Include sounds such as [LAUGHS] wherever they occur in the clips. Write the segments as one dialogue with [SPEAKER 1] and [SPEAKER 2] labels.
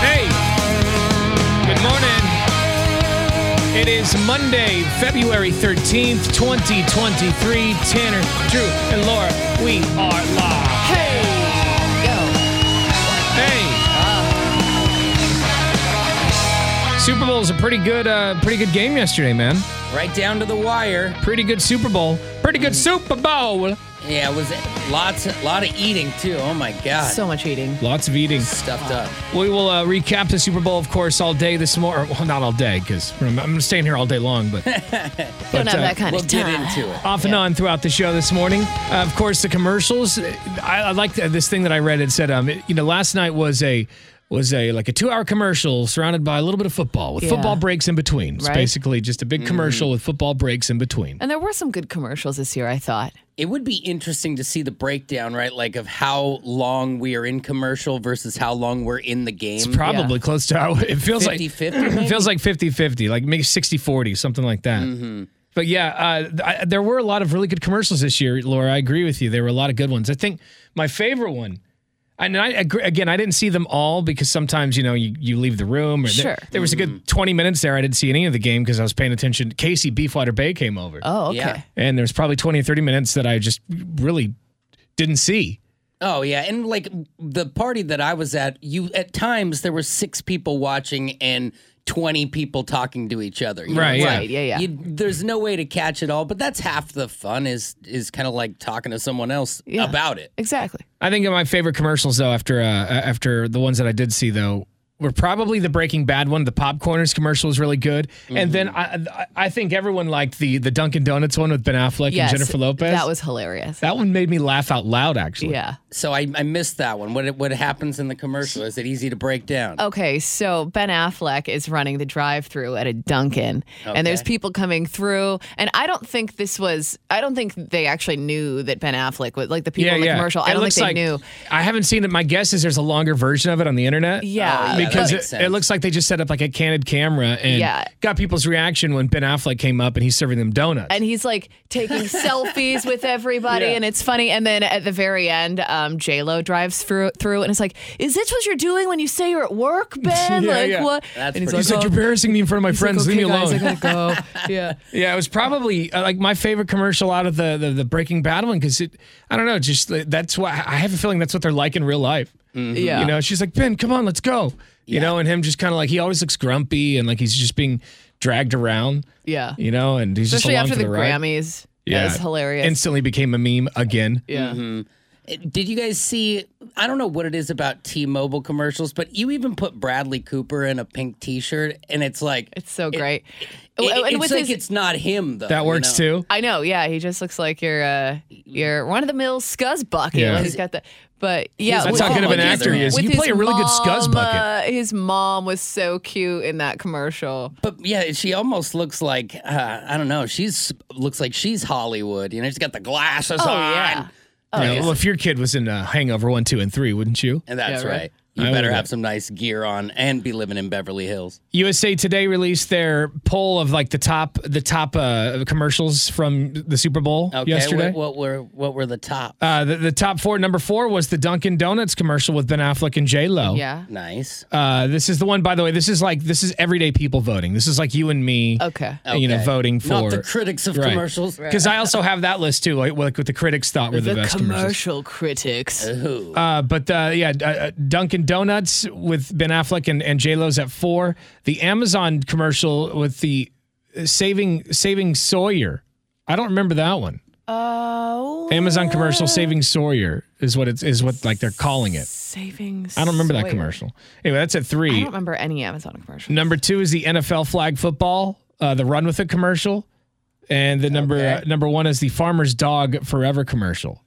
[SPEAKER 1] Hey, good morning. It is Monday, February 13th, 2023. Tanner, Drew, and Laura, we are live. Hey, Hey. Super Bowl is a pretty good, uh, pretty good game yesterday, man.
[SPEAKER 2] Right down to the wire.
[SPEAKER 1] Pretty good Super Bowl. Pretty good Super Bowl.
[SPEAKER 2] Yeah, it was lots, lot of eating too. Oh my god, [LAUGHS]
[SPEAKER 3] So much eating.
[SPEAKER 1] Lots of eating.
[SPEAKER 2] stuffed up.
[SPEAKER 1] We will uh, recap the Super Bowl, of course, all day this morning. Well, not all day, because I'm staying here all day long, but.
[SPEAKER 3] Don't
[SPEAKER 1] But,
[SPEAKER 3] have
[SPEAKER 1] uh,
[SPEAKER 3] that kind
[SPEAKER 2] We'll
[SPEAKER 3] of
[SPEAKER 2] get
[SPEAKER 3] time.
[SPEAKER 2] into it.
[SPEAKER 1] off and on throughout the show this morning. Uh, of course, the commercials. I, I like this thing that I read. It said, um, it- you know, last night was a was a like a two hour commercial surrounded by a little bit of football with
[SPEAKER 3] Yeah.
[SPEAKER 1] football breaks in between. It's
[SPEAKER 3] Right.
[SPEAKER 1] basically just a
[SPEAKER 2] Mm-hmm.
[SPEAKER 1] big commercial with football breaks in between.
[SPEAKER 3] And there were some good commercials this year, I thought.
[SPEAKER 2] It would be interesting to see the breakdown, right? Like of how long we are in commercial versus how long we're in the game.
[SPEAKER 1] It's probably close to how it feels like
[SPEAKER 2] 50-50
[SPEAKER 1] it
[SPEAKER 2] maybe?
[SPEAKER 1] feels like 50-50, like maybe 60-40, something like that.
[SPEAKER 3] Mm-hmm.
[SPEAKER 1] But yeah, uh, th- I, there were a lot of really good commercials this year, Laura. I agree with you. There were a lot of good ones. I think my favorite one, and I agree, again, I didn't see them all because sometimes you know you, you leave the room. Or there-
[SPEAKER 3] Sure. Mm-hmm.
[SPEAKER 1] There, was a good twenty minutes there I didn't see any of the game because I was paying attention. Casey Beefwater Bay came over,
[SPEAKER 3] Oh, okay.
[SPEAKER 2] Yeah.
[SPEAKER 1] and there was probably twenty or thirty minutes that I just really didn't see.
[SPEAKER 2] Oh yeah, and like the party that I was at, you at times there were six people watching and twenty people talking to each other. you know?
[SPEAKER 1] Right,
[SPEAKER 2] It's
[SPEAKER 1] yeah.
[SPEAKER 2] like,
[SPEAKER 3] Yeah, yeah.
[SPEAKER 2] You, there's no way to catch it all, but that's half the fun is is kind of like talking to someone else
[SPEAKER 3] Yeah.
[SPEAKER 2] about it.
[SPEAKER 3] Exactly.
[SPEAKER 1] I think my favorite commercials though after uh, after the ones that I did see though were probably the Breaking Bad one. The Popcorners commercial was really good, and then I,
[SPEAKER 3] Mm-hmm.
[SPEAKER 1] I I think everyone liked the the Dunkin' Donuts one with Ben Affleck
[SPEAKER 3] Yes.
[SPEAKER 1] and Jennifer Lopez.
[SPEAKER 3] That was hilarious.
[SPEAKER 1] that one made me laugh out loud actually.
[SPEAKER 3] yeah.
[SPEAKER 2] So I, I missed that one. What what happens in the commercial? Is it easy to break down?
[SPEAKER 3] Okay, so Ben Affleck is running the drive-through at a Dunkin', and there's people coming through, and I don't think this was. I don't think they actually knew that Ben Affleck was like the people
[SPEAKER 1] Yeah,
[SPEAKER 3] in the
[SPEAKER 1] yeah.
[SPEAKER 3] commercial.
[SPEAKER 1] It
[SPEAKER 3] I don't think
[SPEAKER 1] looks
[SPEAKER 3] they
[SPEAKER 1] like,
[SPEAKER 3] knew.
[SPEAKER 1] I haven't seen it. My guess is there's a longer version of it on the internet.
[SPEAKER 3] Yeah,
[SPEAKER 2] Oh, yeah,
[SPEAKER 1] because
[SPEAKER 2] that
[SPEAKER 1] it,
[SPEAKER 2] makes
[SPEAKER 1] it
[SPEAKER 2] sense.
[SPEAKER 1] looks like they just set up like a candid camera and
[SPEAKER 3] Yeah.
[SPEAKER 1] got people's reaction when Ben Affleck came up and he's serving them donuts.
[SPEAKER 3] and he's like taking
[SPEAKER 1] [LAUGHS]
[SPEAKER 3] selfies with everybody,
[SPEAKER 1] Yeah.
[SPEAKER 3] and it's funny. And then at the very end, um, J Lo drives through through, and it's like, "Is this what you're doing when you say you're at work, Ben?
[SPEAKER 1] [LAUGHS] Yeah,
[SPEAKER 3] like
[SPEAKER 1] yeah.
[SPEAKER 3] what?"
[SPEAKER 2] That's
[SPEAKER 3] and he's
[SPEAKER 2] pretty
[SPEAKER 3] like,
[SPEAKER 1] he's like,
[SPEAKER 3] "Oh."
[SPEAKER 1] "You're embarrassing me in front of my
[SPEAKER 3] He's like,
[SPEAKER 1] friends. Leave
[SPEAKER 3] "Okay,
[SPEAKER 1] me
[SPEAKER 3] guys,
[SPEAKER 1] alone."
[SPEAKER 3] I
[SPEAKER 1] [LAUGHS]
[SPEAKER 3] gotta go. yeah.
[SPEAKER 1] Yeah, it was probably uh, like my favorite commercial out of the the, the Breaking Bad one because it, I don't know, just th- that's what I have a feeling that's what they're like in real life.
[SPEAKER 3] Yeah.
[SPEAKER 1] You know, she's like, Ben, come on, let's go. You know, and him just kind of like he always looks grumpy and like he's just being dragged around.
[SPEAKER 3] Yeah.
[SPEAKER 1] You know, and he's
[SPEAKER 3] Especially
[SPEAKER 1] just along
[SPEAKER 3] after
[SPEAKER 1] for
[SPEAKER 3] the,
[SPEAKER 1] the, ride.
[SPEAKER 3] Grammys.
[SPEAKER 1] Yeah,
[SPEAKER 3] That was hilarious.
[SPEAKER 1] Instantly became a meme again.
[SPEAKER 3] yeah.
[SPEAKER 2] Mm-hmm. Did you guys see? I don't know what it is about T-Mobile commercials, but you even put Bradley Cooper in a pink T-shirt, and it's like
[SPEAKER 3] It's so
[SPEAKER 2] it-
[SPEAKER 3] great.
[SPEAKER 2] it-
[SPEAKER 3] Oh, and
[SPEAKER 2] it's
[SPEAKER 3] with
[SPEAKER 2] like
[SPEAKER 3] his-
[SPEAKER 2] it's not him though.
[SPEAKER 1] That works
[SPEAKER 2] you know?
[SPEAKER 1] too.
[SPEAKER 3] I know, yeah. He just looks like your uh your one of the mill scuzz bucket.
[SPEAKER 1] Yeah.
[SPEAKER 3] Like, he's got the but yeah,
[SPEAKER 2] That's
[SPEAKER 3] with-
[SPEAKER 2] how good of an
[SPEAKER 3] with his-
[SPEAKER 2] actor he is.
[SPEAKER 3] with
[SPEAKER 1] You play a
[SPEAKER 3] his
[SPEAKER 1] really good scuzz
[SPEAKER 3] mom,
[SPEAKER 1] bucket.
[SPEAKER 3] uh, his mom was so cute in that commercial.
[SPEAKER 2] But yeah, she almost looks like uh, I don't know. She's looks like she's Hollywood. You know, she's got the glasses
[SPEAKER 3] Oh
[SPEAKER 2] on.
[SPEAKER 3] yeah.
[SPEAKER 1] You know, Well, if your kid was in uh, Hangover one, two, and three, wouldn't you?
[SPEAKER 2] And that's
[SPEAKER 3] Yeah, right.
[SPEAKER 2] right. You
[SPEAKER 1] I
[SPEAKER 2] better
[SPEAKER 1] would.
[SPEAKER 2] have some nice gear on and be living in Beverly Hills.
[SPEAKER 1] USA Today released their poll of like the top the top uh, commercials from the Super Bowl
[SPEAKER 2] Okay,
[SPEAKER 1] yesterday.
[SPEAKER 2] What, what were what were the top?
[SPEAKER 1] uh, the, the top four, number four was the Dunkin' Donuts commercial with Ben Affleck and J Lo.
[SPEAKER 3] Yeah.
[SPEAKER 2] nice.
[SPEAKER 1] Uh, this is the one, by the way. This is like this is everyday people voting. This is like you and me.
[SPEAKER 3] Okay.
[SPEAKER 1] You know,
[SPEAKER 2] Okay.
[SPEAKER 1] voting for
[SPEAKER 2] Not the critics of
[SPEAKER 1] Right.
[SPEAKER 2] commercials.
[SPEAKER 1] Because I also have that list too, like, like what the critics thought were the, best commercials.
[SPEAKER 3] commercial critics.
[SPEAKER 2] Ooh.
[SPEAKER 1] Uh, but uh, yeah, uh, uh, Dunkin' Donuts with Ben Affleck and, and J Lo's at four. The Amazon commercial with the uh, saving saving Sawyer. I don't remember that one.
[SPEAKER 3] Oh.
[SPEAKER 1] Amazon commercial saving Sawyer is what it's is what like they're calling it.
[SPEAKER 3] Savings.
[SPEAKER 1] I don't remember that
[SPEAKER 3] Sawyer.
[SPEAKER 1] commercial. Anyway, that's at
[SPEAKER 3] I
[SPEAKER 1] three.
[SPEAKER 3] don't remember any Amazon commercial.
[SPEAKER 1] Number two is the NFL flag football, uh, the run with it commercial, and the number uh, number one is the farmer's dog forever commercial.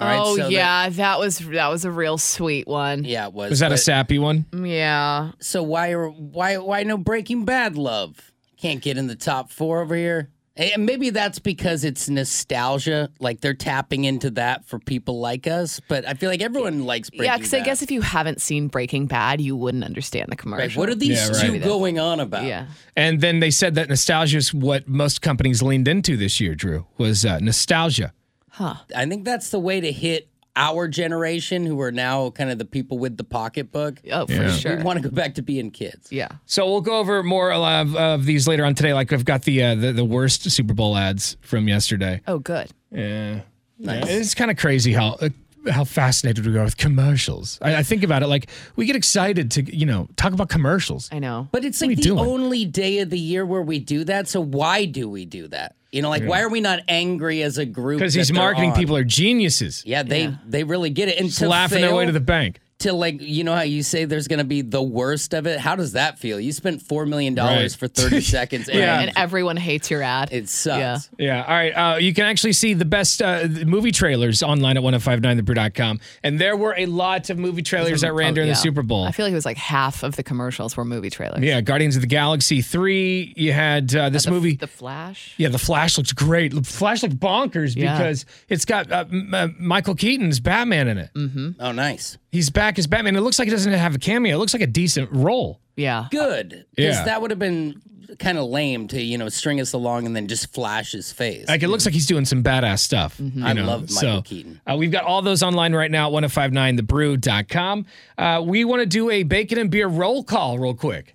[SPEAKER 2] All right,
[SPEAKER 3] oh
[SPEAKER 2] so the-
[SPEAKER 3] yeah, that was that was a real sweet one.
[SPEAKER 2] yeah, it was.
[SPEAKER 1] Was that a
[SPEAKER 2] but-
[SPEAKER 1] sappy one?
[SPEAKER 3] Yeah.
[SPEAKER 2] So why are why why no Breaking Bad love? Can't get in the top four over here. And maybe that's because it's nostalgia. Like they're tapping into that for people like us. But I feel like everyone likes Breaking
[SPEAKER 3] yeah,
[SPEAKER 2] Bad.
[SPEAKER 3] because I guess if you haven't seen Breaking Bad, you wouldn't understand the commercial.
[SPEAKER 2] Right, what are these
[SPEAKER 1] Yeah, right.
[SPEAKER 2] two going on about?
[SPEAKER 3] Yeah.
[SPEAKER 1] And then they said that nostalgia is what most companies leaned into this year. Drew was uh, nostalgia.
[SPEAKER 2] I think that's the way to hit our generation, who are now kind of the people with the pocketbook.
[SPEAKER 3] Oh, for sure.
[SPEAKER 2] We want to go back to being kids.
[SPEAKER 3] yeah.
[SPEAKER 1] So we'll go over more of, of these later on today. Like I've got the, uh, the the worst Super Bowl ads from yesterday.
[SPEAKER 3] Oh, good.
[SPEAKER 1] Yeah, it's kind of crazy how uh, how fascinated we are with commercials. I, I think about it like we get excited to you know talk about commercials.
[SPEAKER 3] I know.
[SPEAKER 2] But it's
[SPEAKER 1] What
[SPEAKER 2] like
[SPEAKER 1] are
[SPEAKER 2] the
[SPEAKER 1] you doing?
[SPEAKER 2] only day of the year where we do that. So why do we do that? You know, like why are we not angry as a group?
[SPEAKER 1] Because
[SPEAKER 2] that
[SPEAKER 1] these
[SPEAKER 2] they're
[SPEAKER 1] marketing
[SPEAKER 2] on?
[SPEAKER 1] people are geniuses.
[SPEAKER 2] Yeah, they they really get it. And
[SPEAKER 1] Just
[SPEAKER 2] to
[SPEAKER 1] laughing
[SPEAKER 2] fail,
[SPEAKER 1] their way to the bank.
[SPEAKER 2] to like you know how you say there's gonna be the worst of it. How does that feel? You spent four million dollars
[SPEAKER 1] Right.
[SPEAKER 2] for
[SPEAKER 1] [LAUGHS]
[SPEAKER 2] thirty seconds. And
[SPEAKER 1] Yeah.
[SPEAKER 3] And everyone hates your ad.
[SPEAKER 2] it sucks.
[SPEAKER 3] Yeah.
[SPEAKER 1] Yeah. All right. Uh, you can actually see the best uh, movie trailers online at 1059thebrew.com. And there were a lot of movie trailers that ran
[SPEAKER 3] Oh,
[SPEAKER 1] during
[SPEAKER 3] yeah.
[SPEAKER 1] the Super Bowl.
[SPEAKER 3] I feel like it was like half of the commercials were movie trailers.
[SPEAKER 1] yeah. Guardians of the Galaxy 3. You had uh, this
[SPEAKER 3] The,
[SPEAKER 1] movie.
[SPEAKER 3] The Flash.
[SPEAKER 1] yeah, The Flash looks great. The Flash looked bonkers
[SPEAKER 3] Yeah.
[SPEAKER 1] because it's got uh, M- uh, Michael Keaton's Batman in it.
[SPEAKER 3] Mm-hmm.
[SPEAKER 2] Oh, nice.
[SPEAKER 1] He's back as Batman. It looks like he doesn't have a cameo. It looks like a decent role.
[SPEAKER 3] Yeah.
[SPEAKER 2] Good. Because
[SPEAKER 1] Yeah.
[SPEAKER 2] that would have been kind of lame to you know string us along and then just flash his face.
[SPEAKER 1] Like it looks like he's doing some badass stuff. you
[SPEAKER 2] Mm-hmm. I
[SPEAKER 1] know?
[SPEAKER 2] love Michael Keaton.
[SPEAKER 1] Uh, we've got all those online right now at 1059thebrew.com. Uh, we want to do a bacon and beer roll call real quick.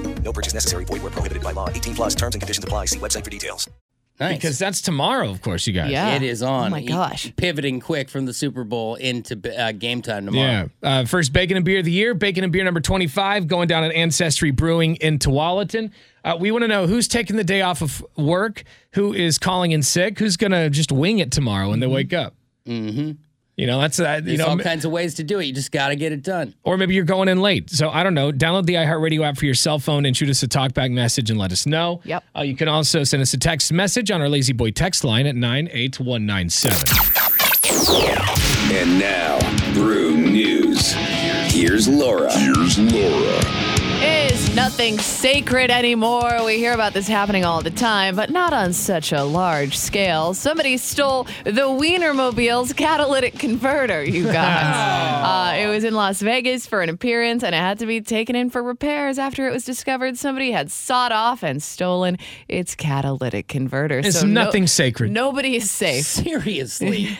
[SPEAKER 4] No purchase necessary. Void where prohibited by law. 18 plus terms and conditions apply. See website for details.
[SPEAKER 2] nice.
[SPEAKER 1] Because that's tomorrow, of course, you guys.
[SPEAKER 3] Yeah.
[SPEAKER 2] it is on.
[SPEAKER 3] Oh my
[SPEAKER 2] E-
[SPEAKER 3] gosh.
[SPEAKER 2] Pivoting quick from the Super Bowl into uh, game time tomorrow.
[SPEAKER 1] Yeah. Uh, first bacon and beer of the year, bacon and beer number 25, going down at Ancestry Brewing in Tualatin. Uh, we want to know who's taking the day off of work, who is calling in sick, who's going to just wing it tomorrow when they wake up. Mm-hmm. You know, that's, uh, you
[SPEAKER 2] There's all
[SPEAKER 1] know,
[SPEAKER 2] kinds of ways to do it. You just got to get it done.
[SPEAKER 1] or maybe you're going in late. So I don't know. Download the iHeartRadio app for your cell phone and shoot us a talkback message and let us know.
[SPEAKER 3] Yep.
[SPEAKER 1] Uh, you can also send us a text message on our Lazy Boy text line at 98197.
[SPEAKER 5] And now, Brew News. Here's Laura. Here's Laura.
[SPEAKER 3] Is nothing sacred anymore? We hear about this happening all the time, but not on such a large scale. Somebody stole the Wienermobile's catalytic
[SPEAKER 1] [LAUGHS]
[SPEAKER 3] converter, you guys. uh, it was in Las Vegas for an appearance, and it had to be taken in for repairs after it was discovered somebody had sawed off and stolen its catalytic converter.
[SPEAKER 1] It's
[SPEAKER 3] no-
[SPEAKER 1] nothing sacred.
[SPEAKER 3] Nobody is safe. [LAUGHS]
[SPEAKER 2] Seriously.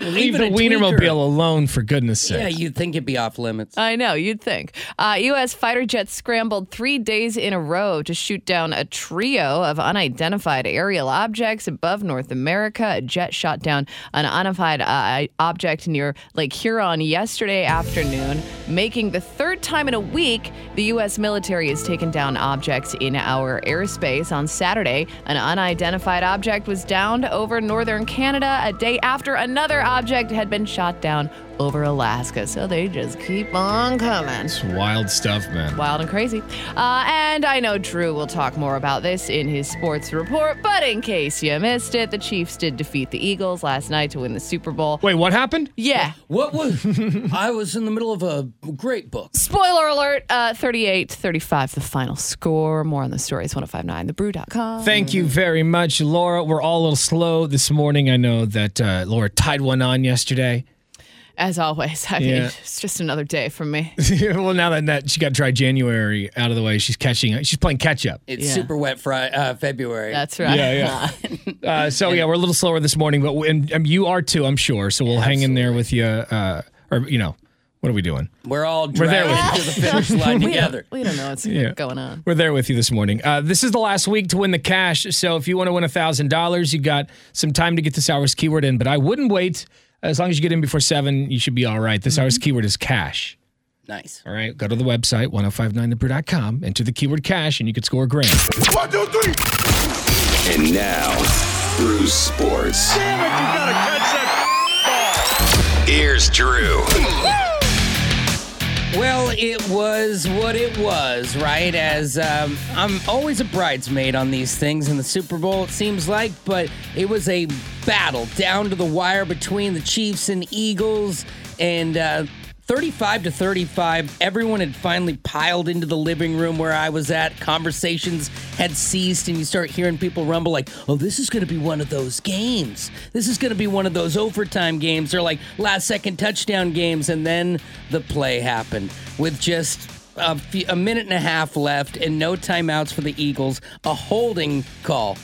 [SPEAKER 1] Leave the
[SPEAKER 2] a tweaker-
[SPEAKER 1] Wienermobile alone, for goodness sake.
[SPEAKER 2] Yeah, you'd think it'd be off limits.
[SPEAKER 3] I know, you'd think. Uh, U.S. fighter jets scrambled three days in a row to shoot down a trio of unidentified aerial objects above North America. A jet shot down an unidentified uh, object near Lake Huron yesterday afternoon, making the third time in a week the U.S. military has taken down objects in our airspace. On Saturday, an unidentified object was downed over northern Canada a day after another object had been shot down over Alaska. So they just keep on coming.
[SPEAKER 1] It's wild stuff, man.
[SPEAKER 3] Wild and crazy. Uh, and I know Drew will talk more about this in his sports report, but in case you missed it, the Chiefs did defeat the Eagles last night to win the Super Bowl.
[SPEAKER 1] Wait, what happened?
[SPEAKER 3] Yeah.
[SPEAKER 2] What was? [LAUGHS] I was in the middle of a great book.
[SPEAKER 3] Spoiler alert uh, 38 35, the final score. More on the story oh is 1059thebrew.com.
[SPEAKER 1] Thank you very much, Laura. We're all a little slow this morning. I know that uh, Laura tied one on yesterday. [LAUGHS]
[SPEAKER 3] As always, I mean,
[SPEAKER 1] Yeah.
[SPEAKER 3] it's just another day for me.
[SPEAKER 1] well, now that, that she got dry January out of the way, she's catching. She's playing catch up.
[SPEAKER 2] It's
[SPEAKER 3] Yeah.
[SPEAKER 2] super wet Fri uh, February.
[SPEAKER 3] That's right.
[SPEAKER 1] Yeah, yeah. uh, so yeah, we're a little slower this morning, but we, and, and you are too, I'm sure. So we'll hang in there with you. Uh, or you know, what are we doing?
[SPEAKER 2] We're all
[SPEAKER 1] there
[SPEAKER 2] dragged
[SPEAKER 1] with
[SPEAKER 2] to
[SPEAKER 1] [LAUGHS]
[SPEAKER 2] the finish line
[SPEAKER 3] [LAUGHS] We don't,
[SPEAKER 2] together.
[SPEAKER 3] we don't know what's
[SPEAKER 1] Yeah.
[SPEAKER 3] going on.
[SPEAKER 1] We're there with you this morning. Uh, this is the last week to win the cash. So if you want to win thousand dollars, you got some time to get this hour's keyword in. But I wouldn't wait. As long as you get in before seven, you should be all right. This
[SPEAKER 2] Mm-hmm.
[SPEAKER 1] hour's keyword is cash.
[SPEAKER 2] [LAUGHS] Nice.
[SPEAKER 1] All right, go to the website 1059thebrew.com, enter the keyword cash, and you could score a grand.
[SPEAKER 5] And now, Drew Sports. Damn it, you gotta catch that. Here's Drew.
[SPEAKER 2] Well, it was what it was, right? As um, I'm always a bridesmaid on these things in the Super Bowl, it seems like, but it was a battle down to the wire between the Chiefs and Eagles, and uh, 35 to 35, everyone had finally piled into the living room where I was at. Conversations had ceased, and you start hearing people rumble like, "Oh, this is going to be one of those games. This is going to be one of those overtime games, or like last-second touchdown games." And then the play happened with just a, few, a minute and a half left and no timeouts for the Eagles. A holding call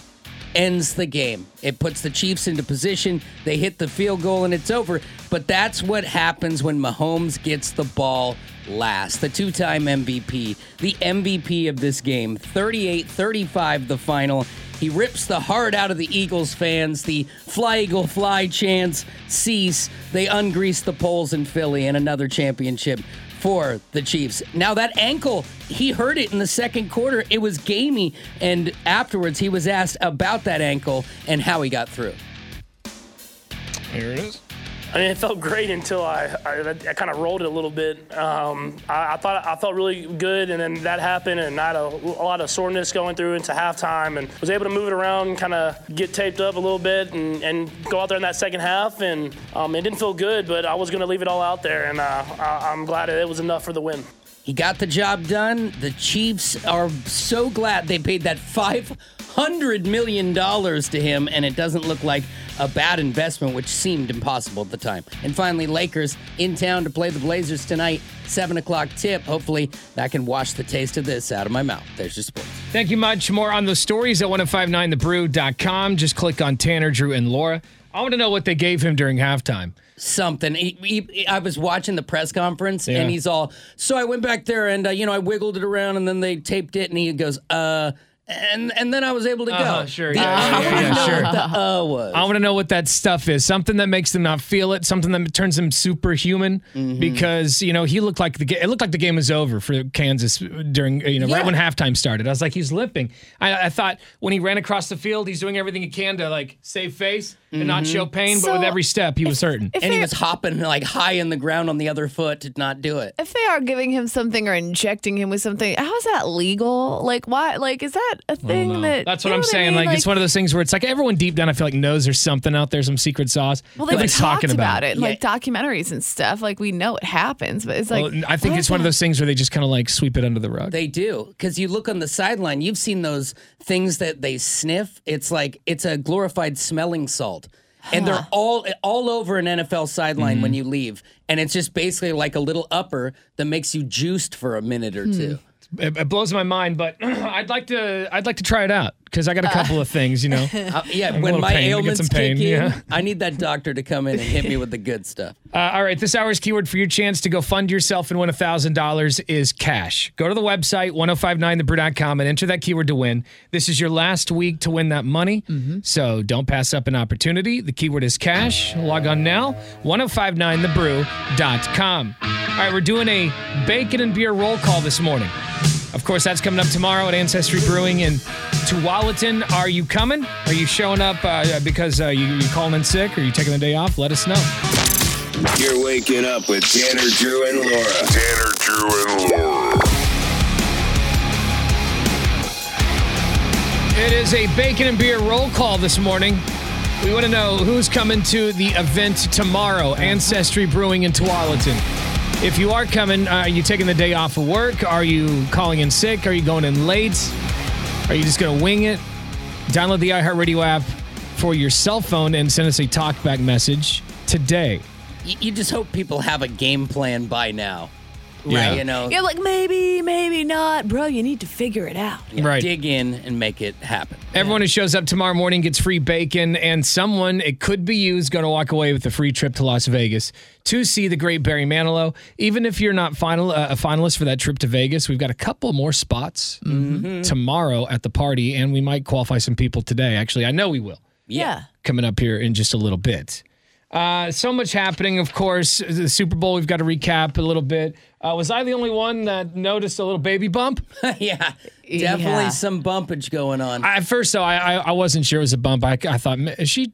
[SPEAKER 2] ends the game. It puts the Chiefs into position. They hit the field goal and it's over. But that's what happens when Mahomes gets the ball last. The two time MVP, the MVP of this game, 38 35, the final. He rips the heart out of the Eagles fans. The fly, Eagle, fly chants cease. They ungrease the poles in Philly and another championship for the Chiefs. Now that ankle, he hurt it in the second quarter. It was gamey, and afterwards he was asked about that ankle and how he got through.
[SPEAKER 1] Here it is.
[SPEAKER 6] I mean, it felt great until I, I, I kind of rolled it a little bit. Um, I, I thought I felt really good, and then that happened, and I had a, a lot of soreness going through into halftime, and was able to move it around, kind of get taped up a little bit, and, and go out there in that second half, and um, it didn't feel good, but I was going to leave it all out there, and uh, I, I'm glad that it was enough for the win.
[SPEAKER 2] He got the job done. The Chiefs are so glad they paid that $500 million to him, and it doesn't look like a bad investment, which seemed impossible at the time. And finally, Lakers in town to play the Blazers tonight, 7 o'clock tip. Hopefully, that can wash the taste of this out of my mouth. There's your sports.
[SPEAKER 1] Thank you much. More on those stories at 1059thebrew.com. Just click on Tanner, Drew, and Laura. I want to know what they gave him during halftime.
[SPEAKER 2] something. He, he- he- I was watching the press conference,
[SPEAKER 1] Yeah.
[SPEAKER 2] and he's all. So I went back there, and uh, you know, I wiggled it around, and then they taped it, and he goes, "Uh," and and then I was able to
[SPEAKER 1] Uh-huh,
[SPEAKER 2] go.
[SPEAKER 1] sure,
[SPEAKER 2] The-
[SPEAKER 1] yeah, yeah,
[SPEAKER 2] [LAUGHS] I
[SPEAKER 1] yeah,
[SPEAKER 2] wanna
[SPEAKER 1] yeah,
[SPEAKER 2] know
[SPEAKER 1] sure.
[SPEAKER 2] what
[SPEAKER 1] [LAUGHS]
[SPEAKER 2] The uh was.
[SPEAKER 1] I want to know what that stuff is. Something that makes them not feel it. Something that turns them superhuman. Because you know he looked like the ga- it looked like the game was over for Kansas during you know right
[SPEAKER 2] Yeah.
[SPEAKER 1] when halftime started. I was like he's limping. I, I thought when he ran across the field, he's doing everything he can to like save face and not show pain.
[SPEAKER 3] So
[SPEAKER 1] but with every step, he was hurting.
[SPEAKER 3] If
[SPEAKER 2] Mm-hmm. and he
[SPEAKER 3] they-
[SPEAKER 2] was hopping like high in the ground on the other foot to not do it.
[SPEAKER 3] if they are giving him something or injecting him with something, how is that legal? Like, why? Like, is that a thing that?
[SPEAKER 1] That's
[SPEAKER 3] you
[SPEAKER 1] what
[SPEAKER 3] know
[SPEAKER 1] I'm
[SPEAKER 3] I
[SPEAKER 1] saying.
[SPEAKER 3] mean?
[SPEAKER 1] like, it's one of those things where it's like everyone deep down, I feel like knows there's something out there, some secret sauce.
[SPEAKER 3] Well, they've
[SPEAKER 1] Nobody's
[SPEAKER 3] talked about, it, in,
[SPEAKER 2] Yeah.
[SPEAKER 3] like documentaries and stuff. Like, we know it happens, but it's like
[SPEAKER 1] Well, I think
[SPEAKER 3] what
[SPEAKER 1] it's
[SPEAKER 3] is
[SPEAKER 1] one of
[SPEAKER 3] that?
[SPEAKER 1] those things where they just kind of like sweep it under the rug.
[SPEAKER 2] They do because you look on the sideline. You've seen those things that they sniff. It's like it's a glorified smelling salt, and they're all all over an NFL sideline
[SPEAKER 1] Mm-hmm.
[SPEAKER 2] when you leave. And it's just basically like a little upper that makes you juiced for a minute or two.
[SPEAKER 1] Hmm. it, it blows my mind, but [CLEARS THROAT] I'd like to I'd like to try it out because I
[SPEAKER 3] Uh.
[SPEAKER 1] got a couple of things, you
[SPEAKER 3] [LAUGHS]
[SPEAKER 1] know.
[SPEAKER 2] Uh,
[SPEAKER 1] [LAUGHS]
[SPEAKER 2] yeah,
[SPEAKER 1] a
[SPEAKER 2] when
[SPEAKER 1] little
[SPEAKER 2] my
[SPEAKER 1] pain, to get
[SPEAKER 2] ailments
[SPEAKER 1] some pain,
[SPEAKER 2] kick in,
[SPEAKER 1] yeah.
[SPEAKER 2] I need that doctor to come in and hit me with the good stuff.
[SPEAKER 1] Uh, all right, this hour's keyword for your chance to go fund yourself and win $1,000 is cash. Go to the website, 1059thebrew.com, and enter that keyword to win. This is your last week to win that money, so don't pass up an opportunity. The keyword is cash. Log on now, 1059thebrew.com. All right, we're doing a bacon and beer roll call this morning. Of course, that's coming up tomorrow at Ancestry Brewing in Tualatin. Are you coming? Are you showing up uh, because uh, you, you're calling in sick? Or are you taking the day off? Let us know.
[SPEAKER 5] You're waking up with Tanner, Drew, and Laura. Tanner, Drew, and Laura.
[SPEAKER 1] It is a bacon and beer roll call this morning. We want to know who's coming to the event tomorrow, Ancestry Brewing in Tualatin. If you are coming, uh, are you taking the day off of work? Are you calling in sick? Are you going in late? Are you just going to wing it? Download the iHeartRadio app for your cell phone and send us a talkback message today.
[SPEAKER 2] You, you just hope people have a game plan by now.
[SPEAKER 1] Yeah.
[SPEAKER 2] You know,
[SPEAKER 3] You're like, maybe, maybe not. Bro, you need to figure it out.
[SPEAKER 1] Right.
[SPEAKER 2] dig in and make it happen.
[SPEAKER 1] Everyone who shows up tomorrow morning gets free bacon, and someone, it could be you, is going to walk away with a free trip to Las Vegas to see the great Barry Manilow. Even if you're not final, uh, a finalist for that trip to Vegas, we've got a couple more spots
[SPEAKER 2] Mm-hmm.
[SPEAKER 1] tomorrow at the party, and we might qualify some people today. Actually, I know we will
[SPEAKER 3] Yeah.
[SPEAKER 1] coming up here in just a little bit. Uh, so much happening, of course. The Super Bowl, we've got to recap a little bit. Uh, was I the only one that noticed a little baby bump?
[SPEAKER 2] [LAUGHS] yeah. Definitely
[SPEAKER 3] Yeah.
[SPEAKER 2] some bumpage going on.
[SPEAKER 1] I- At first, though, I, I I wasn't sure it was a bump. I, I thought, "Ma- is she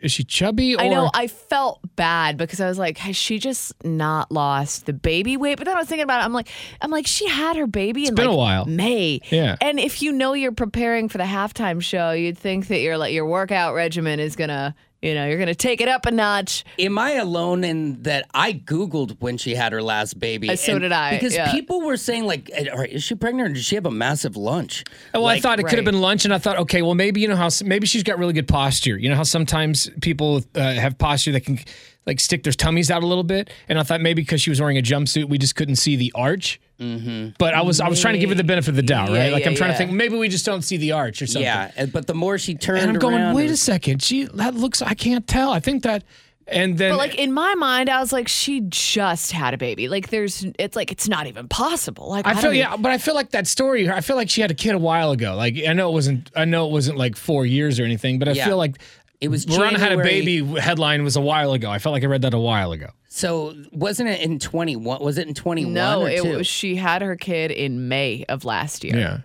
[SPEAKER 1] is she chubby? Or
[SPEAKER 3] I know I felt bad because I was like, has she just not lost the baby weight? But then I was thinking about it. I'm like, I'm like, she had her baby in
[SPEAKER 1] been a
[SPEAKER 3] like,
[SPEAKER 1] while.
[SPEAKER 3] May.
[SPEAKER 1] Yeah.
[SPEAKER 3] And if you know you're preparing for the halftime show, you'd think that your like your workout regimen is gonna, you know, you're gonna take it up a notch.
[SPEAKER 2] Am I alone in that I Googled when she had her last baby?
[SPEAKER 3] Uh, so
[SPEAKER 2] and-
[SPEAKER 3] did I,
[SPEAKER 2] Because
[SPEAKER 3] yeah.
[SPEAKER 2] people were saying, like, "Eh, all right, is she pregnant or did she have a massive lunch?
[SPEAKER 1] well, Oh, I
[SPEAKER 2] Like,
[SPEAKER 1] thought it could have
[SPEAKER 3] right.
[SPEAKER 1] been lunch, and I thought, okay, well, maybe you know how maybe she's got really good posture. You know how sometimes people uh, have posture that can like stick their tummies out a little bit, and I thought maybe because she was wearing a jumpsuit, we just couldn't see the arch. Mm-hmm. But I was I was trying to give her the benefit of the doubt,
[SPEAKER 3] Yeah,
[SPEAKER 1] right? Like
[SPEAKER 3] yeah,
[SPEAKER 1] I'm trying
[SPEAKER 3] yeah.
[SPEAKER 1] to think maybe we just don't see the arch or something.
[SPEAKER 2] Yeah. and- But the more she turned
[SPEAKER 1] And I'm going,
[SPEAKER 2] around, it
[SPEAKER 1] wait a
[SPEAKER 2] was-
[SPEAKER 1] second, she that looks I can't tell. I think that, and then
[SPEAKER 3] But like in my mind, I was like, she just had a baby. Like there's, it's like it's not even possible. Like I,
[SPEAKER 1] I
[SPEAKER 3] don't
[SPEAKER 1] feel
[SPEAKER 3] even-
[SPEAKER 1] yeah, but I feel like that story. I feel like she had a kid a while ago. Like I know it wasn't. I know it wasn't like four years or anything. But I
[SPEAKER 2] Yeah.
[SPEAKER 1] feel like
[SPEAKER 2] It was
[SPEAKER 1] Rihanna had a
[SPEAKER 2] January.
[SPEAKER 1] baby headline was a while ago. I felt like I read that a while ago.
[SPEAKER 2] So wasn't it in 21? Was it in 21?
[SPEAKER 3] No,
[SPEAKER 2] or
[SPEAKER 3] it
[SPEAKER 2] two?
[SPEAKER 3] was, she had her kid in May of last year.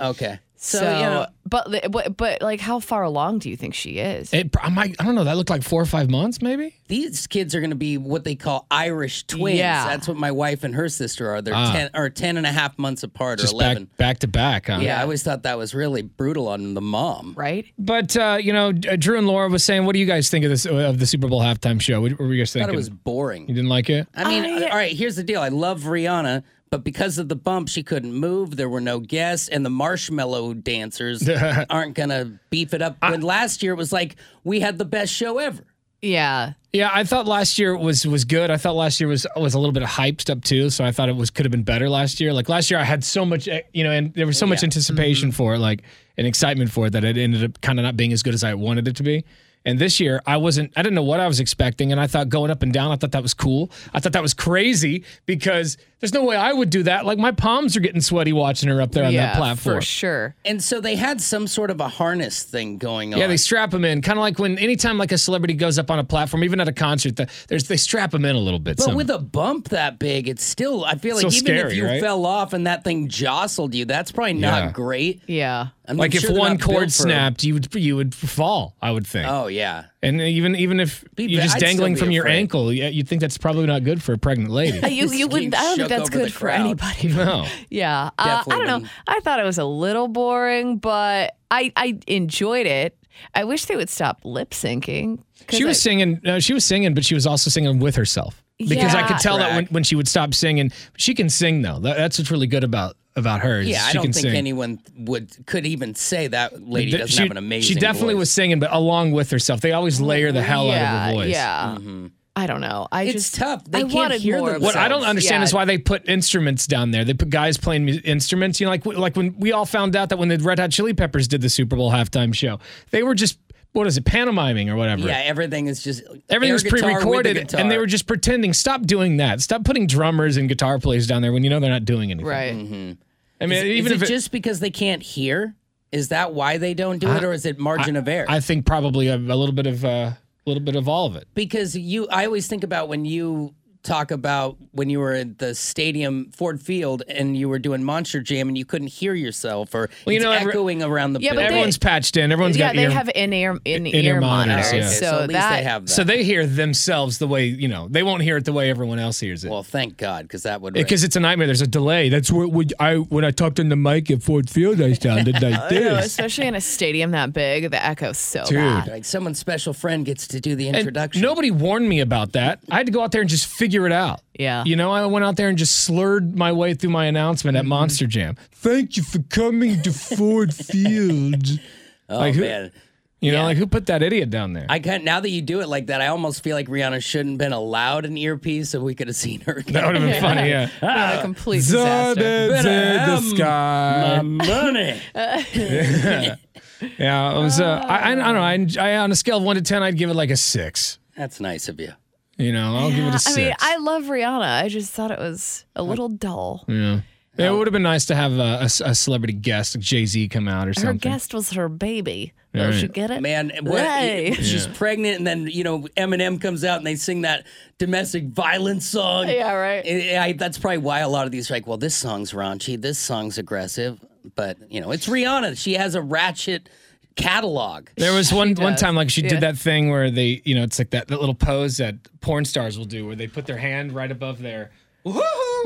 [SPEAKER 2] Okay. So,
[SPEAKER 3] So,
[SPEAKER 2] you know,
[SPEAKER 3] but li- but but like, how far along do you think she is?
[SPEAKER 1] It, I might. I don't know. That looked like four or five months, maybe.
[SPEAKER 2] these kids are going to be what they call Irish twins.
[SPEAKER 3] Yeah.
[SPEAKER 2] That's what my wife and her sister are. They're 10 or 10 and a half months apart
[SPEAKER 1] Ah. Just
[SPEAKER 2] or 11.
[SPEAKER 1] back back to back. Huh?
[SPEAKER 2] Yeah, I always thought that was really brutal on the mom.
[SPEAKER 3] right?
[SPEAKER 1] But uh, you know, D- Drew and Laura was saying, "What do you guys think of this of the Super Bowl halftime show? What were you guys
[SPEAKER 2] I
[SPEAKER 1] thinking?
[SPEAKER 2] thought it was
[SPEAKER 1] you
[SPEAKER 2] boring.
[SPEAKER 1] didn't like it?
[SPEAKER 2] I mean,
[SPEAKER 3] I-
[SPEAKER 2] all right, here's the deal. I love Rihanna, but because of the bump, she couldn't move. There were no guests, and the
[SPEAKER 1] [LAUGHS]
[SPEAKER 2] marshmallow dancers aren't going to beef it up. When last year it was like, we had the best show ever.
[SPEAKER 3] Yeah.
[SPEAKER 1] Yeah, I thought last year was was good. I thought last year was was a little bit hyped up too, so I thought it was could have been better last year. Like last year, I had so much, eh, you know, and there was so much anticipation
[SPEAKER 3] Mm-hmm.
[SPEAKER 1] for it, like and excitement for it, that it ended up kind of not being as good as I wanted it to be. And this year, I wasn't, I didn't know what I was expecting, and I thought going up and down, I thought that was cool. I thought that was crazy because there's no way I would do that. Like my palms are getting sweaty watching her up there on
[SPEAKER 3] yeah,
[SPEAKER 1] that platform.
[SPEAKER 3] For sure.
[SPEAKER 2] And so they had some sort of a harness thing going on.
[SPEAKER 1] Yeah, they strap them in, kind of like when anytime like a celebrity goes up on a platform, even at a concert, the, there's they strap them in a little bit.
[SPEAKER 2] But
[SPEAKER 1] somehow.
[SPEAKER 2] with a bump that big, it's still, I feel like
[SPEAKER 1] Still
[SPEAKER 2] even
[SPEAKER 1] scary,
[SPEAKER 2] if you
[SPEAKER 1] right?
[SPEAKER 2] fell off and that thing jostled you, that's probably not
[SPEAKER 1] Yeah.
[SPEAKER 2] great.
[SPEAKER 3] Yeah.
[SPEAKER 2] I'm
[SPEAKER 1] like
[SPEAKER 2] sure
[SPEAKER 1] if
[SPEAKER 2] they're
[SPEAKER 1] one
[SPEAKER 2] not built
[SPEAKER 1] cord
[SPEAKER 2] for-
[SPEAKER 1] snapped, you would you would fall. I would think.
[SPEAKER 2] Oh, yeah.
[SPEAKER 1] And even even if
[SPEAKER 2] Be-
[SPEAKER 1] you're just
[SPEAKER 2] I'd still
[SPEAKER 1] dangling
[SPEAKER 2] be
[SPEAKER 1] from your
[SPEAKER 2] afraid.
[SPEAKER 1] ankle, yeah, you'd think that's probably not good for a pregnant
[SPEAKER 3] Uh,
[SPEAKER 1] lady.
[SPEAKER 3] [LAUGHS] You,
[SPEAKER 2] Just
[SPEAKER 3] you wouldn't. I don't think
[SPEAKER 2] shook
[SPEAKER 3] that's
[SPEAKER 2] over the
[SPEAKER 3] good for
[SPEAKER 2] crowd.
[SPEAKER 1] [LAUGHS]
[SPEAKER 3] anybody.
[SPEAKER 1] no.
[SPEAKER 3] Yeah. Uh, I
[SPEAKER 2] Definitely
[SPEAKER 3] don't know.
[SPEAKER 2] wouldn't.
[SPEAKER 3] I thought it was a little boring, but I I enjoyed it. I wish they would stop lip syncing. [LAUGHS] 'cause
[SPEAKER 1] She was
[SPEAKER 3] I-
[SPEAKER 1] singing. No, she was singing, but she was also singing with herself because I
[SPEAKER 3] Yeah.
[SPEAKER 1] could tell that when,
[SPEAKER 2] Correct.
[SPEAKER 1] when she would stop singing, she can sing though. That- that's what's really good about about her. is
[SPEAKER 2] Yeah, I
[SPEAKER 1] she
[SPEAKER 2] don't
[SPEAKER 1] can
[SPEAKER 2] think
[SPEAKER 1] sing.
[SPEAKER 2] anyone would could even say that lady
[SPEAKER 1] Th-
[SPEAKER 2] doesn't
[SPEAKER 1] she,
[SPEAKER 2] have an amazing
[SPEAKER 1] She definitely
[SPEAKER 2] voice.
[SPEAKER 1] was singing, but along with herself. They always layer the hell
[SPEAKER 3] yeah,
[SPEAKER 1] out of her voice.
[SPEAKER 3] Yeah.
[SPEAKER 2] Mm-hmm.
[SPEAKER 3] I don't know. I
[SPEAKER 2] It's
[SPEAKER 3] just
[SPEAKER 2] tough. They
[SPEAKER 3] I
[SPEAKER 2] can't
[SPEAKER 3] wanted
[SPEAKER 2] hear
[SPEAKER 3] more of
[SPEAKER 1] What I don't
[SPEAKER 3] themselves.
[SPEAKER 1] understand
[SPEAKER 3] Yeah.
[SPEAKER 1] is why they put instruments down there. They put guys playing mu- instruments. You know, like like when we all found out that when the Red Hot Chili Peppers did the Super Bowl halftime show, they were just what is it pantomiming or whatever.
[SPEAKER 2] Yeah, everything is just
[SPEAKER 1] Everything
[SPEAKER 2] air
[SPEAKER 1] was
[SPEAKER 2] guitar with a
[SPEAKER 1] pre-recorded, and they
[SPEAKER 2] guitar.
[SPEAKER 1] were just pretending. Stop doing that. Stop putting drummers and guitar players down there when you know they're not doing anything.
[SPEAKER 3] right.
[SPEAKER 1] I mean,
[SPEAKER 2] Mm-hmm. Is,
[SPEAKER 1] even if
[SPEAKER 2] is it just because they can't hear? Is that why they don't do it, or is it margin of error?
[SPEAKER 1] I think probably a, a little bit of uh, a little bit of all of it.
[SPEAKER 2] because you, I always think about when you talk about when you were at the stadium, Ford Field, and you were doing Monster Jam and you couldn't hear yourself or
[SPEAKER 1] Well, you
[SPEAKER 2] it's
[SPEAKER 1] know, every-
[SPEAKER 2] echoing around the
[SPEAKER 3] Yeah, but
[SPEAKER 2] building.
[SPEAKER 3] they-
[SPEAKER 1] Everyone's patched in. Everyone's
[SPEAKER 3] yeah,
[SPEAKER 1] got
[SPEAKER 3] they
[SPEAKER 1] ear.
[SPEAKER 3] have in ear in
[SPEAKER 1] In-ear [LAUGHS]
[SPEAKER 3] ear monitors,
[SPEAKER 1] monitors, yeah.
[SPEAKER 3] so,
[SPEAKER 2] so, at least
[SPEAKER 3] that
[SPEAKER 2] they have that.
[SPEAKER 1] so they hear themselves the way you know they won't hear it the way everyone else hears it.
[SPEAKER 2] well, thank God, because that would
[SPEAKER 1] because it's a nightmare. There's a delay. That's what would I when I talked in the mic at Ford Field. I sounded
[SPEAKER 2] [LAUGHS]
[SPEAKER 3] [LAUGHS]
[SPEAKER 1] like
[SPEAKER 3] You know,
[SPEAKER 1] this.
[SPEAKER 3] especially in a stadium that big, the echo's so
[SPEAKER 1] Dude.
[SPEAKER 3] bad.
[SPEAKER 2] like someone's special friend gets to do the
[SPEAKER 1] And
[SPEAKER 2] introduction.
[SPEAKER 1] nobody warned me about that. I had to go out there and just figure it out.
[SPEAKER 3] Yeah.
[SPEAKER 1] You know, I went out there and just slurred my way through my announcement
[SPEAKER 2] Mm-hmm.
[SPEAKER 1] at Monster Jam. Thank you for coming to [LAUGHS] Ford Field. [LAUGHS]
[SPEAKER 2] oh
[SPEAKER 1] like who-
[SPEAKER 2] man,
[SPEAKER 1] You know, like who put that idiot down there? [LAUGHS]
[SPEAKER 2] I can now that you do it like that, I almost feel like Rihanna shouldn't have been allowed an earpiece, so we could have seen her.
[SPEAKER 1] that would have
[SPEAKER 2] [LAUGHS]
[SPEAKER 1] been funny, yeah.
[SPEAKER 3] Not a complete disaster.
[SPEAKER 1] Zombies in the
[SPEAKER 2] Ah, have
[SPEAKER 1] sky.
[SPEAKER 2] um, money.
[SPEAKER 1] [LAUGHS] Yeah, it was. Uh, I, I don't know. I, I on a scale of one to ten, I'd give it like a six.
[SPEAKER 2] That's nice of you.
[SPEAKER 1] You know, I'll give it a
[SPEAKER 3] I
[SPEAKER 1] six.
[SPEAKER 3] mean, I love Rihanna. I just thought it was a little dull.
[SPEAKER 1] yeah. Yeah,
[SPEAKER 2] Oh.
[SPEAKER 1] it would have been nice to have a, a s- a celebrity guest, like Jay Z, come out or
[SPEAKER 3] Her
[SPEAKER 1] something.
[SPEAKER 3] guest was her baby. Don't
[SPEAKER 1] right.
[SPEAKER 3] you get it?
[SPEAKER 2] Man, what,
[SPEAKER 3] Hey.
[SPEAKER 2] she's pregnant, and then you know Eminem comes out and they sing that domestic violence song.
[SPEAKER 3] Yeah, right.
[SPEAKER 2] I- I- that's probably why a lot of these are like, well, this song's raunchy, this song's aggressive, but you know, it's Rihanna. She has a ratchet catalog.
[SPEAKER 1] There was
[SPEAKER 3] [LAUGHS]
[SPEAKER 1] one one
[SPEAKER 3] does.
[SPEAKER 1] time like she
[SPEAKER 3] Yeah.
[SPEAKER 1] did that thing where they you know it's like that, that little pose that porn stars will do where they put their hand right above their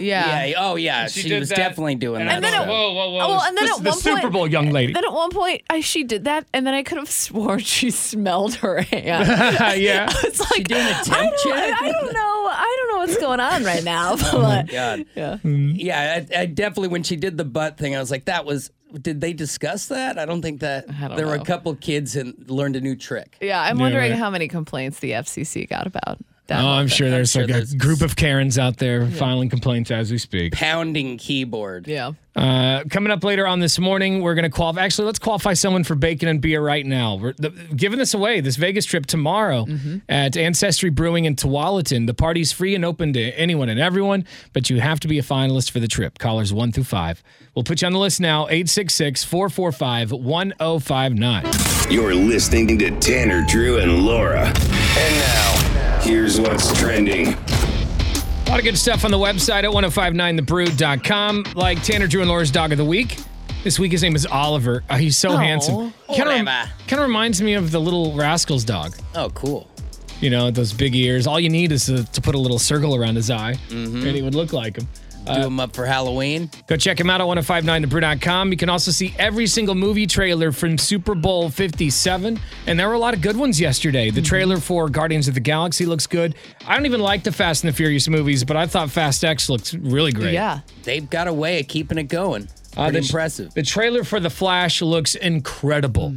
[SPEAKER 3] yeah.
[SPEAKER 2] Yeah. Oh yeah. She,
[SPEAKER 1] did
[SPEAKER 2] was
[SPEAKER 1] that,
[SPEAKER 2] definitely doing
[SPEAKER 1] and
[SPEAKER 2] that.
[SPEAKER 1] I
[SPEAKER 3] then
[SPEAKER 1] thought,
[SPEAKER 3] it-
[SPEAKER 2] stuff.
[SPEAKER 1] whoa whoa whoa
[SPEAKER 3] Well,
[SPEAKER 1] this-
[SPEAKER 3] and then
[SPEAKER 1] this
[SPEAKER 3] at
[SPEAKER 1] is the
[SPEAKER 3] one
[SPEAKER 1] Super
[SPEAKER 3] point-
[SPEAKER 1] Bowl young lady
[SPEAKER 3] Then at one point, I, she did that, and then I could have [LAUGHS] sworn she smelled
[SPEAKER 1] [LAUGHS]
[SPEAKER 3] her hand. [LAUGHS]
[SPEAKER 1] yeah
[SPEAKER 3] [LAUGHS] It's like
[SPEAKER 2] doing a temp
[SPEAKER 3] I don't,
[SPEAKER 2] check?
[SPEAKER 3] I don't know. I don't know what's going on
[SPEAKER 2] [LAUGHS]
[SPEAKER 3] right now. [LAUGHS]
[SPEAKER 1] Oh
[SPEAKER 3] But
[SPEAKER 2] Oh God.
[SPEAKER 3] Yeah.
[SPEAKER 1] Mm-hmm.
[SPEAKER 2] Yeah, I, I definitely when she did the butt thing, I was like, that was. Did they discuss that? I don't think that
[SPEAKER 3] I don't
[SPEAKER 2] there were
[SPEAKER 3] know.
[SPEAKER 2] a couple kids and learned a new trick.
[SPEAKER 3] yeah, I'm wondering
[SPEAKER 1] right.
[SPEAKER 3] how many complaints the FCC got about that.
[SPEAKER 1] oh I'm sure there's
[SPEAKER 2] sure
[SPEAKER 1] like
[SPEAKER 2] there's-
[SPEAKER 1] a group of Karens out there filing complaints as we speak
[SPEAKER 2] Pounding keyboard.
[SPEAKER 3] yeah.
[SPEAKER 1] Uh, coming up later on this morning, we're going to qualify. Actually, let's qualify someone for bacon and beer right now. We're the, giving this away, this Vegas trip tomorrow at Ancestry Brewing in Tualatin. The party's free and open to anyone and everyone, but you have to be a finalist for the trip. Callers one through five. We'll put you on the list now 866 445 1059.
[SPEAKER 5] You're listening to Tanner, Drew, and Laura. And now, here's what's trending.
[SPEAKER 1] A lot of good stuff on the website at 1059thebrew.com, like Tanner Drew and Laura's Dog of the Week. This week, his name is Oliver. Oh, he's so
[SPEAKER 3] Aw.
[SPEAKER 1] handsome. Kind
[SPEAKER 2] Oliver.
[SPEAKER 1] of reminds me of the little Rascals dog.
[SPEAKER 2] Oh, cool.
[SPEAKER 1] You know, those big ears. All you need is to, to put a little circle around his eye,
[SPEAKER 2] Mm-hmm.
[SPEAKER 1] and he would look like him.
[SPEAKER 2] Do them up for Halloween.
[SPEAKER 1] Go check him out oh at 1059thebrew.com. You can also see every single movie trailer from Super Bowl 57. And there were a lot of good ones yesterday.
[SPEAKER 2] Mm-hmm.
[SPEAKER 1] The trailer for Guardians of the Galaxy looks good. I don't even like the Fast and the Furious movies, but I thought Fast X looked really great.
[SPEAKER 3] Yeah.
[SPEAKER 2] They've got a way of keeping it going.
[SPEAKER 1] Uh,
[SPEAKER 2] Pretty
[SPEAKER 1] the-
[SPEAKER 2] impressive.
[SPEAKER 1] The trailer for The Flash looks incredible.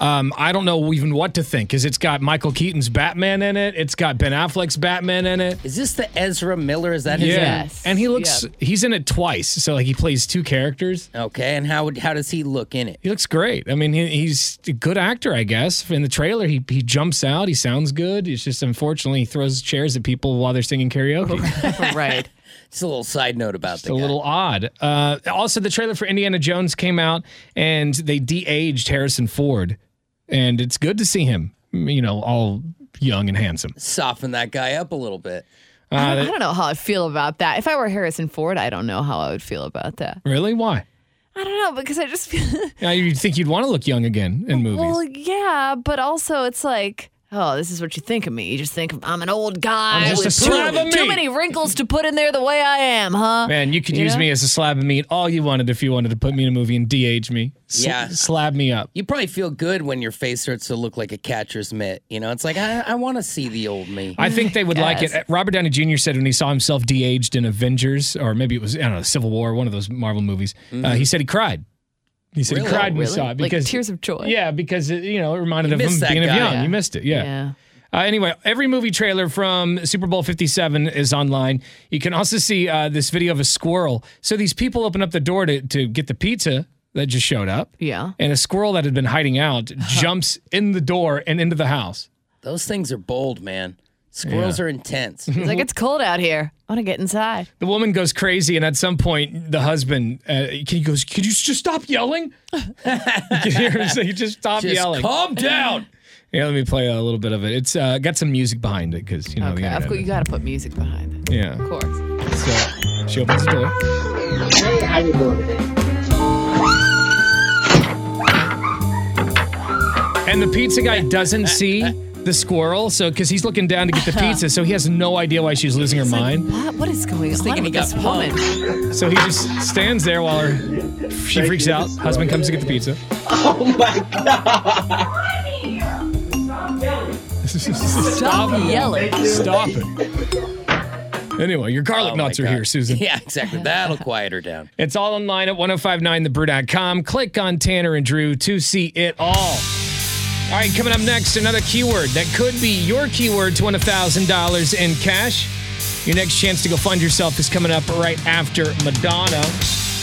[SPEAKER 1] Um, I don't know even what to think because it's got Michael Keaton's Batman in it. It's got Ben Affleck's Batman in it.
[SPEAKER 2] Is this the Ezra Miller? Is that his
[SPEAKER 3] Yeah.
[SPEAKER 2] name?
[SPEAKER 3] Yes.
[SPEAKER 1] And he looks,
[SPEAKER 3] Yeah.
[SPEAKER 1] he's in it twice. So like he plays two characters.
[SPEAKER 2] Okay. And how how does he look in it?
[SPEAKER 1] He looks great. I mean, he, he's a good actor, I guess. In the trailer, he, he jumps out. He sounds good. It's just unfortunately he throws chairs at people while they're singing [LAUGHS] karaoke.
[SPEAKER 3] [LAUGHS] right.
[SPEAKER 2] [LAUGHS] Just a little side note about
[SPEAKER 1] a
[SPEAKER 2] the guy.
[SPEAKER 1] little odd. Uh, also, the trailer for Indiana Jones came out, and they de-aged Harrison Ford, and it's good to see him, you know, all young and handsome. Uh,
[SPEAKER 2] Soften that guy up a little bit.
[SPEAKER 3] I, don't, I don't know how I feel about that. If I were Harrison Ford, I don't know how I would feel about that.
[SPEAKER 1] Really? Why?
[SPEAKER 3] I don't know because I just feel.
[SPEAKER 1] Now you'd think you'd want to look young again in movies.
[SPEAKER 3] Well, yeah, but also it's like, oh, this is what you think of me. You just think I'm an old guy
[SPEAKER 1] I'm just
[SPEAKER 3] with
[SPEAKER 1] a slab
[SPEAKER 3] too,
[SPEAKER 1] of
[SPEAKER 3] too
[SPEAKER 1] meat.
[SPEAKER 3] many wrinkles to put in there the way I am, huh?
[SPEAKER 1] Man, you could use
[SPEAKER 3] Yeah.
[SPEAKER 1] me as a slab of meat all you wanted if you wanted to put me in a movie and de-age me. S-
[SPEAKER 2] Yeah.
[SPEAKER 1] slab me up.
[SPEAKER 2] You probably feel good when your face starts to look like a catcher's mitt. You know, it's like I, I want to see the old me.
[SPEAKER 1] I think they would like
[SPEAKER 3] Yes.
[SPEAKER 1] it. Uh, Robert Downey Jr. said when he saw himself de-aged in Avengers, or maybe it was I don't know Civil War, one of those Marvel movies. Uh, he said he cried. He said
[SPEAKER 2] Really?
[SPEAKER 1] he cried when
[SPEAKER 3] Mm-hmm. really?
[SPEAKER 1] he saw it
[SPEAKER 3] like
[SPEAKER 1] because
[SPEAKER 3] tears of joy.
[SPEAKER 1] Yeah, because it, you know it reminded
[SPEAKER 2] You
[SPEAKER 1] of
[SPEAKER 2] missed
[SPEAKER 1] him
[SPEAKER 2] that
[SPEAKER 1] being
[SPEAKER 2] guy.
[SPEAKER 1] young.
[SPEAKER 3] Yeah.
[SPEAKER 1] You missed it, yeah.
[SPEAKER 3] Yeah.
[SPEAKER 1] Uh, anyway, every movie trailer from Super Bowl 57 is online. You can also see uh, this video of a squirrel. So these people open up the door to, to get the pizza that just showed up.
[SPEAKER 3] Yeah.
[SPEAKER 1] And a squirrel that had been hiding out jumps in the door and into the house.
[SPEAKER 2] Those things are bold, man. Squirrels are intense.
[SPEAKER 1] [LAUGHS]
[SPEAKER 3] He's like, it's cold out here. I want to get inside.
[SPEAKER 1] The woman goes crazy, and at some point, the husband uh, he goes, [LAUGHS] "Could you just stop yelling?" you can hear him say, "Just stop
[SPEAKER 2] Just
[SPEAKER 1] yelling."
[SPEAKER 2] calm down.
[SPEAKER 1] Yeah, let me play a little bit of it. It's uh, got some music behind it because you know
[SPEAKER 3] Okay,
[SPEAKER 1] the
[SPEAKER 3] of
[SPEAKER 1] internet
[SPEAKER 3] course you got to put music behind it.
[SPEAKER 1] is- Yeah.
[SPEAKER 3] Of course.
[SPEAKER 1] So she opens the door. And the pizza guy doesn't see the squirrel, so because he's looking down to get the pizza, so he has no idea why she's losing her mind.
[SPEAKER 3] What? What is going on
[SPEAKER 2] thinking
[SPEAKER 3] with
[SPEAKER 2] he got
[SPEAKER 3] this woman?
[SPEAKER 1] So he just stands there while her she freaks out. Husband comes to get the pizza.
[SPEAKER 3] Stop yelling.
[SPEAKER 1] Stop it. Anyway, your garlic
[SPEAKER 2] Oh my
[SPEAKER 1] knots are
[SPEAKER 2] God.
[SPEAKER 1] here, Susan.
[SPEAKER 2] [LAUGHS] Yeah,
[SPEAKER 1] [LAUGHS]
[SPEAKER 2] exactly. That'll quiet her down.
[SPEAKER 1] It's all online at 1059thebrew.com. Click on Tanner and Drew to see it all. All right, coming up next, another keyword that could be your keyword to win $1,000 in cash. Your next chance to go fund yourself is coming up right after Madonna.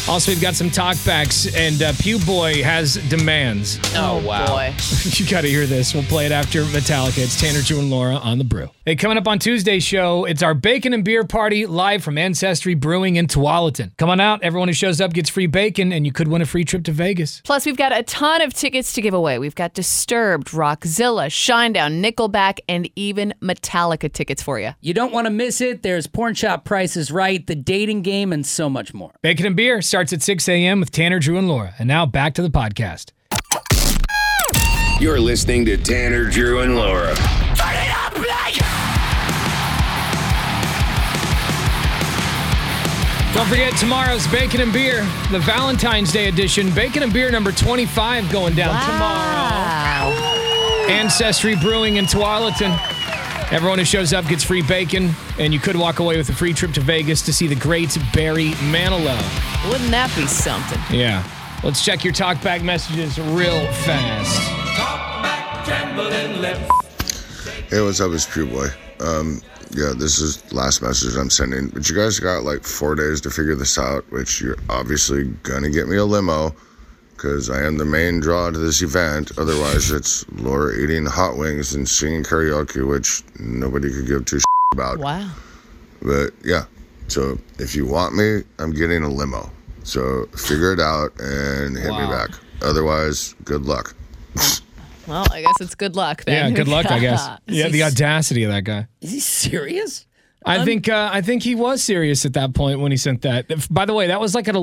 [SPEAKER 1] Also, we've got some talkbacks, and uh, Pew Boy has demands.
[SPEAKER 2] Oh, wow.
[SPEAKER 3] Boy.
[SPEAKER 1] [LAUGHS] you got to hear this. We'll play it after Metallica. It's Tanner, Drew, and Laura on the Brew. Hey, coming up on Tuesday's show, it's our bacon and beer party live from Ancestry Brewing in Tualatin. Come on out. Everyone who shows up gets free bacon, and you could win a free trip to Vegas.
[SPEAKER 3] Plus, we've got a ton of tickets to give away. We've got Disturbed, Rockzilla, Shinedown, Nickelback, and even Metallica tickets for you.
[SPEAKER 2] You don't want to miss it. There's Porn Shop Prices Right, The Dating Game, and so much more.
[SPEAKER 1] Bacon and beer starts at 6 a.m. with Tanner, Drew, and Laura. And now back to the podcast.
[SPEAKER 5] You're listening to Tanner, Drew, and Laura.
[SPEAKER 1] Don't forget tomorrow's Bacon and Beer, the Valentine's Day edition. Bacon and Beer number 25 going down tomorrow.
[SPEAKER 3] Wow.
[SPEAKER 1] Ancestry Brewing in Tualatin. Everyone who shows up gets free bacon, and you could walk away with a free trip to Vegas to see the great Barry Manilow.
[SPEAKER 3] Wouldn't that be something?
[SPEAKER 1] Yeah. Let's check your talkback messages real fast.
[SPEAKER 7] Hey, what's up? It's True Boy. Um, yeah, this is last message I'm sending. But you guys got like four days to figure this out, which you're obviously gonna get me a limo, because I am the main draw to this event. Otherwise, it's Laura eating hot wings and singing karaoke, which nobody could give two sh- about.
[SPEAKER 3] Wow.
[SPEAKER 7] But yeah, so if you want me, I'm getting a limo. So figure it out and hit me back. Otherwise, good luck.
[SPEAKER 3] Well, I guess it's good luck
[SPEAKER 1] Yeah,
[SPEAKER 3] then.
[SPEAKER 1] good luck, I
[SPEAKER 3] [LAUGHS]
[SPEAKER 1] guess. Yeah, the audacity of that guy.
[SPEAKER 2] Is he serious?
[SPEAKER 3] Um,
[SPEAKER 1] I think uh, I think he was serious at that point when he sent that. If- By the way, that was like at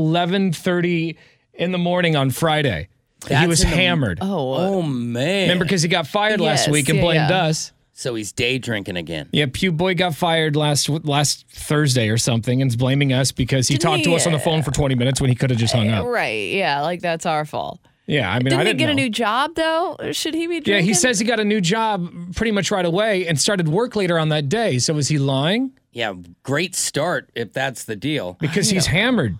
[SPEAKER 1] 11:30 in the morning on Friday. he
[SPEAKER 2] That's
[SPEAKER 1] was
[SPEAKER 2] in the-
[SPEAKER 1] hammered.
[SPEAKER 3] Oh, uh,
[SPEAKER 2] Oh, man.
[SPEAKER 1] Remember, because he got fired last
[SPEAKER 3] Yes,
[SPEAKER 1] week and
[SPEAKER 3] yeah,
[SPEAKER 1] blamed
[SPEAKER 3] yeah.
[SPEAKER 1] us.
[SPEAKER 2] so he's day drinking again.
[SPEAKER 1] Yeah, Pew Boy got fired last last Thursday or something, and is blaming us because he talked to us on the phone for 20 minutes when he could have just hung up.
[SPEAKER 3] right. Yeah, like that's our fault.
[SPEAKER 1] Yeah, I mean,
[SPEAKER 3] Didn't
[SPEAKER 1] I
[SPEAKER 3] he
[SPEAKER 1] didn't
[SPEAKER 3] get a
[SPEAKER 1] know.
[SPEAKER 3] new job though? Should he be
[SPEAKER 1] Yeah,
[SPEAKER 3] drinking?
[SPEAKER 1] he says he got a new job pretty much right away and started work later on that day. So is he lying?
[SPEAKER 2] Yeah, great start if that's the deal.
[SPEAKER 1] Because he's hammered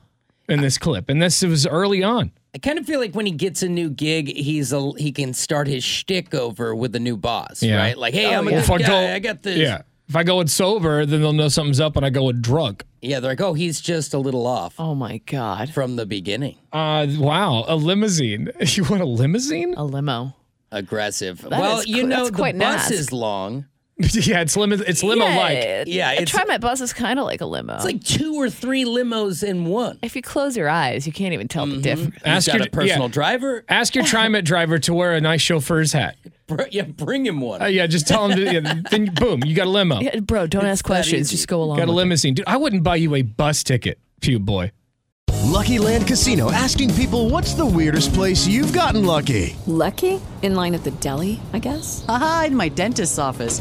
[SPEAKER 1] in this clip, and this was early on.
[SPEAKER 2] I kind of feel like when he gets a new gig, he's a, he can start his shtick over with a new boss,
[SPEAKER 1] Yeah.
[SPEAKER 2] right? Like,
[SPEAKER 3] Oh,
[SPEAKER 2] hey, I'm a
[SPEAKER 1] Well,
[SPEAKER 2] good
[SPEAKER 1] if I
[SPEAKER 2] guy.
[SPEAKER 1] go-
[SPEAKER 2] I got this.
[SPEAKER 1] Yeah. If I go in sober, then they'll know something's up. When I go in drunk,
[SPEAKER 2] Yeah, they're like, oh, he's just a little off
[SPEAKER 3] Oh my God,
[SPEAKER 2] from the beginning.
[SPEAKER 1] uh, wow, a limousine. [LAUGHS] You want a limousine?
[SPEAKER 3] a limo.
[SPEAKER 2] Aggressive.
[SPEAKER 3] That
[SPEAKER 2] well,
[SPEAKER 3] is
[SPEAKER 2] you
[SPEAKER 3] qu-
[SPEAKER 2] know,
[SPEAKER 3] that's
[SPEAKER 2] the
[SPEAKER 3] quite
[SPEAKER 2] bus
[SPEAKER 3] nasty.
[SPEAKER 2] is [LAUGHS] long.
[SPEAKER 1] [LAUGHS] yeah, it's limo. It's limo like.
[SPEAKER 2] Yeah,
[SPEAKER 3] a
[SPEAKER 2] it's-
[SPEAKER 3] TriMet bus is kind of like a limo.
[SPEAKER 2] It's like two or three limos in one. Mm-hmm.
[SPEAKER 3] if you close your eyes, you can't even tell the difference.
[SPEAKER 2] He's
[SPEAKER 1] Ask
[SPEAKER 2] got
[SPEAKER 1] your-
[SPEAKER 2] a personal
[SPEAKER 1] yeah.
[SPEAKER 2] driver.
[SPEAKER 1] Ask your TriMet driver to wear a nice chauffeur's hat.
[SPEAKER 2] Br- yeah, bring him one.
[SPEAKER 1] Uh, yeah, just tell him. To, [LAUGHS] yeah, then boom, you got a limo.
[SPEAKER 3] Yeah, bro, don't ask questions.
[SPEAKER 2] easy.
[SPEAKER 3] Just go along.
[SPEAKER 1] got a
[SPEAKER 3] with it.
[SPEAKER 1] limousine, dude. I wouldn't buy you a bus ticket, pew boy.
[SPEAKER 8] Lucky Land Casino asking people what's the weirdest place you've gotten lucky?
[SPEAKER 9] Lucky? In line at the deli, I guess? Aha, in my dentist's office.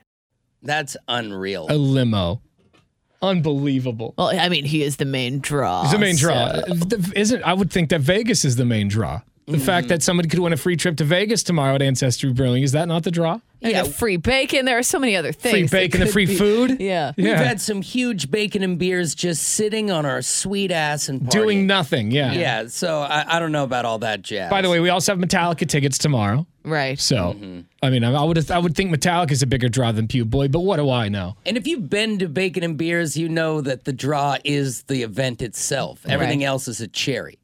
[SPEAKER 2] That's unreal.
[SPEAKER 1] A limo. Unbelievable.
[SPEAKER 3] Well, I mean, he is the main draw.
[SPEAKER 1] It's the main draw.
[SPEAKER 3] so-
[SPEAKER 1] The- Isn't I would think that Vegas is the main draw. The fact that somebody could win a free trip to Vegas tomorrow at Ancestry Brewing is that not the draw?
[SPEAKER 3] You got free bacon. There are so many other things. that
[SPEAKER 1] bacon, the
[SPEAKER 3] could
[SPEAKER 1] free
[SPEAKER 3] be-
[SPEAKER 1] food.
[SPEAKER 3] [LAUGHS] Yeah.
[SPEAKER 2] We've had some huge bacon and beers just sitting on our sweet ass and partying.
[SPEAKER 1] Doing nothing. Yeah.
[SPEAKER 2] Yeah, so I, I don't know about all that jazz.
[SPEAKER 1] By the way, we also have Metallica tickets tomorrow.
[SPEAKER 3] Right.
[SPEAKER 1] So, I mean, I I would I would think Metallica is a bigger draw than Pew Boy, but what do I know?
[SPEAKER 2] and if you've been to Bacon and Beers, you know that the draw is the event itself. Everything else is a cherry.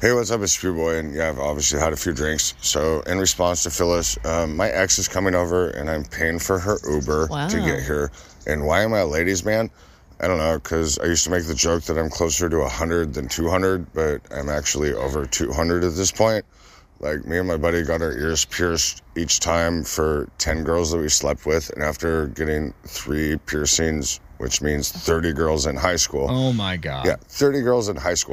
[SPEAKER 7] Hey, what's up? It's Screwboy, and yeah, I've obviously had a few drinks. So, in response to Phyllis, um, my ex is coming over, and I'm paying for her Uber
[SPEAKER 10] Wow.
[SPEAKER 7] to get here. And why am I a ladies' man? I don't know, because I used to make the joke that I'm closer to 100 than 200, but I'm actually over 200 at this point. Like, me and my buddy got our ears pierced each time for 10 girls that we slept with, and after getting three piercings, which means 30 girls in high school.
[SPEAKER 1] Oh my God.
[SPEAKER 7] Yeah, 30 girls in high school.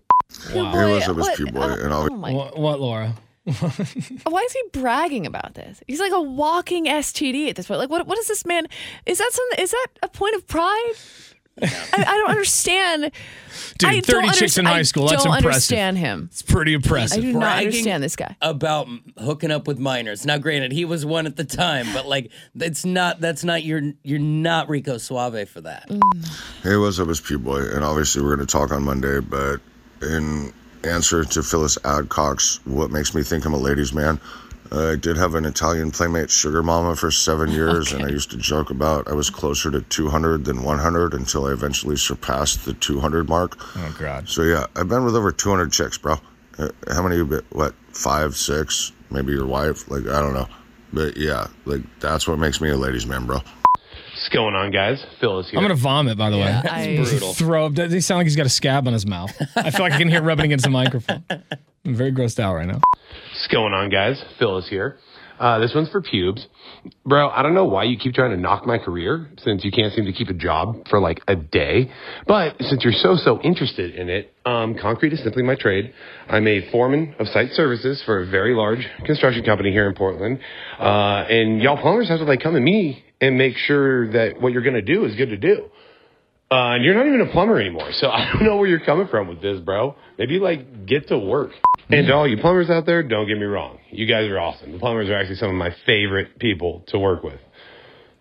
[SPEAKER 3] Wow.
[SPEAKER 7] Hey, what's up? It's
[SPEAKER 3] Boy, what- Oh
[SPEAKER 7] Q-Boy, and I'll-
[SPEAKER 3] my-
[SPEAKER 1] What, what Laura?
[SPEAKER 3] Why is he bragging about this? He's like a walking STD at this point. Like, what? What is this man? Is that something? Is that a point
[SPEAKER 1] [LAUGHS]
[SPEAKER 3] of pride? I, I don't understand.
[SPEAKER 1] Dude,
[SPEAKER 3] I don't
[SPEAKER 1] 30 chicks
[SPEAKER 3] underst-
[SPEAKER 1] in high
[SPEAKER 3] I
[SPEAKER 1] school, that's
[SPEAKER 3] don't
[SPEAKER 1] impressive.
[SPEAKER 3] understand him.
[SPEAKER 1] It's pretty
[SPEAKER 3] I
[SPEAKER 1] impressive.
[SPEAKER 3] do not
[SPEAKER 2] Bragging
[SPEAKER 3] understand this guy.
[SPEAKER 2] About m- hooking up with minors. Now, granted, he was one at the time, but like, it's not. That's not your. You're not Rico Suave for that.
[SPEAKER 3] Mm.
[SPEAKER 7] Hey, what's up? It's Pewboy, and obviously we're going to talk on Monday. But in answer to Phyllis Adcox, what makes me think I'm a ladies' man? I did have an Italian playmate, sugar mama, for seven years, and I used to joke about I was closer to 200 than 100 until I eventually surpassed the 200 mark.
[SPEAKER 1] Oh God.
[SPEAKER 7] So yeah, I've been with over 200 chicks, bro. Uh, How many? you been- What? Five, six? Maybe your wife? Like I don't know. But yeah, like that's what makes me a ladies' man, bro.
[SPEAKER 11] What's going on, guys? Phil is here.
[SPEAKER 1] I'm gonna vomit. By the [LAUGHS] way,
[SPEAKER 11] That's I- brutal.
[SPEAKER 1] Throw up. Does he sound like he's got a scab on his mouth? I feel like I can hear it rubbing against the microphone. I'm very grossed out right now.
[SPEAKER 11] What's going on, guys? Phil is here. Uh, this one's for pubes. Bro, I don't know why you keep trying to knock my career since you can't seem to keep a job for like a day. But since you're so, so interested in it, um, concrete is simply my trade. I'm a foreman of site services for a very large construction company here in Portland. Uh, and y'all plumbers have to like come to me and make sure that what you're going to do is good to do. Uh, and you're not even a plumber anymore, so [LAUGHS] I don't know where you're coming from with this, bro. Maybe like get to work. And to all you plumbers out there, don't get me wrong, you guys are awesome. The plumbers are actually some of my favorite people to work with.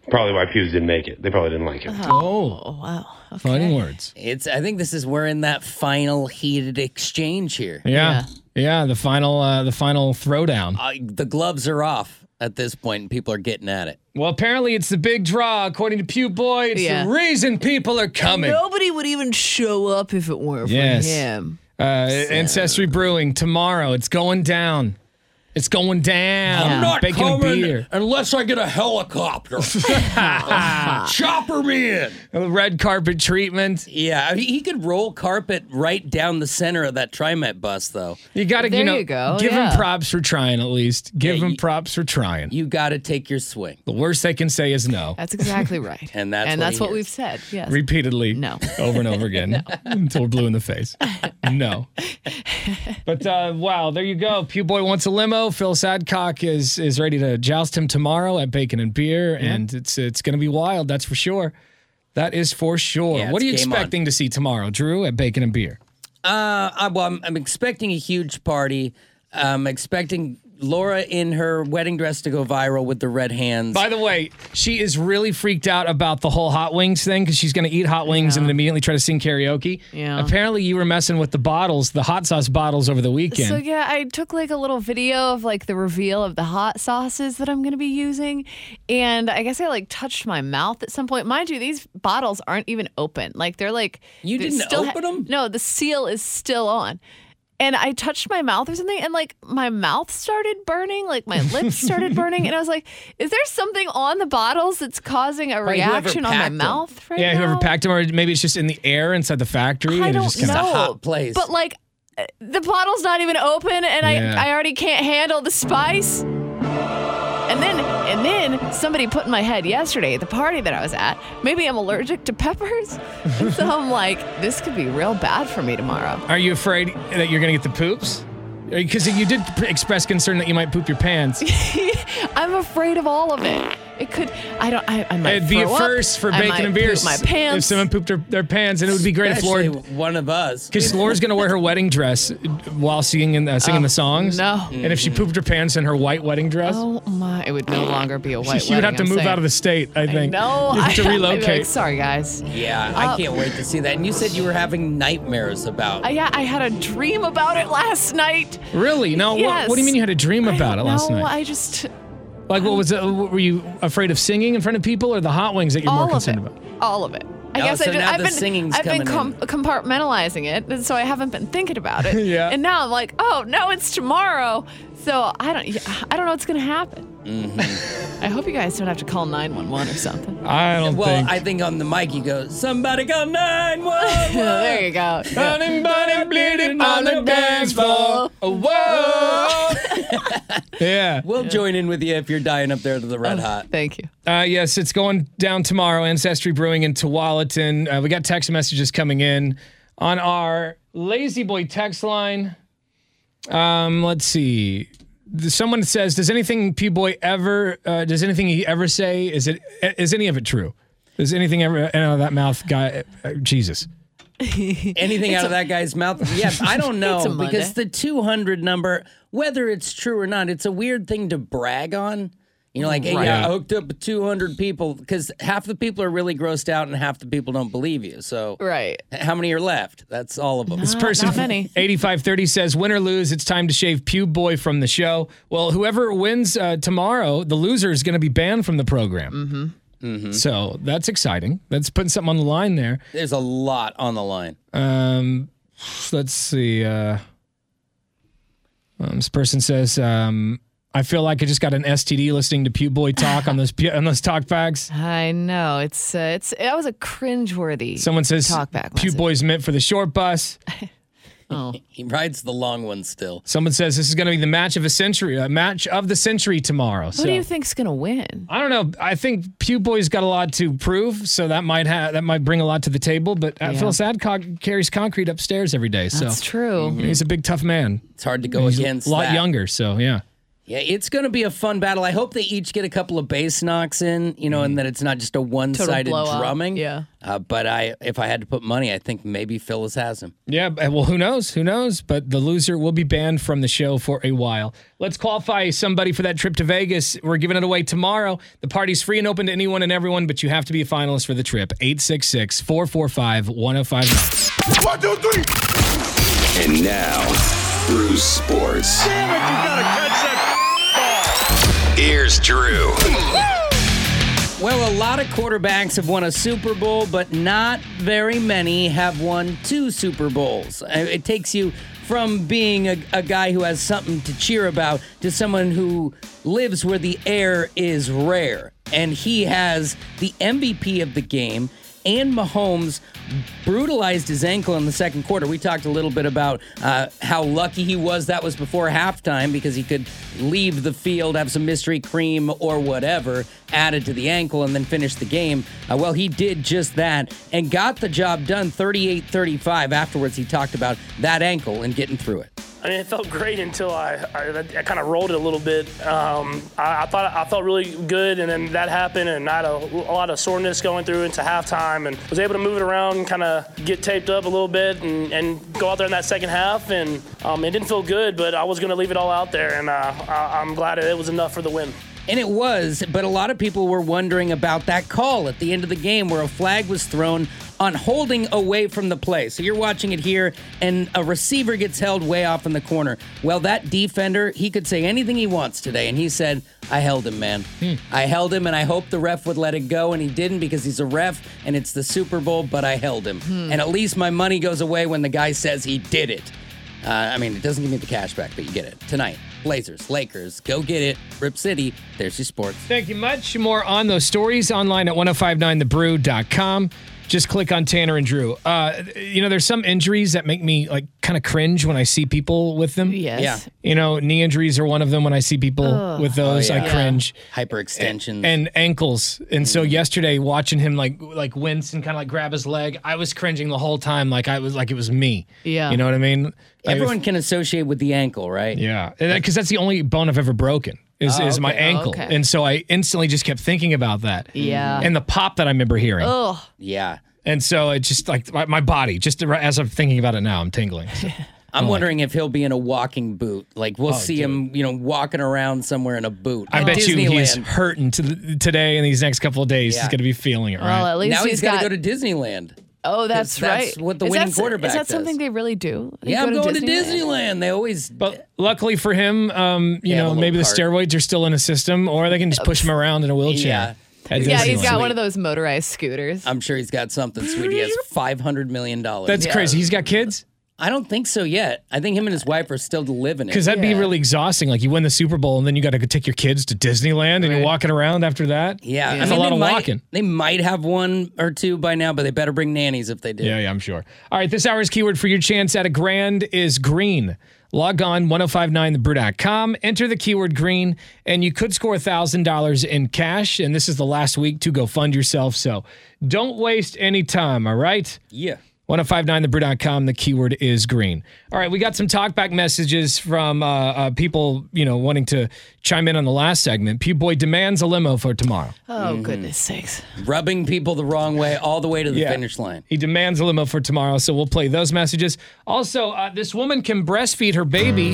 [SPEAKER 11] Probably why Pews didn't make it. They probably didn't like it.
[SPEAKER 3] Oh, wow.
[SPEAKER 1] Fighting words.
[SPEAKER 2] It's. I think this is we're in that final heated exchange here.
[SPEAKER 1] Yeah. Yeah. the final. Uh, the final throwdown.
[SPEAKER 2] I, the gloves are off at this point, and people are getting at it.
[SPEAKER 1] Well, apparently it's the big draw, according to Pew Boy. It's
[SPEAKER 3] Yeah.
[SPEAKER 1] the reason people are coming.
[SPEAKER 3] Nobody would even show up if it weren't
[SPEAKER 1] Yes.
[SPEAKER 3] for him.
[SPEAKER 1] Uh, Ancestry Brewing tomorrow. It's going down. It's going down. Bacon and beer.
[SPEAKER 2] unless I get a helicopter.
[SPEAKER 1] Oh, Chopper me in. Red carpet treatment.
[SPEAKER 2] Yeah, he, he could roll carpet right down the center of that TriMet bus, though.
[SPEAKER 1] You got to,
[SPEAKER 2] There
[SPEAKER 1] you know,
[SPEAKER 2] you go,
[SPEAKER 1] give
[SPEAKER 2] yeah.
[SPEAKER 1] them props for trying at least. Give them props for trying.
[SPEAKER 2] You got to take your swing.
[SPEAKER 1] The worst they can say is no.
[SPEAKER 3] That's exactly [LAUGHS] right.
[SPEAKER 2] [LAUGHS] And that's
[SPEAKER 3] and
[SPEAKER 2] what
[SPEAKER 3] that's
[SPEAKER 2] he
[SPEAKER 3] what
[SPEAKER 2] is.
[SPEAKER 3] we've said. Yes.
[SPEAKER 1] Repeatedly. No. Over and over
[SPEAKER 3] [LAUGHS]
[SPEAKER 1] again. [LAUGHS] Until we're blue in the face.
[SPEAKER 2] [LAUGHS]
[SPEAKER 1] No. But uh, wow, there you go. Pew Boy wants a limo. Phil Sadcock is is ready to joust him tomorrow at Bacon and Beer, and it's it's going to be wild. That's for sure. That is for sure.
[SPEAKER 2] Yeah,
[SPEAKER 1] what are you
[SPEAKER 2] it's game on.
[SPEAKER 1] expecting to see tomorrow, Drew, at Bacon and Beer?
[SPEAKER 2] Uh, I, well, I'm, I'm expecting a huge party. I'm expecting Laura in her wedding dress to go viral with the red hands.
[SPEAKER 1] By the way, she is really freaked out about the whole hot wings thing because she's going to eat hot wings and then immediately try to sing karaoke.
[SPEAKER 3] Yeah.
[SPEAKER 1] Apparently, you were messing with the bottles, the hot sauce bottles over the weekend.
[SPEAKER 3] So yeah, I took like a little video of like the reveal of the hot sauces that I'm going to be using, and I guess I like touched my mouth at some point. Mind you, these bottles aren't even open; like they're like
[SPEAKER 2] You
[SPEAKER 3] they
[SPEAKER 2] didn't
[SPEAKER 3] still ha-
[SPEAKER 2] open 'em?
[SPEAKER 3] No, the seal is still on. and I touched my mouth or something, and like my mouth started burning, like my
[SPEAKER 1] [LAUGHS]
[SPEAKER 3] lips started burning, and I was like, "Is there something on the bottles that's causing a
[SPEAKER 1] Probably whoever
[SPEAKER 3] reaction on my
[SPEAKER 1] packed 'em.
[SPEAKER 3] mouth?" Right
[SPEAKER 1] yeah, whoever
[SPEAKER 3] now?
[SPEAKER 1] packed them, or maybe it's just in the air inside the factory.
[SPEAKER 3] I
[SPEAKER 1] and it
[SPEAKER 3] don't
[SPEAKER 1] just kinda-
[SPEAKER 3] know. But like, uh, the bottle's not even open, and
[SPEAKER 1] Yeah.
[SPEAKER 3] I I already can't handle the spice. And then and then somebody put in my head yesterday at the party that I was at. Maybe I'm allergic to peppers, [LAUGHS] and so I'm like, this could be real bad for me tomorrow. [LAUGHS]
[SPEAKER 1] Are you afraid that you're going to get the poops? Because you did p- express concern that you might poop your
[SPEAKER 3] [LAUGHS]
[SPEAKER 1] pants.
[SPEAKER 3] I'm afraid of all of it. It could. I don't. I, I might.
[SPEAKER 1] It'd be a
[SPEAKER 3] throw up.
[SPEAKER 1] first for
[SPEAKER 3] I
[SPEAKER 1] bacon
[SPEAKER 3] might
[SPEAKER 1] and beer.
[SPEAKER 3] poop My
[SPEAKER 1] s- If
[SPEAKER 3] pants.
[SPEAKER 1] someone pooped their, their pants, and it would be great
[SPEAKER 2] Especially
[SPEAKER 1] if Lord.
[SPEAKER 2] one of us. [LAUGHS]
[SPEAKER 1] Because Laura's gonna wear her wedding dress while singing uh, singing the songs. No, and if she pooped her pants in her white wedding dress,
[SPEAKER 3] oh my, it would no longer be a white.
[SPEAKER 1] she would have
[SPEAKER 3] wedding,
[SPEAKER 1] to
[SPEAKER 3] I'm
[SPEAKER 1] move
[SPEAKER 3] saying.
[SPEAKER 1] out of the state. I think.
[SPEAKER 3] No,
[SPEAKER 1] you have to
[SPEAKER 3] [LAUGHS] I- I'd be like,
[SPEAKER 1] relocate.
[SPEAKER 3] Sorry, guys.
[SPEAKER 2] Yeah,
[SPEAKER 3] Uh,
[SPEAKER 2] I can't wait to see that. And you said you were having nightmares about.
[SPEAKER 3] Uh, yeah, I had a dream about it last night.
[SPEAKER 1] Really? No. Oh, What, what do you mean you had a dream about it last
[SPEAKER 3] no,
[SPEAKER 1] night?
[SPEAKER 3] I just
[SPEAKER 1] like, what was it? What, were you afraid of singing in front of people, or the hot wings that you're
[SPEAKER 3] All
[SPEAKER 1] more
[SPEAKER 3] of
[SPEAKER 1] concerned
[SPEAKER 3] it.
[SPEAKER 1] about?
[SPEAKER 3] all of it. I
[SPEAKER 1] Oh,
[SPEAKER 3] guess
[SPEAKER 1] so
[SPEAKER 3] I just,
[SPEAKER 1] now
[SPEAKER 3] I've
[SPEAKER 1] the
[SPEAKER 3] been
[SPEAKER 1] singing's
[SPEAKER 3] I've been com-
[SPEAKER 1] coming
[SPEAKER 3] compartmentalizing it, and so I haven't been thinking
[SPEAKER 2] [LAUGHS]
[SPEAKER 3] about it.
[SPEAKER 1] Yeah.
[SPEAKER 3] And now I'm like, oh no, it's tomorrow. So I don't yeah, I don't know what's gonna happen.
[SPEAKER 2] Mm-hmm.
[SPEAKER 3] [LAUGHS] I hope you guys don't have to call nine one one or something.
[SPEAKER 1] I don't
[SPEAKER 2] well,
[SPEAKER 3] think-
[SPEAKER 2] I think on the mic you go, somebody go [LAUGHS] 911.
[SPEAKER 3] There you go.
[SPEAKER 1] Anybody bleeding on the dance floor?
[SPEAKER 2] [LAUGHS] Whoa.
[SPEAKER 1] yeah.
[SPEAKER 2] We'll join in with you if you're dying up there to the red hot.
[SPEAKER 3] Thank you.
[SPEAKER 1] Uh, yes, it's going down tomorrow. Ancestry Brewing in Tualatin. Uh, we got text messages coming in on our Lazy Boy text line. Um, let's see. Th- Someone says, "Does anything P Boy ever? Uh, does anything he ever say? Is it? Is any of it true? Is anything ever uh, out of that mouth guy? Uh, Jesus." [LAUGHS]
[SPEAKER 2] Anything
[SPEAKER 1] It's
[SPEAKER 2] out
[SPEAKER 1] a-
[SPEAKER 2] of that guy's mouth?
[SPEAKER 1] [LAUGHS]
[SPEAKER 2] Yeah, I don't
[SPEAKER 1] It's a
[SPEAKER 2] know
[SPEAKER 1] Monday.
[SPEAKER 2] because the 200 number, whether it's true or not, it's a weird thing to brag on. You know, like, hey,
[SPEAKER 1] Right.
[SPEAKER 2] yeah, I hooked up with 200 people because half the people are really grossed out and half the people don't believe you. So,
[SPEAKER 3] right,
[SPEAKER 2] how many are left? That's all of them.
[SPEAKER 1] This person, 8530 says, win or lose, it's time to shave Pube Boy from the show. Well, whoever wins uh, tomorrow, the loser is going to be banned from the program. [LAUGHS] Mm-hmm. So that's exciting. That's putting something on the line there.
[SPEAKER 2] There's a lot on the line.
[SPEAKER 1] Um, let's see. Uh, um, this person says, um, I feel like I just got an STD listening to Pube Boy talk on those pu- on those talk
[SPEAKER 3] [LAUGHS]
[SPEAKER 1] packs.
[SPEAKER 3] I know it's uh, it's that was a cringeworthy.
[SPEAKER 1] Someone says,
[SPEAKER 3] talk back.
[SPEAKER 1] Pube Boy's meant for the short bus.
[SPEAKER 3] Oh.
[SPEAKER 2] He rides the long one still.
[SPEAKER 1] Someone says this is going to be the match of a century, a match of the century
[SPEAKER 2] oh,
[SPEAKER 1] tomorrow.
[SPEAKER 3] Who do you think's gonna win?
[SPEAKER 1] I don't know. I think Pew Boy's got a lot to prove, so that might ha- that might bring a lot to the table. But uh,
[SPEAKER 3] Yeah.
[SPEAKER 1] Phil Sadcock carries concrete upstairs every day, so
[SPEAKER 3] That's true. Mhm.
[SPEAKER 1] He's a big, tough man.
[SPEAKER 2] Mm-hmm. It's hard to go
[SPEAKER 1] He's
[SPEAKER 2] against
[SPEAKER 1] A lot
[SPEAKER 2] that.
[SPEAKER 1] younger, so yeah.
[SPEAKER 2] Yeah, it's going to be a fun battle. I hope they each get a couple of bass knocks in, you know, and that it's not just a one-sided
[SPEAKER 3] blowout,
[SPEAKER 2] drumming.
[SPEAKER 3] yeah.
[SPEAKER 2] Uh, but I, if I had to put money, I think maybe Phyllis has him.
[SPEAKER 1] Yeah, but- well, who knows? Who knows? But the loser will be banned from the show for a while. Let's qualify somebody for that trip to Vegas. We're giving it away tomorrow. The party's free and open to anyone and everyone, but you have to be a finalist for the trip. 866 445 1059.
[SPEAKER 5] One, two, three. And now, Drew Sports. Damn it, you gotta catch that ball. Here's Drew.
[SPEAKER 2] Well, a lot of quarterbacks have won a Super Bowl, but not very many have won two Super Bowls. Uh, It takes you from being a, a guy who has something to cheer about to someone who lives where the air is rare. And he has the MVP of the game. And Mahomes brutalized his ankle in the second quarter. We talked a little bit about uh, how lucky he was. That was before halftime because he could leave the field, have some mystery cream or whatever added to the ankle, and then finish the game. Uh, well, he did just that and got the job done 38 35. Afterwards, he talked about that ankle and getting through it.
[SPEAKER 6] I mean, it felt great until I, I, I kind of rolled it a little bit. Um, I, I thought I felt really good, and then that happened, and I had a, a lot of soreness going through into halftime, and was able to move it around, and kind of get taped up a little bit, and, and go out there in that second half, and um, it didn't feel good, but I was going to leave it all out there, and uh, I, I'm glad it was enough for the win.
[SPEAKER 2] And it was, but a lot of people were wondering about that call at the end of the game where a flag was thrown on holding away from the play. So you're watching it here, and a receiver gets held way off in the corner. Well, that defender, he could say anything he wants today, and he said, I held him, man. I held him, and I hoped the ref would let it go, and he didn't because he's a ref and it's the Super Bowl, but I held him.
[SPEAKER 10] Hmm.
[SPEAKER 2] And at least my money goes away when the guy says he did it. Uh, I mean, it doesn't give me the cash back, but you get it. Tonight, Blazers, Lakers, go get it. Rip City, there's your sports.
[SPEAKER 1] Thank you much. More on those stories online at 1059thebrew.com. Just click on Tanner and Drew. Uh, you know, there's some injuries that make me like kind of cringe when I see people with them.
[SPEAKER 3] Yes. Yeah.
[SPEAKER 1] You know, knee injuries are one of them. When I see people
[SPEAKER 2] Ugh.
[SPEAKER 1] with those,
[SPEAKER 2] Oh,
[SPEAKER 1] I
[SPEAKER 2] yeah. Mm-hmm.
[SPEAKER 1] cringe.
[SPEAKER 2] Hyperextensions.
[SPEAKER 1] and ankles. And so yesterday, watching him like like wince and kind of like grab his leg, I was cringing the whole time. Like I was like it was me.
[SPEAKER 2] Yeah.
[SPEAKER 1] You know what I mean?
[SPEAKER 2] Everyone can associate with the ankle, right?
[SPEAKER 1] Yeah, because that's the only bone I've ever broken is,
[SPEAKER 2] Oh,
[SPEAKER 1] is my
[SPEAKER 2] okay. Oh,
[SPEAKER 1] ankle,
[SPEAKER 2] okay.
[SPEAKER 1] and so I instantly just kept thinking about that.
[SPEAKER 3] Yeah. Oh.
[SPEAKER 1] and the pop that I remember hearing.
[SPEAKER 3] Ugh.
[SPEAKER 2] Yeah.
[SPEAKER 1] And so it just like my, my body, just as I'm thinking about it now, I'm
[SPEAKER 3] [LAUGHS]
[SPEAKER 1] tingling. So.
[SPEAKER 2] I'm
[SPEAKER 1] Oh,
[SPEAKER 2] wondering if he'll be in a walking boot. Like we'll
[SPEAKER 1] Oh,
[SPEAKER 2] see him, you know, walking around somewhere in a boot.
[SPEAKER 1] I
[SPEAKER 3] Oh,
[SPEAKER 2] at
[SPEAKER 1] bet you he's
[SPEAKER 2] Disneyland.
[SPEAKER 1] hurting to today and these next couple of days.
[SPEAKER 2] Yeah.
[SPEAKER 1] He's going to be feeling it, right?
[SPEAKER 3] Well, at least
[SPEAKER 2] now he's
[SPEAKER 3] he's
[SPEAKER 2] got
[SPEAKER 3] got-
[SPEAKER 2] to go to Disneyland.
[SPEAKER 3] Oh, that's, right.
[SPEAKER 2] That's what the
[SPEAKER 3] Is
[SPEAKER 2] winning
[SPEAKER 3] that s-
[SPEAKER 2] quarterback
[SPEAKER 3] Is that
[SPEAKER 2] does.
[SPEAKER 3] something they really do? You
[SPEAKER 2] yeah, I'm
[SPEAKER 3] go
[SPEAKER 2] going to Disneyland. They always.
[SPEAKER 1] But luckily for him, um, you
[SPEAKER 2] They have a
[SPEAKER 1] know,
[SPEAKER 2] little
[SPEAKER 1] maybe
[SPEAKER 2] cart.
[SPEAKER 1] the steroids are still in his system, or they can just push him around in a wheelchair. at
[SPEAKER 3] Yeah, he's
[SPEAKER 1] Disneyland.
[SPEAKER 3] got one of those motorized scooters.
[SPEAKER 2] I'm sure he's got something, sweet. He has five hundred million dollars.
[SPEAKER 1] That's crazy. He's got kids.
[SPEAKER 2] I don't think so yet. I think him and his wife are still living it.
[SPEAKER 1] Because that'd be really exhausting. Like you win the Super Bowl and then you got to take your kids to Disneyland and you're walking around after that.
[SPEAKER 2] Yeah, I
[SPEAKER 1] that's
[SPEAKER 2] mean,
[SPEAKER 1] a lot
[SPEAKER 2] they
[SPEAKER 1] of
[SPEAKER 2] might-
[SPEAKER 1] walking.
[SPEAKER 2] They might have one or two by now, but they better bring nannies if they do.
[SPEAKER 1] Yeah, yeah, I'm sure. All right, this hour's keyword for your chance at a grand is green. Log on 1059thebrew.com, enter the keyword green, and you could score $1,000 in cash. And this is the last week to go fund yourself. So don't waste any time, all right?
[SPEAKER 2] Yeah.
[SPEAKER 1] 1059thebrew.com. The keyword is green. All right, we got some talkback messages from uh, uh, people, you know, wanting to chime in on the last segment. Pew Boy demands a limo for tomorrow.
[SPEAKER 3] Oh, goodness sakes.
[SPEAKER 2] Mm-hmm. Rubbing people the wrong way all the way to the finish line.
[SPEAKER 1] He demands a limo for tomorrow, so we'll play those messages. Also, uh, this woman can breastfeed her baby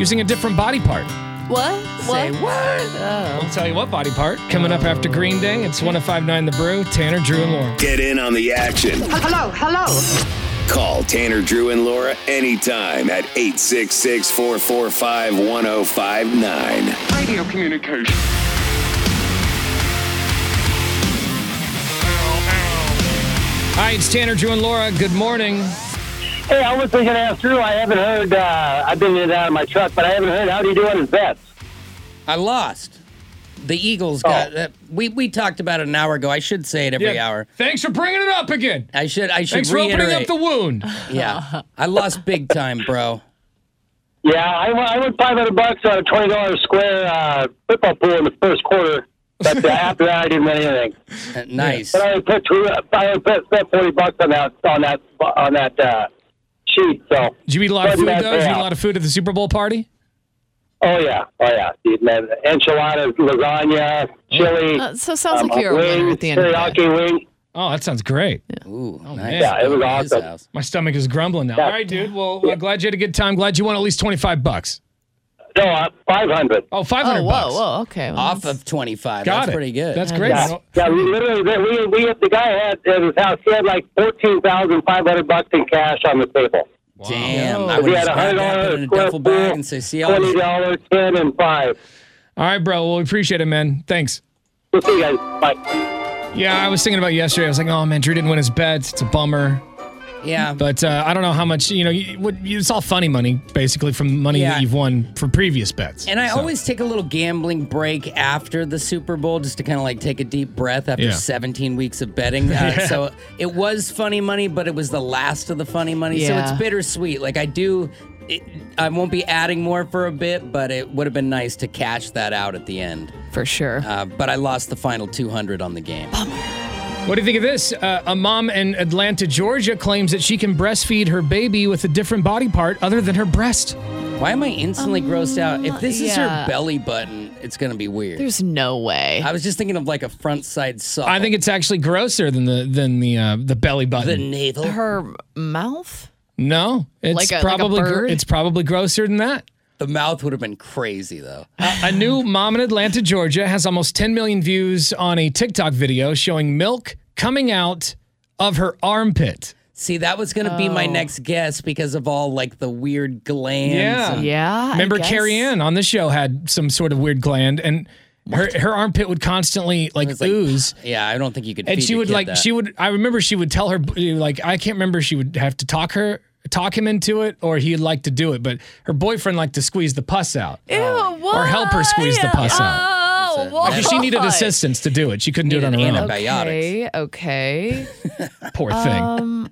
[SPEAKER 1] using a different body part.
[SPEAKER 3] What?
[SPEAKER 2] Say
[SPEAKER 3] what?
[SPEAKER 1] I'll tell you what body part. Coming up after Green Day, it's 1059 The Brew, Tanner, Drew, and Lauren.
[SPEAKER 5] Get in on the action.
[SPEAKER 10] Hello, hello.
[SPEAKER 5] Call Tanner, Drew, and Laura anytime at 866 445 1059.
[SPEAKER 10] Radio communication.
[SPEAKER 1] All right, it's Tanner, Drew, and Laura. Good morning.
[SPEAKER 12] Hey, I was thinking after Drew. I haven't heard. Uh, I've been in and out of my truck, but I haven't heard. How do you do on his bets?
[SPEAKER 2] I lost. The Eagles got. Uh, we we talked about it an hour ago. I should say it every
[SPEAKER 1] Yeah.
[SPEAKER 2] hour.
[SPEAKER 1] Thanks for bringing it up again.
[SPEAKER 2] I should. I should
[SPEAKER 1] Thanks for
[SPEAKER 2] reiterate.
[SPEAKER 1] opening up the wound.
[SPEAKER 2] yeah, I lost big time, bro.
[SPEAKER 12] Yeah, I, won- I won five hundred bucks on a twenty dollars square uh, football pool in the first quarter. But
[SPEAKER 1] [LAUGHS]
[SPEAKER 12] uh, after that, I didn't win anything.
[SPEAKER 2] Uh, nice.
[SPEAKER 12] But I only put two. I only put, spent forty bucks on that on that on that uh, sheet. So
[SPEAKER 1] Did you eat a lot of
[SPEAKER 12] Wasn't
[SPEAKER 1] food,
[SPEAKER 12] that
[SPEAKER 1] though? Did you eat a
[SPEAKER 12] bad.
[SPEAKER 1] lot of food at the Super Bowl party?
[SPEAKER 12] Oh yeah, oh yeah, dude, man. Enchiladas,
[SPEAKER 1] Oh.
[SPEAKER 12] lasagna, chili.
[SPEAKER 3] Uh, so sounds like
[SPEAKER 12] um,
[SPEAKER 3] you're a winner at the end of that.
[SPEAKER 12] teriyaki wing.
[SPEAKER 1] Oh, that sounds great.
[SPEAKER 2] Ooh,
[SPEAKER 1] oh,
[SPEAKER 12] nice. Yeah, it was awesome.
[SPEAKER 1] My stomach is grumbling now.
[SPEAKER 12] Yeah.
[SPEAKER 1] All right, dude. Well, uh, glad you had a good time. Glad you won at least 25 bucks.
[SPEAKER 12] No, uh, five hundred.
[SPEAKER 1] Oh, 500
[SPEAKER 3] Oh, whoa,
[SPEAKER 1] bucks.
[SPEAKER 3] whoa, [LAUGHS] okay. Well,
[SPEAKER 2] Off
[SPEAKER 3] that's-
[SPEAKER 2] of twenty five.
[SPEAKER 1] Got
[SPEAKER 2] That's
[SPEAKER 1] it.
[SPEAKER 2] pretty good.
[SPEAKER 1] That's great.
[SPEAKER 12] Yeah, yeah, we literally we we the guy had at his house he had like fourteen thousand five hundred bucks in cash on the table.
[SPEAKER 2] Damn. I
[SPEAKER 12] If
[SPEAKER 2] would
[SPEAKER 12] he had
[SPEAKER 2] have
[SPEAKER 12] a
[SPEAKER 2] grabbed
[SPEAKER 12] hundred
[SPEAKER 2] that, put it in
[SPEAKER 12] dollars
[SPEAKER 2] a duffel bag, and say, "See, I
[SPEAKER 12] twenty dollars, ten, and five.
[SPEAKER 1] All right, bro. Well, we appreciate it, man. Thanks.
[SPEAKER 12] We'll see you guys. Bye.
[SPEAKER 1] Yeah, I was thinking about yesterday. I was like, oh man, Drew didn't win his bets. It's a bummer.
[SPEAKER 2] Yeah.
[SPEAKER 1] But uh, I don't know how much you know. You, what, you, it's all funny money, basically, from money
[SPEAKER 2] Yeah.
[SPEAKER 1] that you've won for previous bets.
[SPEAKER 2] And I
[SPEAKER 1] So-
[SPEAKER 2] always take a little gambling break after the Super Bowl just to kind of like take a deep breath after
[SPEAKER 1] Yeah.
[SPEAKER 2] 17 weeks
[SPEAKER 1] [LAUGHS]
[SPEAKER 2] of betting. Uh,
[SPEAKER 1] Yeah.
[SPEAKER 2] So it was funny money, but it was the last of the funny money. So
[SPEAKER 3] Yeah.
[SPEAKER 2] it's bittersweet. Like I do, it, I won't be adding more for a bit, but it would have been nice to cash that out at the end.
[SPEAKER 3] For sure. Oh
[SPEAKER 2] Uh, but I lost the final 200 on the game.
[SPEAKER 1] What do you think of this? Uh, a mom in Atlanta, Georgia, claims that she can breastfeed her baby with a different body part other than her breast.
[SPEAKER 2] Why am I instantly grossed out? If this is her
[SPEAKER 3] yeah.
[SPEAKER 2] belly button, it's going to be weird.
[SPEAKER 3] There's no way.
[SPEAKER 2] I was just thinking of like a front side suck.
[SPEAKER 1] I think it's actually grosser than the than the uh, the belly
[SPEAKER 2] the
[SPEAKER 1] button.
[SPEAKER 2] navel.
[SPEAKER 3] Her mouth?
[SPEAKER 1] no, it's
[SPEAKER 3] Like a- like a
[SPEAKER 1] probably gr-
[SPEAKER 3] bird?
[SPEAKER 1] it's probably grosser than that.
[SPEAKER 2] The mouth would have been crazy though.
[SPEAKER 1] Uh, a new mom in Atlanta, Georgia has almost 10 million views on a TikTok video showing milk coming out of her armpit.
[SPEAKER 2] See, that was going to be my
[SPEAKER 3] Oh.
[SPEAKER 2] next guess because of all like the weird glands.
[SPEAKER 1] Yeah.
[SPEAKER 2] and-
[SPEAKER 3] Yeah. I
[SPEAKER 1] Remember
[SPEAKER 3] guess.
[SPEAKER 1] Carrie Ann on this show had some sort of weird gland and her, her armpit would constantly like ooze.
[SPEAKER 2] yeah, I don't think you could.
[SPEAKER 1] and
[SPEAKER 2] feed
[SPEAKER 1] she
[SPEAKER 2] your
[SPEAKER 1] would
[SPEAKER 2] kid
[SPEAKER 1] like
[SPEAKER 2] that.
[SPEAKER 1] she would I remember she would tell her like I can't remember she would have to talk her talk him into it or he'd like to do it, but her boyfriend liked to squeeze the pus out.
[SPEAKER 3] Ew,
[SPEAKER 2] Oh,
[SPEAKER 3] what?
[SPEAKER 1] Or help her squeeze the pus out.
[SPEAKER 3] Oh, why?
[SPEAKER 1] Like, she needed
[SPEAKER 2] [LAUGHS]
[SPEAKER 1] assistance to do it. She couldn't do it on her own.
[SPEAKER 3] Okay, okay.
[SPEAKER 1] Poor thing.
[SPEAKER 3] Um,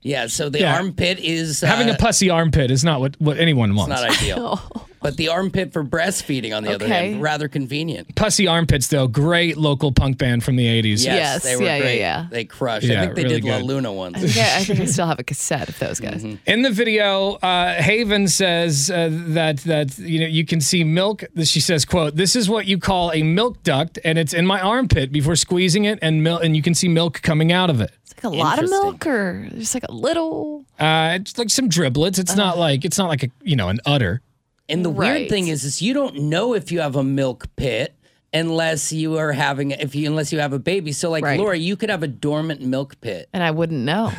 [SPEAKER 2] Yeah, so the
[SPEAKER 1] Yeah.
[SPEAKER 2] armpit is
[SPEAKER 1] Having
[SPEAKER 2] uh,
[SPEAKER 1] a pussy armpit is not what, what anyone
[SPEAKER 2] It's
[SPEAKER 1] wants.
[SPEAKER 2] not
[SPEAKER 3] [LAUGHS]
[SPEAKER 2] ideal. but the armpit for breastfeeding, on the other
[SPEAKER 3] Oh. Okay.
[SPEAKER 2] hand, rather convenient.
[SPEAKER 1] [LAUGHS] Pussy armpits, though, great local punk band from the 80s.
[SPEAKER 2] Yes, they were great. They crushed.
[SPEAKER 1] Yeah,
[SPEAKER 2] I think they
[SPEAKER 1] really
[SPEAKER 2] did La
[SPEAKER 1] good.
[SPEAKER 2] Luna
[SPEAKER 3] I
[SPEAKER 2] once. Mm-hmm.
[SPEAKER 3] think I, I think I still have a cassette of those guys.
[SPEAKER 1] In the video, uh, Haven says uh, that that you know you can see milk. She says, "quote This is what you call a milk duct, and it's in my armpit before squeezing it, and milk, and you can see milk coming out of it.
[SPEAKER 3] It's like a lot of milk, or just like a little.
[SPEAKER 1] Uh, it's like some driblets. It's not like it's not like a you know an udder.
[SPEAKER 2] And the
[SPEAKER 3] Right.
[SPEAKER 2] weird thing is, is you don't know if you have a milk pit unless you are having if you unless you have a baby. So like
[SPEAKER 3] Right.
[SPEAKER 2] Laura, you could have a dormant milk pit.
[SPEAKER 3] And I wouldn't
[SPEAKER 2] [LAUGHS]
[SPEAKER 3] know.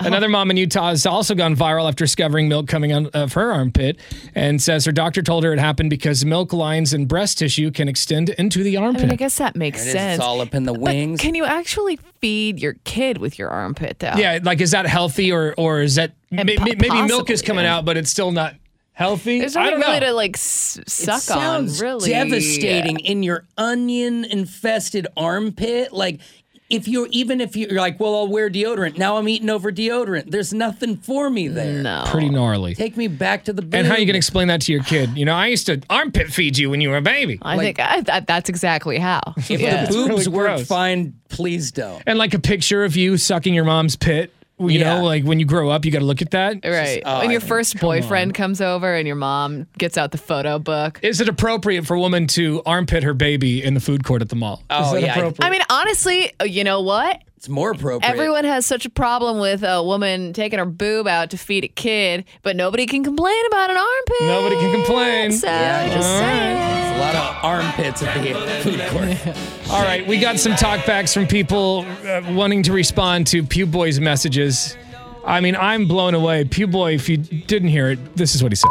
[SPEAKER 1] Another mom in Utah has also gone viral after discovering milk coming out of her armpit, and says her doctor told her it happened because milk lines and breast tissue can extend into the
[SPEAKER 3] I mean, I
[SPEAKER 1] armpit.
[SPEAKER 3] guess that makes
[SPEAKER 2] There it is.
[SPEAKER 3] sense.
[SPEAKER 2] It's all up in the wings.
[SPEAKER 3] Can you actually feed your kid with your armpit though?
[SPEAKER 1] yeah, like is that healthy or or is that may, may-
[SPEAKER 3] po-
[SPEAKER 1] maybe milk is
[SPEAKER 3] possibly,
[SPEAKER 1] coming
[SPEAKER 3] yeah.
[SPEAKER 1] out, but it's still not healthy?
[SPEAKER 3] There's
[SPEAKER 1] I
[SPEAKER 3] nothing
[SPEAKER 1] don't
[SPEAKER 3] really
[SPEAKER 1] know.
[SPEAKER 3] to like s- suck
[SPEAKER 2] it sounds
[SPEAKER 3] on. Really
[SPEAKER 2] devastating in your onion infested armpit. Like if you're even if you're like, well, I'll wear deodorant. Now I'm eating over deodorant. There's nothing for me there.
[SPEAKER 3] No.
[SPEAKER 1] Pretty gnarly.
[SPEAKER 2] Take me back to the
[SPEAKER 1] And how you
[SPEAKER 2] boob.
[SPEAKER 1] gonna explain that to your kid? You know, I used to armpit feed you when you were a baby.
[SPEAKER 3] I think I, that, that's
[SPEAKER 1] [LAUGHS]
[SPEAKER 3] exactly how.
[SPEAKER 2] if
[SPEAKER 3] Yeah.
[SPEAKER 2] the boobs
[SPEAKER 1] really
[SPEAKER 2] work
[SPEAKER 1] gross.
[SPEAKER 2] fine, please don't.
[SPEAKER 1] and like a picture of you sucking your mom's pit. You
[SPEAKER 2] Yeah.
[SPEAKER 1] know, like when you grow up, you got to look at that.
[SPEAKER 3] Right.
[SPEAKER 2] Oh,
[SPEAKER 3] when
[SPEAKER 2] I mean,
[SPEAKER 3] your first boyfriend comes over and your mom gets out the photo book.
[SPEAKER 1] Is it appropriate for a woman to armpit her baby in the food court at the mall?
[SPEAKER 2] Oh,
[SPEAKER 1] Is that
[SPEAKER 2] yeah.
[SPEAKER 1] appropriate?
[SPEAKER 3] I mean, honestly, uh, you know what?
[SPEAKER 2] It's more appropriate.
[SPEAKER 3] Everyone has such a problem with a woman taking her boob out to feed a kid, but nobody can complain about an armpit.
[SPEAKER 1] Nobody can complain.
[SPEAKER 3] So
[SPEAKER 2] Yeah.
[SPEAKER 3] just
[SPEAKER 1] All
[SPEAKER 3] saying.
[SPEAKER 2] There's a lot of armpits at the [LAUGHS] food court.
[SPEAKER 1] All right, we got some talkbacks from people uh, wanting to respond to Pew Boy's messages. I mean, I'm blown away. Pew Boy, if you didn't hear it, this is what he said.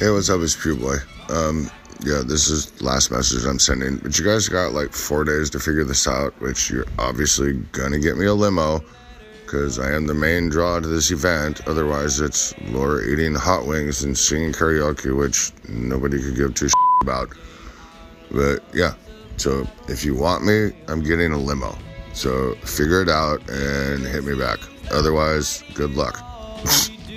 [SPEAKER 7] Hey, what's up? It's Pew Boy. Um, yeah, this is last message I'm sending. But you guys got like four days to figure this out, which you're obviously gonna get me a limo, because I am the main draw to this event. Otherwise, it's Laura eating hot wings and singing karaoke, which nobody could give two about. But yeah, so if you want me, I'm getting a limo. So figure it out and hit me back. Otherwise, good luck.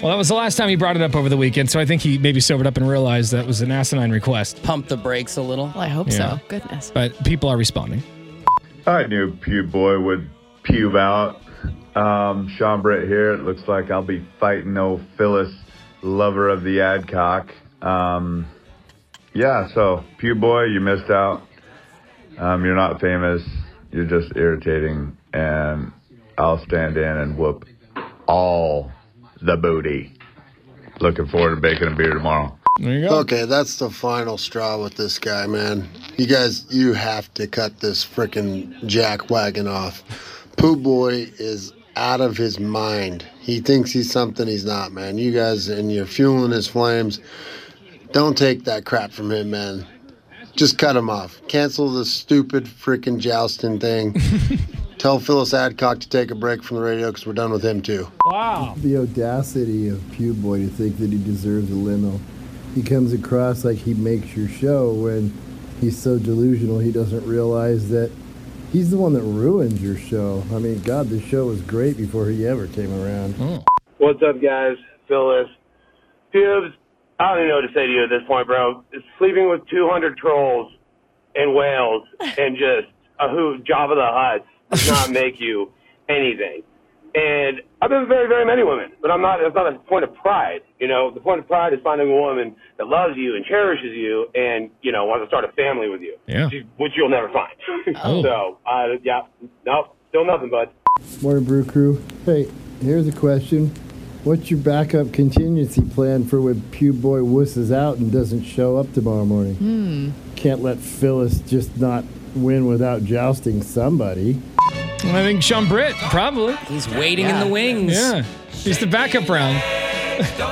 [SPEAKER 1] Well, that was the last time he brought it up over the weekend, so I think he maybe sobered up and realized that was an asinine request.
[SPEAKER 2] Pump the brakes a little.
[SPEAKER 3] Well, I hope
[SPEAKER 1] Yeah.
[SPEAKER 3] so. Goodness.
[SPEAKER 1] But people are responding.
[SPEAKER 13] I knew Pube Boy would pube out. Um, Sean Brett here. It looks like I'll be fighting old Phyllis, lover of the ad cock. Um, yeah, so Pube Boy, you missed out. Um, you're not famous. You're just irritating. And I'll stand in and whoop all the booty. Looking forward to baking a beer tomorrow.
[SPEAKER 1] There you go.
[SPEAKER 14] Okay, that's the final straw with this guy, man. You guys, you have to cut this frickin' jack wagon off. Pooh Boy is out of his mind. He thinks he's something he's not, man. You guys, and you're fueling his flames. Don't take that crap from him, man. Just cut him off. Cancel the stupid frickin' jousting
[SPEAKER 1] [LAUGHS]
[SPEAKER 14] thing. Tell Phyllis Adcock to take a break from the radio because we're done with him, too.
[SPEAKER 1] Wow.
[SPEAKER 15] The audacity of Pew Boy to think that he deserves a limo. He comes across like he makes your show when he's so delusional he doesn't realize that he's the one that ruins your show. I mean, God, the show was great before he ever came around.
[SPEAKER 11] What's up, guys? Phyllis. Pubes, I don't even know what to say to you at this point, bro. Sleeping with 200 trolls in Wales and just a who Jabba the Hutt does not make you anything. And I've been with very, very many women, but I'm not. That's not a point of pride. You know, the point of pride is finding a woman that loves you and cherishes you, and you know, wants to start a family with you.
[SPEAKER 15] Yeah.
[SPEAKER 11] Which you'll never find. [LAUGHS] So, uh, yeah, no, still nothing, bud.
[SPEAKER 15] Morning, Brew Crew. Hey, here's a question. What's your backup contingency plan for when Pew Boy wusses out and doesn't show up tomorrow morning?
[SPEAKER 3] Hmm.
[SPEAKER 15] Can't let Phyllis just not win without jousting somebody.
[SPEAKER 1] I think Sean Britt, probably.
[SPEAKER 2] He's waiting in the wings.
[SPEAKER 1] Yeah. He's the backup round.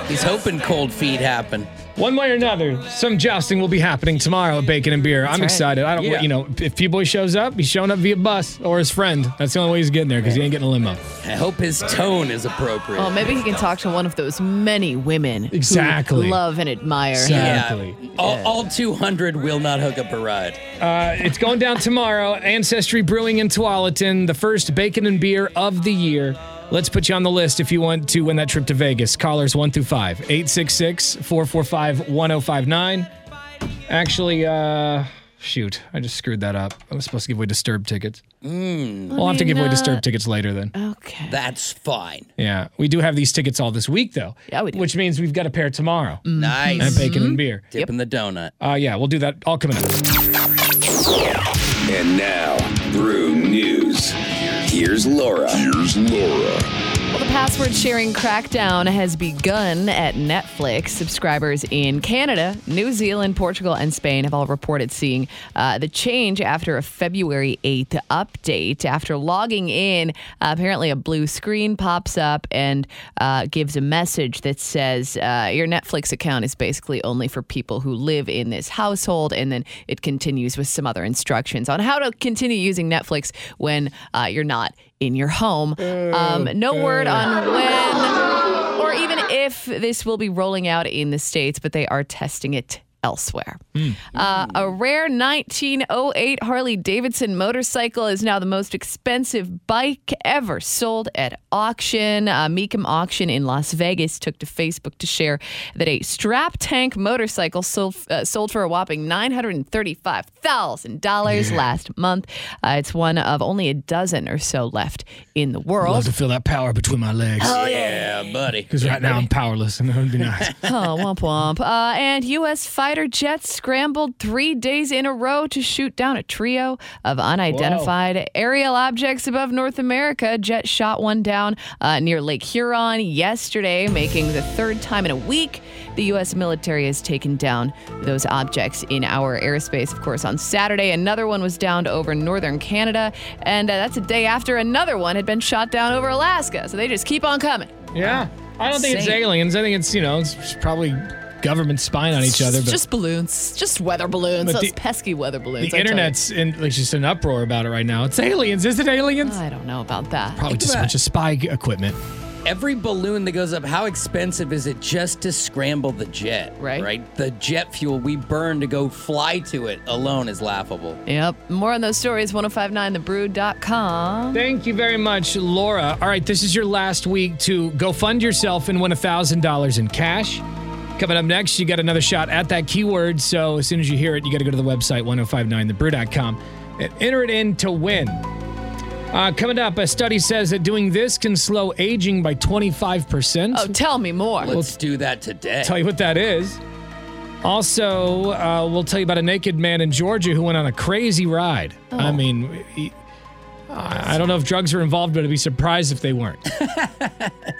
[SPEAKER 2] He's hoping cold feet happen.
[SPEAKER 1] One way or another, some jousting will be happening tomorrow at Bacon and Beer. I'm
[SPEAKER 2] right.
[SPEAKER 1] excited. I don't,
[SPEAKER 2] Yeah.
[SPEAKER 1] you know, if P Boy shows up, he's showing up via bus or his friend. That's the only way he's getting there because he ain't getting a limo.
[SPEAKER 2] I hope his tone is appropriate.
[SPEAKER 3] Well, maybe he can talk to one of those many women who
[SPEAKER 2] Exactly.
[SPEAKER 3] love and admire him.
[SPEAKER 2] Yeah. All, all 200 will not hook up a ride.
[SPEAKER 1] Uh, it's going down tomorrow. Ancestry Brewing in Tualatin, the first bacon and beer of the year. Let's put you on the list if you want to win that trip to Vegas. Callers 1 through 5, 866 445 1059. Actually, uh, shoot, I just screwed that up. I was supposed to give away Disturbed tickets.
[SPEAKER 2] Mm.
[SPEAKER 1] We'll have to give away
[SPEAKER 10] uh,
[SPEAKER 1] Disturbed tickets later then.
[SPEAKER 3] Okay.
[SPEAKER 2] That's fine.
[SPEAKER 1] Yeah, we do have these tickets all this week though. Yeah, we do. Which means we've got a pair tomorrow.
[SPEAKER 2] Nice.
[SPEAKER 1] And bacon and beer.
[SPEAKER 2] Dipping the donut.
[SPEAKER 1] Uh, yeah, we'll do that all coming up.
[SPEAKER 5] And now, Brew News. Here's Laura. Here's Laura.
[SPEAKER 3] Well, the password sharing crackdown has begun at Netflix. Subscribers in Canada, New Zealand, Portugal, and Spain have all reported seeing uh, the change after a February 8th update. After logging in, uh, apparently a blue screen pops up and uh, gives a message that says uh, your Netflix account is basically only for people who live in this household. And then it continues with some other instructions on how to continue using Netflix when uh, you're not in your home. Um, no word
[SPEAKER 16] Uh.
[SPEAKER 3] on when or even if this will be rolling out in the States, but they are testing it elsewhere. Uh, a rare 1908 Harley Davidson motorcycle is now the most expensive bike ever sold at auction. Uh, Mecum Auction in Las Vegas took to Facebook to share that a strap tank motorcycle sold, uh, sold for a whopping $935,000 last month. Uh, it's one of only a dozen or so left in the world.
[SPEAKER 1] Love to feel that power between my legs.
[SPEAKER 3] Oh,
[SPEAKER 2] yeah, buddy.
[SPEAKER 1] Because right now I'm powerless, and that would be nice.
[SPEAKER 3] [LAUGHS] oh, womp womp. Uh, and U.S. fighter jets scrambled three days in a row to shoot down a trio of unidentified aerial objects above North America. Jet shot one down uh, near Lake Huron yesterday, making the third time in a week the U.S. military has taken down those objects in our airspace. Of course, on Saturday, another one was downed over northern Canada, and uh, that's a day after another one had been shot down over Alaska. So they just keep on coming.
[SPEAKER 1] Yeah. I don't think it's
[SPEAKER 3] Insane.
[SPEAKER 1] aliens. I think it's you know it's probably government spying on each other. But
[SPEAKER 3] just balloons, just weather balloons,
[SPEAKER 1] But
[SPEAKER 3] those
[SPEAKER 1] the-
[SPEAKER 3] pesky weather balloons.
[SPEAKER 1] the
[SPEAKER 3] I tell you.
[SPEAKER 1] internet's in like just an uproar about it right now. It's aliens. Is it aliens?
[SPEAKER 3] I don't know about that.
[SPEAKER 1] Probably just a bunch of spy g- equipment.
[SPEAKER 2] Every balloon that goes up, how expensive is it just to scramble the jet? Right. Right? The jet fuel we burn to go fly to it alone is laughable.
[SPEAKER 3] Yep. More on those stories, 1059thebrew.com.
[SPEAKER 1] Thank you very much, Laura. All right, this is your last week to go fund yourself and win $1,000 in cash. Coming up next, you got another shot at that keyword. So as soon as you hear it, you got to go to the website 1059thebrew.com and enter it in to win. Uh, coming up, a study says that doing this can slow aging by 25%.
[SPEAKER 3] Oh, tell me more.
[SPEAKER 2] Let's do that today.
[SPEAKER 1] Tell you what that is. Also, uh, we'll tell you about a naked man in Georgia who went on a crazy ride. I mean, he, I I don't know if drugs are involved, but I'd be surprised if they weren't.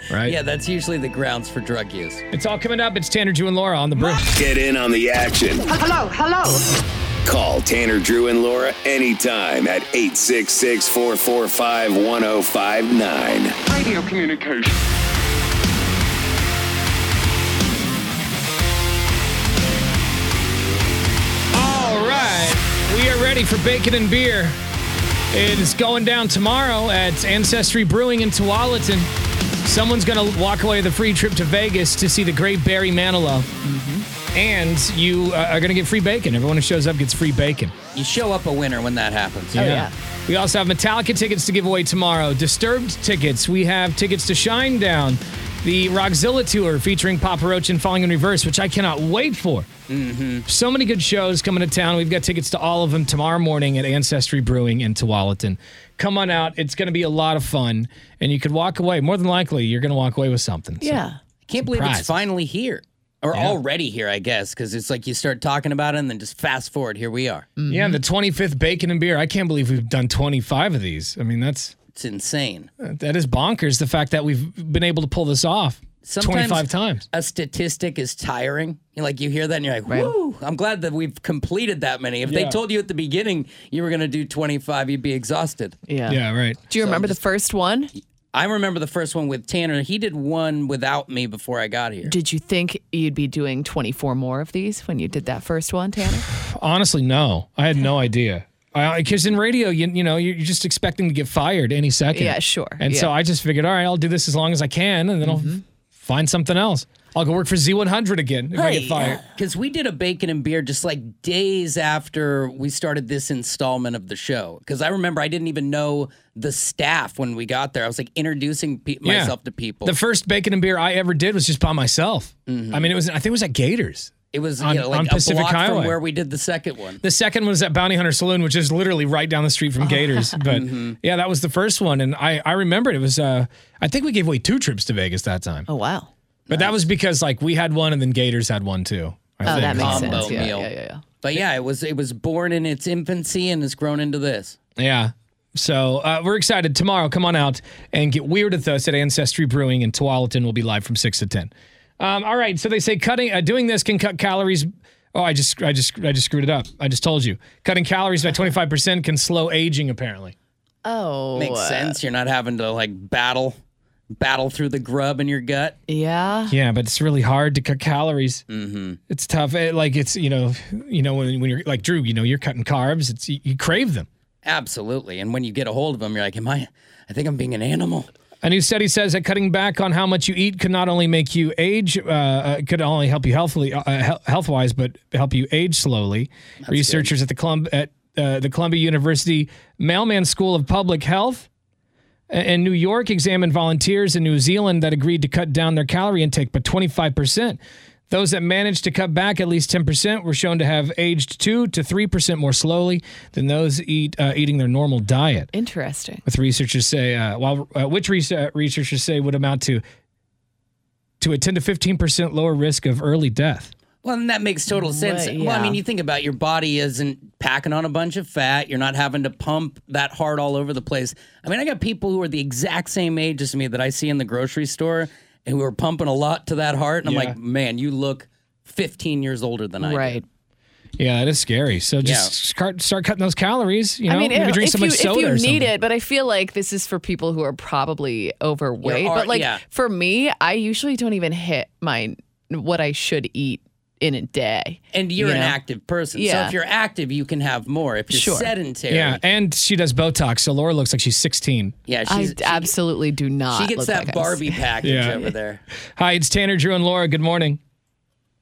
[SPEAKER 1] right?
[SPEAKER 2] Yeah, that's usually the grounds for drug use.
[SPEAKER 1] It's all coming up. It's Tanner, Jew, and Laura on the brew.
[SPEAKER 5] Get in on the action.
[SPEAKER 10] Hello, hello.
[SPEAKER 5] Call Tanner, Drew, and Laura anytime at 866 445 1059.
[SPEAKER 10] Radio communication.
[SPEAKER 1] All right. We are ready for bacon and beer. It is going down tomorrow at Ancestry Brewing in Tualatin. Someone's going to walk away with a free trip to Vegas to see the great Barry Manilow.
[SPEAKER 2] Mm-hmm.
[SPEAKER 1] And you uh, are going to get free bacon. Everyone who shows up gets free bacon.
[SPEAKER 2] You show up a winner when that happens.
[SPEAKER 1] We also have Metallica tickets to give away tomorrow, Disturbed tickets. We have tickets to Shine Down, the Rockzilla tour featuring Papa Roach and Falling in Reverse, which I cannot wait for. Mm-hmm. So many good shows coming to town. We've got tickets to all of them tomorrow morning at Ancestry Brewing in Tualatin. Come on out. It's going to be a lot of fun. And you could walk away. More than likely, you're going to walk away with something. So-
[SPEAKER 2] Yeah. I can't believe
[SPEAKER 1] Surprise.
[SPEAKER 2] it's finally here. Or already here, I guess, because it's like you start talking about it and then just fast forward. Here we are.
[SPEAKER 1] Yeah, and the 25th Bacon and Beer. I can't believe we've done 25 of these. I mean, that's. Uh,
[SPEAKER 2] It's insane.
[SPEAKER 1] That is bonkers, the fact that we've been able to pull this off
[SPEAKER 2] Sometimes
[SPEAKER 1] 25 times.
[SPEAKER 2] A statistic is tiring. You know, Like you hear that and you're like,
[SPEAKER 1] Right.
[SPEAKER 2] woo, I'm glad that we've completed that many. If
[SPEAKER 1] Yeah.
[SPEAKER 2] they told you at the beginning you were going to do 25, you'd be exhausted.
[SPEAKER 3] Yeah.
[SPEAKER 1] Yeah, right.
[SPEAKER 3] Do you remember the first one?
[SPEAKER 2] I remember the first one with Tanner. He did one without me before I got here.
[SPEAKER 3] Did you think you'd be doing 24 more of these when you did that first
[SPEAKER 1] [LAUGHS]
[SPEAKER 3] one, Tanner?
[SPEAKER 1] Honestly, no. I had no idea. Because in radio, you, you know, you're you're just expecting to get fired any second.
[SPEAKER 3] Yeah, sure.
[SPEAKER 1] And so
[SPEAKER 3] Yeah. Mm-hmm.
[SPEAKER 1] I just figured, all right, I'll do this as long as I can, and then I'll find something else. I'll go work for Z100 again if I get
[SPEAKER 2] [SIGHS]
[SPEAKER 1] fired.
[SPEAKER 2] Because we did a bacon and beer just like days after we started this installment of the show. Because I remember I didn't even know the staff when we got there. I was like introducing pe-
[SPEAKER 1] Yeah.
[SPEAKER 2] myself to people.
[SPEAKER 1] The first bacon and beer I ever did was just by myself.
[SPEAKER 3] Mm-hmm.
[SPEAKER 1] I mean, it was I think it was at Gators.
[SPEAKER 2] it was
[SPEAKER 1] on-
[SPEAKER 2] yeah, like
[SPEAKER 1] on
[SPEAKER 2] a
[SPEAKER 1] Pacific
[SPEAKER 2] block
[SPEAKER 1] Highway.
[SPEAKER 2] from where we did the second one.
[SPEAKER 1] The second one was at Bounty Hunter Saloon, which is literally right down the street from Gators. But yeah, that was the first one, and I I remember it. It was uh I think we gave away two trips to Vegas that time.
[SPEAKER 3] Oh wow!
[SPEAKER 1] But that was because like we had one, and then Gators had one too. I
[SPEAKER 2] Oh,
[SPEAKER 1] think.
[SPEAKER 2] Combo meal. But yeah, it was it was born in its infancy and has grown into this.
[SPEAKER 1] Yeah. So uh, we're excited. Tomorrow, come on out and get weird with us at Ancestry Brewing in Tualatin. We'll be live from six to ten. Um, all right. So they say cutting, uh, doing this can cut calories. Oh, I just, I just, I just screwed it up. I just told you, cutting calories by twenty five percent can slow aging. Apparently.
[SPEAKER 3] Oh,
[SPEAKER 2] Makes
[SPEAKER 3] uh,
[SPEAKER 2] sense. You're not having to like battle battle through the grub in your gut.
[SPEAKER 3] Yeah.
[SPEAKER 1] Yeah, but it's really hard to cut calories. Mm-hmm. It's tough. It- like it's you know, you know when, when you're like Drew, you know you're cutting carbs. It's you, you crave them.
[SPEAKER 2] Absolutely. And when you get a hold of them, you're like, am I? I think I'm being an animal.
[SPEAKER 1] A new study says that cutting back on how much you eat could not only make you age, uh, uh, could only help you healthily, uh, health wise, but help you age slowly. Researchers at the Colum- at uh, the Columbia University Mailman School of Public Health a- in New York examined volunteers in New Zealand that agreed to cut down their calorie intake by 25 percent. Those that managed to cut back at least 10% were shown to have aged 2 to 3% more slowly than those eat, uh, eating their normal diet
[SPEAKER 3] Interesting.
[SPEAKER 1] with researchers say uh, while uh, which rese- uh, researchers say would amount to to a 10 to 15 percent lower risk of early death
[SPEAKER 2] Well, and that makes total sense.
[SPEAKER 3] Right,
[SPEAKER 2] Well, I mean,
[SPEAKER 3] yeah.
[SPEAKER 2] you think about it, your body isn't packing on a bunch of fat. You're not having to pump that hard all over the place. I mean, I got people who are the exact same age as me that I see in the grocery store and who are pumping a lot to that heart. And I'm
[SPEAKER 1] Yeah.
[SPEAKER 2] like, man, you look 15 years older than I do.
[SPEAKER 3] Right.
[SPEAKER 1] yeah that is scary so just start start cutting those calories you know
[SPEAKER 3] I mean,
[SPEAKER 1] maybe
[SPEAKER 3] if,
[SPEAKER 1] drink
[SPEAKER 3] if
[SPEAKER 1] some
[SPEAKER 3] you,
[SPEAKER 1] much soda
[SPEAKER 3] if you
[SPEAKER 1] or
[SPEAKER 3] need
[SPEAKER 1] something.
[SPEAKER 3] it, but I feel like this is for people who are probably overweight.
[SPEAKER 1] are-
[SPEAKER 3] but like
[SPEAKER 1] yeah.
[SPEAKER 3] for me, I usually don't even hit my what I should eat in a day.
[SPEAKER 2] And you're
[SPEAKER 3] you
[SPEAKER 2] an
[SPEAKER 3] know?
[SPEAKER 2] active person. So
[SPEAKER 3] Yeah.
[SPEAKER 2] if you're active, you can have more. If you're
[SPEAKER 3] Sure.
[SPEAKER 2] sedentary,
[SPEAKER 1] yeah and she does botox so laura looks like she's 16
[SPEAKER 2] yeah
[SPEAKER 3] I
[SPEAKER 2] she's,
[SPEAKER 3] absolutely do not.
[SPEAKER 2] she gets
[SPEAKER 3] look
[SPEAKER 2] that
[SPEAKER 3] like I'm-
[SPEAKER 1] [LAUGHS]
[SPEAKER 2] Barbie
[SPEAKER 3] [LAUGHS]
[SPEAKER 2] package
[SPEAKER 1] Yeah.
[SPEAKER 2] over there.
[SPEAKER 1] hi it's tanner drew and laura good morning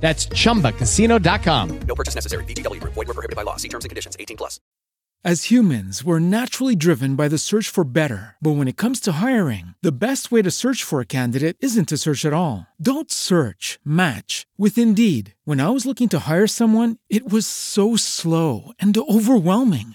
[SPEAKER 17] That's chumbacasino.com.
[SPEAKER 18] No purchase necessary. VGW Group. Void were prohibited by law. See terms and conditions. 18 plus.
[SPEAKER 9] As humans, we're naturally driven by the search for better. But when it comes to hiring, the best way to search for a candidate isn't to search at all. Don't search, match with Indeed. When I was looking to hire someone, it was so slow and overwhelming.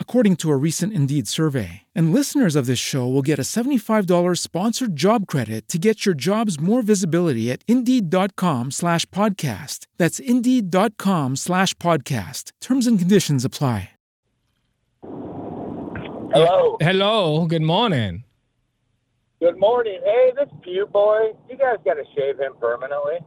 [SPEAKER 9] according to a recent Indeed survey. And listeners of this show will get a $75 sponsored job credit to get your jobs more visibility at Indeed.com slash podcast. That's Indeed.com slash podcast. Terms and conditions apply.
[SPEAKER 1] hello hello good morning
[SPEAKER 15] Good morning. Hey, this pew boy. You guys got to shave him permanently.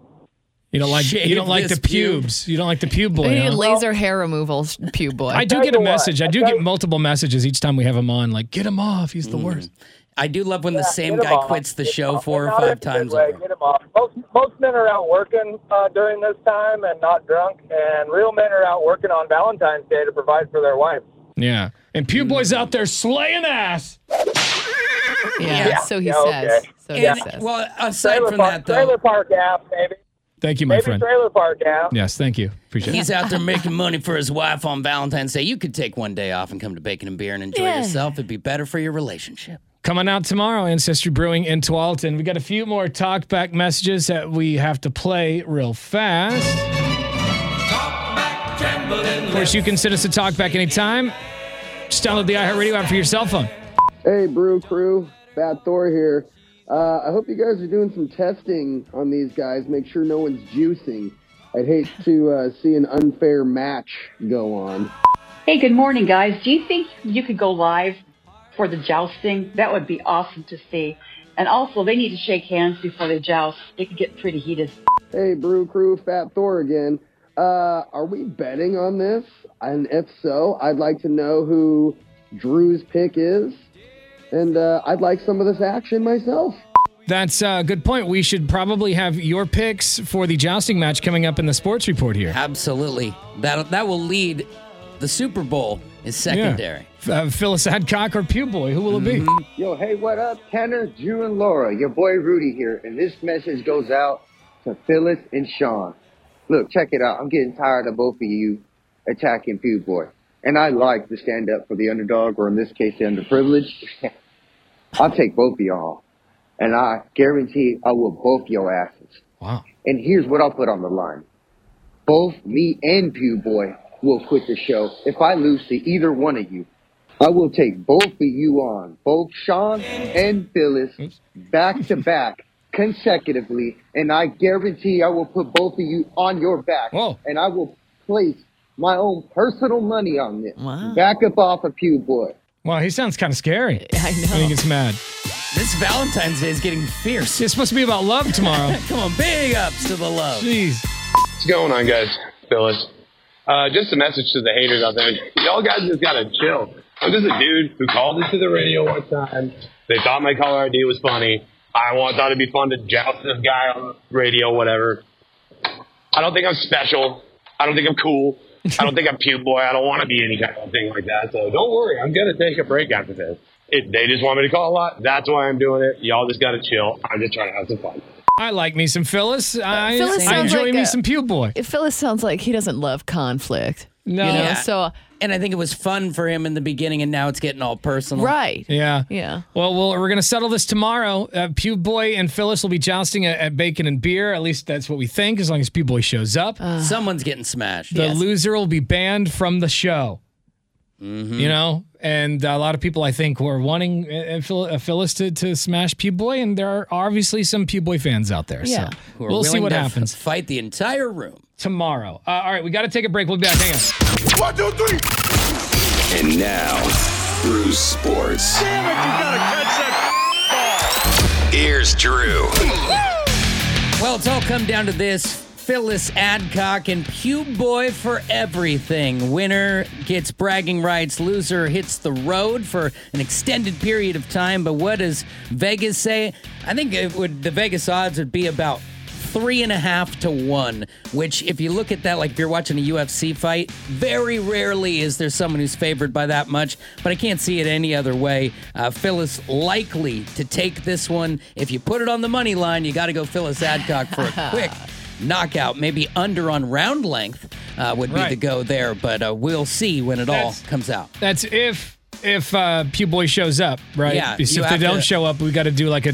[SPEAKER 1] you don't like
[SPEAKER 15] Shave
[SPEAKER 1] you don't like the
[SPEAKER 15] this pube.
[SPEAKER 1] pubes you don't like the pube boy
[SPEAKER 3] I need
[SPEAKER 1] huh?
[SPEAKER 3] laser hair removal, s- pew boy.
[SPEAKER 1] i do get a message i do get multiple messages each time we have him on like get him off he's the
[SPEAKER 2] Mm.
[SPEAKER 1] worst
[SPEAKER 2] I do love when the same
[SPEAKER 15] get 'em
[SPEAKER 2] guy
[SPEAKER 15] off.
[SPEAKER 2] quits the
[SPEAKER 15] Get 'em
[SPEAKER 2] show
[SPEAKER 15] off.
[SPEAKER 2] four or
[SPEAKER 15] Not
[SPEAKER 2] five
[SPEAKER 15] in a good
[SPEAKER 2] times
[SPEAKER 15] way.
[SPEAKER 2] over.
[SPEAKER 15] Get 'em off. Most, most men are out working uh, during this time and not drunk, and real men are out working on Valentine's Day to provide for their wives.
[SPEAKER 1] yeah and pew boys out there slaying ass
[SPEAKER 3] Yeah, so he says. So he
[SPEAKER 15] Yeah.
[SPEAKER 3] says.
[SPEAKER 2] Well, aside from that, though,
[SPEAKER 15] Trailer park app, baby.
[SPEAKER 1] Thank you, my
[SPEAKER 15] Maybe
[SPEAKER 1] friend.
[SPEAKER 15] trailer park now.
[SPEAKER 1] Yes, thank you. Appreciate
[SPEAKER 2] He's
[SPEAKER 1] it.
[SPEAKER 2] out there making money for his wife on Valentine's Day. You could take one day off and come to Bacon and Beer and enjoy
[SPEAKER 1] Yeah.
[SPEAKER 2] yourself. It'd be better for your relationship.
[SPEAKER 1] Coming out tomorrow, Ancestry Brewing in Tualatin. We got a few more talkback messages that we have to play real fast. Of course, you can send us a talkback anytime. Just download the iHeartRadio app for your cell phone.
[SPEAKER 19] Hey, Brew Crew, Bad Thor here. Uh, I hope you guys are doing some testing on these guys. Make sure no one's juicing. I'd hate to uh, see an unfair match go on.
[SPEAKER 20] Hey, good morning, guys. Do you think you could go live for the jousting? That would be awesome to see. And also, they need to shake hands before they joust. It could get pretty heated.
[SPEAKER 19] Hey, Brew Crew, Fat Thor again. Uh, are we betting on this? And if so, I'd like to know who Drew's pick is. And uh, I'd like some of this action myself.
[SPEAKER 1] That's a good point. We should probably have your picks for the jousting match coming up in the sports report here.
[SPEAKER 2] Absolutely. That that will lead the Super Bowl is secondary.
[SPEAKER 1] Uh, Phyllis Adcock or Pew Boy, who will it be?
[SPEAKER 2] Mm-hmm.
[SPEAKER 21] Yo, hey, what up, Tanner, Drew, and Laura? Your boy Rudy here, and this message goes out to Phyllis and Sean. Look, check it out. I'm getting tired of both of you attacking Pew Boy, and I like to stand up for the underdog, or in this case, the underprivileged. [LAUGHS] I'll take both of y'all, and I guarantee I will both your asses.
[SPEAKER 1] Wow.
[SPEAKER 21] And here's what I'll put on the line: both me and Pew Boy will quit the show if I lose to either one of you. I will take both of you on, both Sean and Phyllis, back to back, consecutively, and I guarantee I will put both of you on your back, and I will place my own personal money on this. Back up off of Pew Boy.
[SPEAKER 1] Wow, he sounds kind of
[SPEAKER 2] [LAUGHS]
[SPEAKER 1] scary. I know. I think it's mad.
[SPEAKER 2] This Valentine's Day is getting fierce.
[SPEAKER 1] It's supposed to be about love tomorrow.
[SPEAKER 2] [LAUGHS] Come on, big ups to the love.
[SPEAKER 1] Jeez.
[SPEAKER 11] What's going on, guys? Phyllis. Uh, just a message to the haters out there. Y'all guys just gotta chill. I'm just a dude who called into the radio one time. They thought my caller ID was funny. I want, thought it'd be fun to joust this guy on the radio, whatever. I don't think I'm special. I don't think I'm cool. I don't think I'm cute boy. I don't want to be any kind of thing like that. So don't worry. I'm gonna take a break after this. If they just want me to call a lot, that's why I'm doing it. Y'all just gotta chill. I'm just trying to have some fun.
[SPEAKER 1] I like me some Phyllis. I,
[SPEAKER 3] Phyllis
[SPEAKER 1] I
[SPEAKER 3] sounds
[SPEAKER 1] enjoy
[SPEAKER 3] like
[SPEAKER 1] me
[SPEAKER 3] a-
[SPEAKER 1] some Pew Boy.
[SPEAKER 3] Phyllis sounds like he doesn't love conflict.
[SPEAKER 1] No.
[SPEAKER 3] You know,
[SPEAKER 2] Yeah.
[SPEAKER 3] so
[SPEAKER 2] And I think it was fun for him in the beginning, and now it's getting all personal.
[SPEAKER 3] Right.
[SPEAKER 1] Yeah.
[SPEAKER 3] Yeah.
[SPEAKER 1] Well, we'll we're going to settle this tomorrow. Uh, Pew Boy and Phyllis will be jousting at, at Bacon and Beer. At least that's what we think, as long as Pew Boy shows up.
[SPEAKER 3] Uh.
[SPEAKER 2] Someone's getting smashed.
[SPEAKER 1] the loser will be banned from the show.
[SPEAKER 2] Mm-hmm.
[SPEAKER 1] You know, and a lot of people I think were wanting uh, uh, Phil- uh, Phyllis to, to smash Pew Boy, and there are obviously some Pew Boy fans out there. So
[SPEAKER 2] Who are
[SPEAKER 1] we'll see
[SPEAKER 2] willing
[SPEAKER 1] what
[SPEAKER 2] to f-
[SPEAKER 1] happens
[SPEAKER 2] Fight the entire room.
[SPEAKER 1] tomorrow. Uh, all right, we got to take a break. We'll be back. Hang on.
[SPEAKER 5] One, two, three. And now, Brew Sports. Damn it, you gotta catch that ball. Here's Drew.
[SPEAKER 2] Well, it's all come down to this. Phyllis Adcock and Pew Boy for everything. Winner gets bragging rights. Loser hits the road for an extended period of time. But what does Vegas say? I think it would the Vegas odds would be about three and a half to one. Which, if you look at that, like if you're watching a UFC fight, very rarely is there someone who's favored by that much. But I can't see it any other way. Uh, Phyllis likely to take this one. If you put it on the money line, you got to go Phyllis Adcock for
[SPEAKER 1] [LAUGHS]
[SPEAKER 2] a quick knockout. Maybe under on round length uh, would be
[SPEAKER 1] Right.
[SPEAKER 2] the go there. But uh, we'll see when it all comes out.
[SPEAKER 1] That's if if uh, Pew Boy shows up, right?
[SPEAKER 2] Yeah,
[SPEAKER 1] Because
[SPEAKER 2] you
[SPEAKER 1] if they
[SPEAKER 2] have
[SPEAKER 1] don't
[SPEAKER 2] to-
[SPEAKER 1] show up, we got to do like a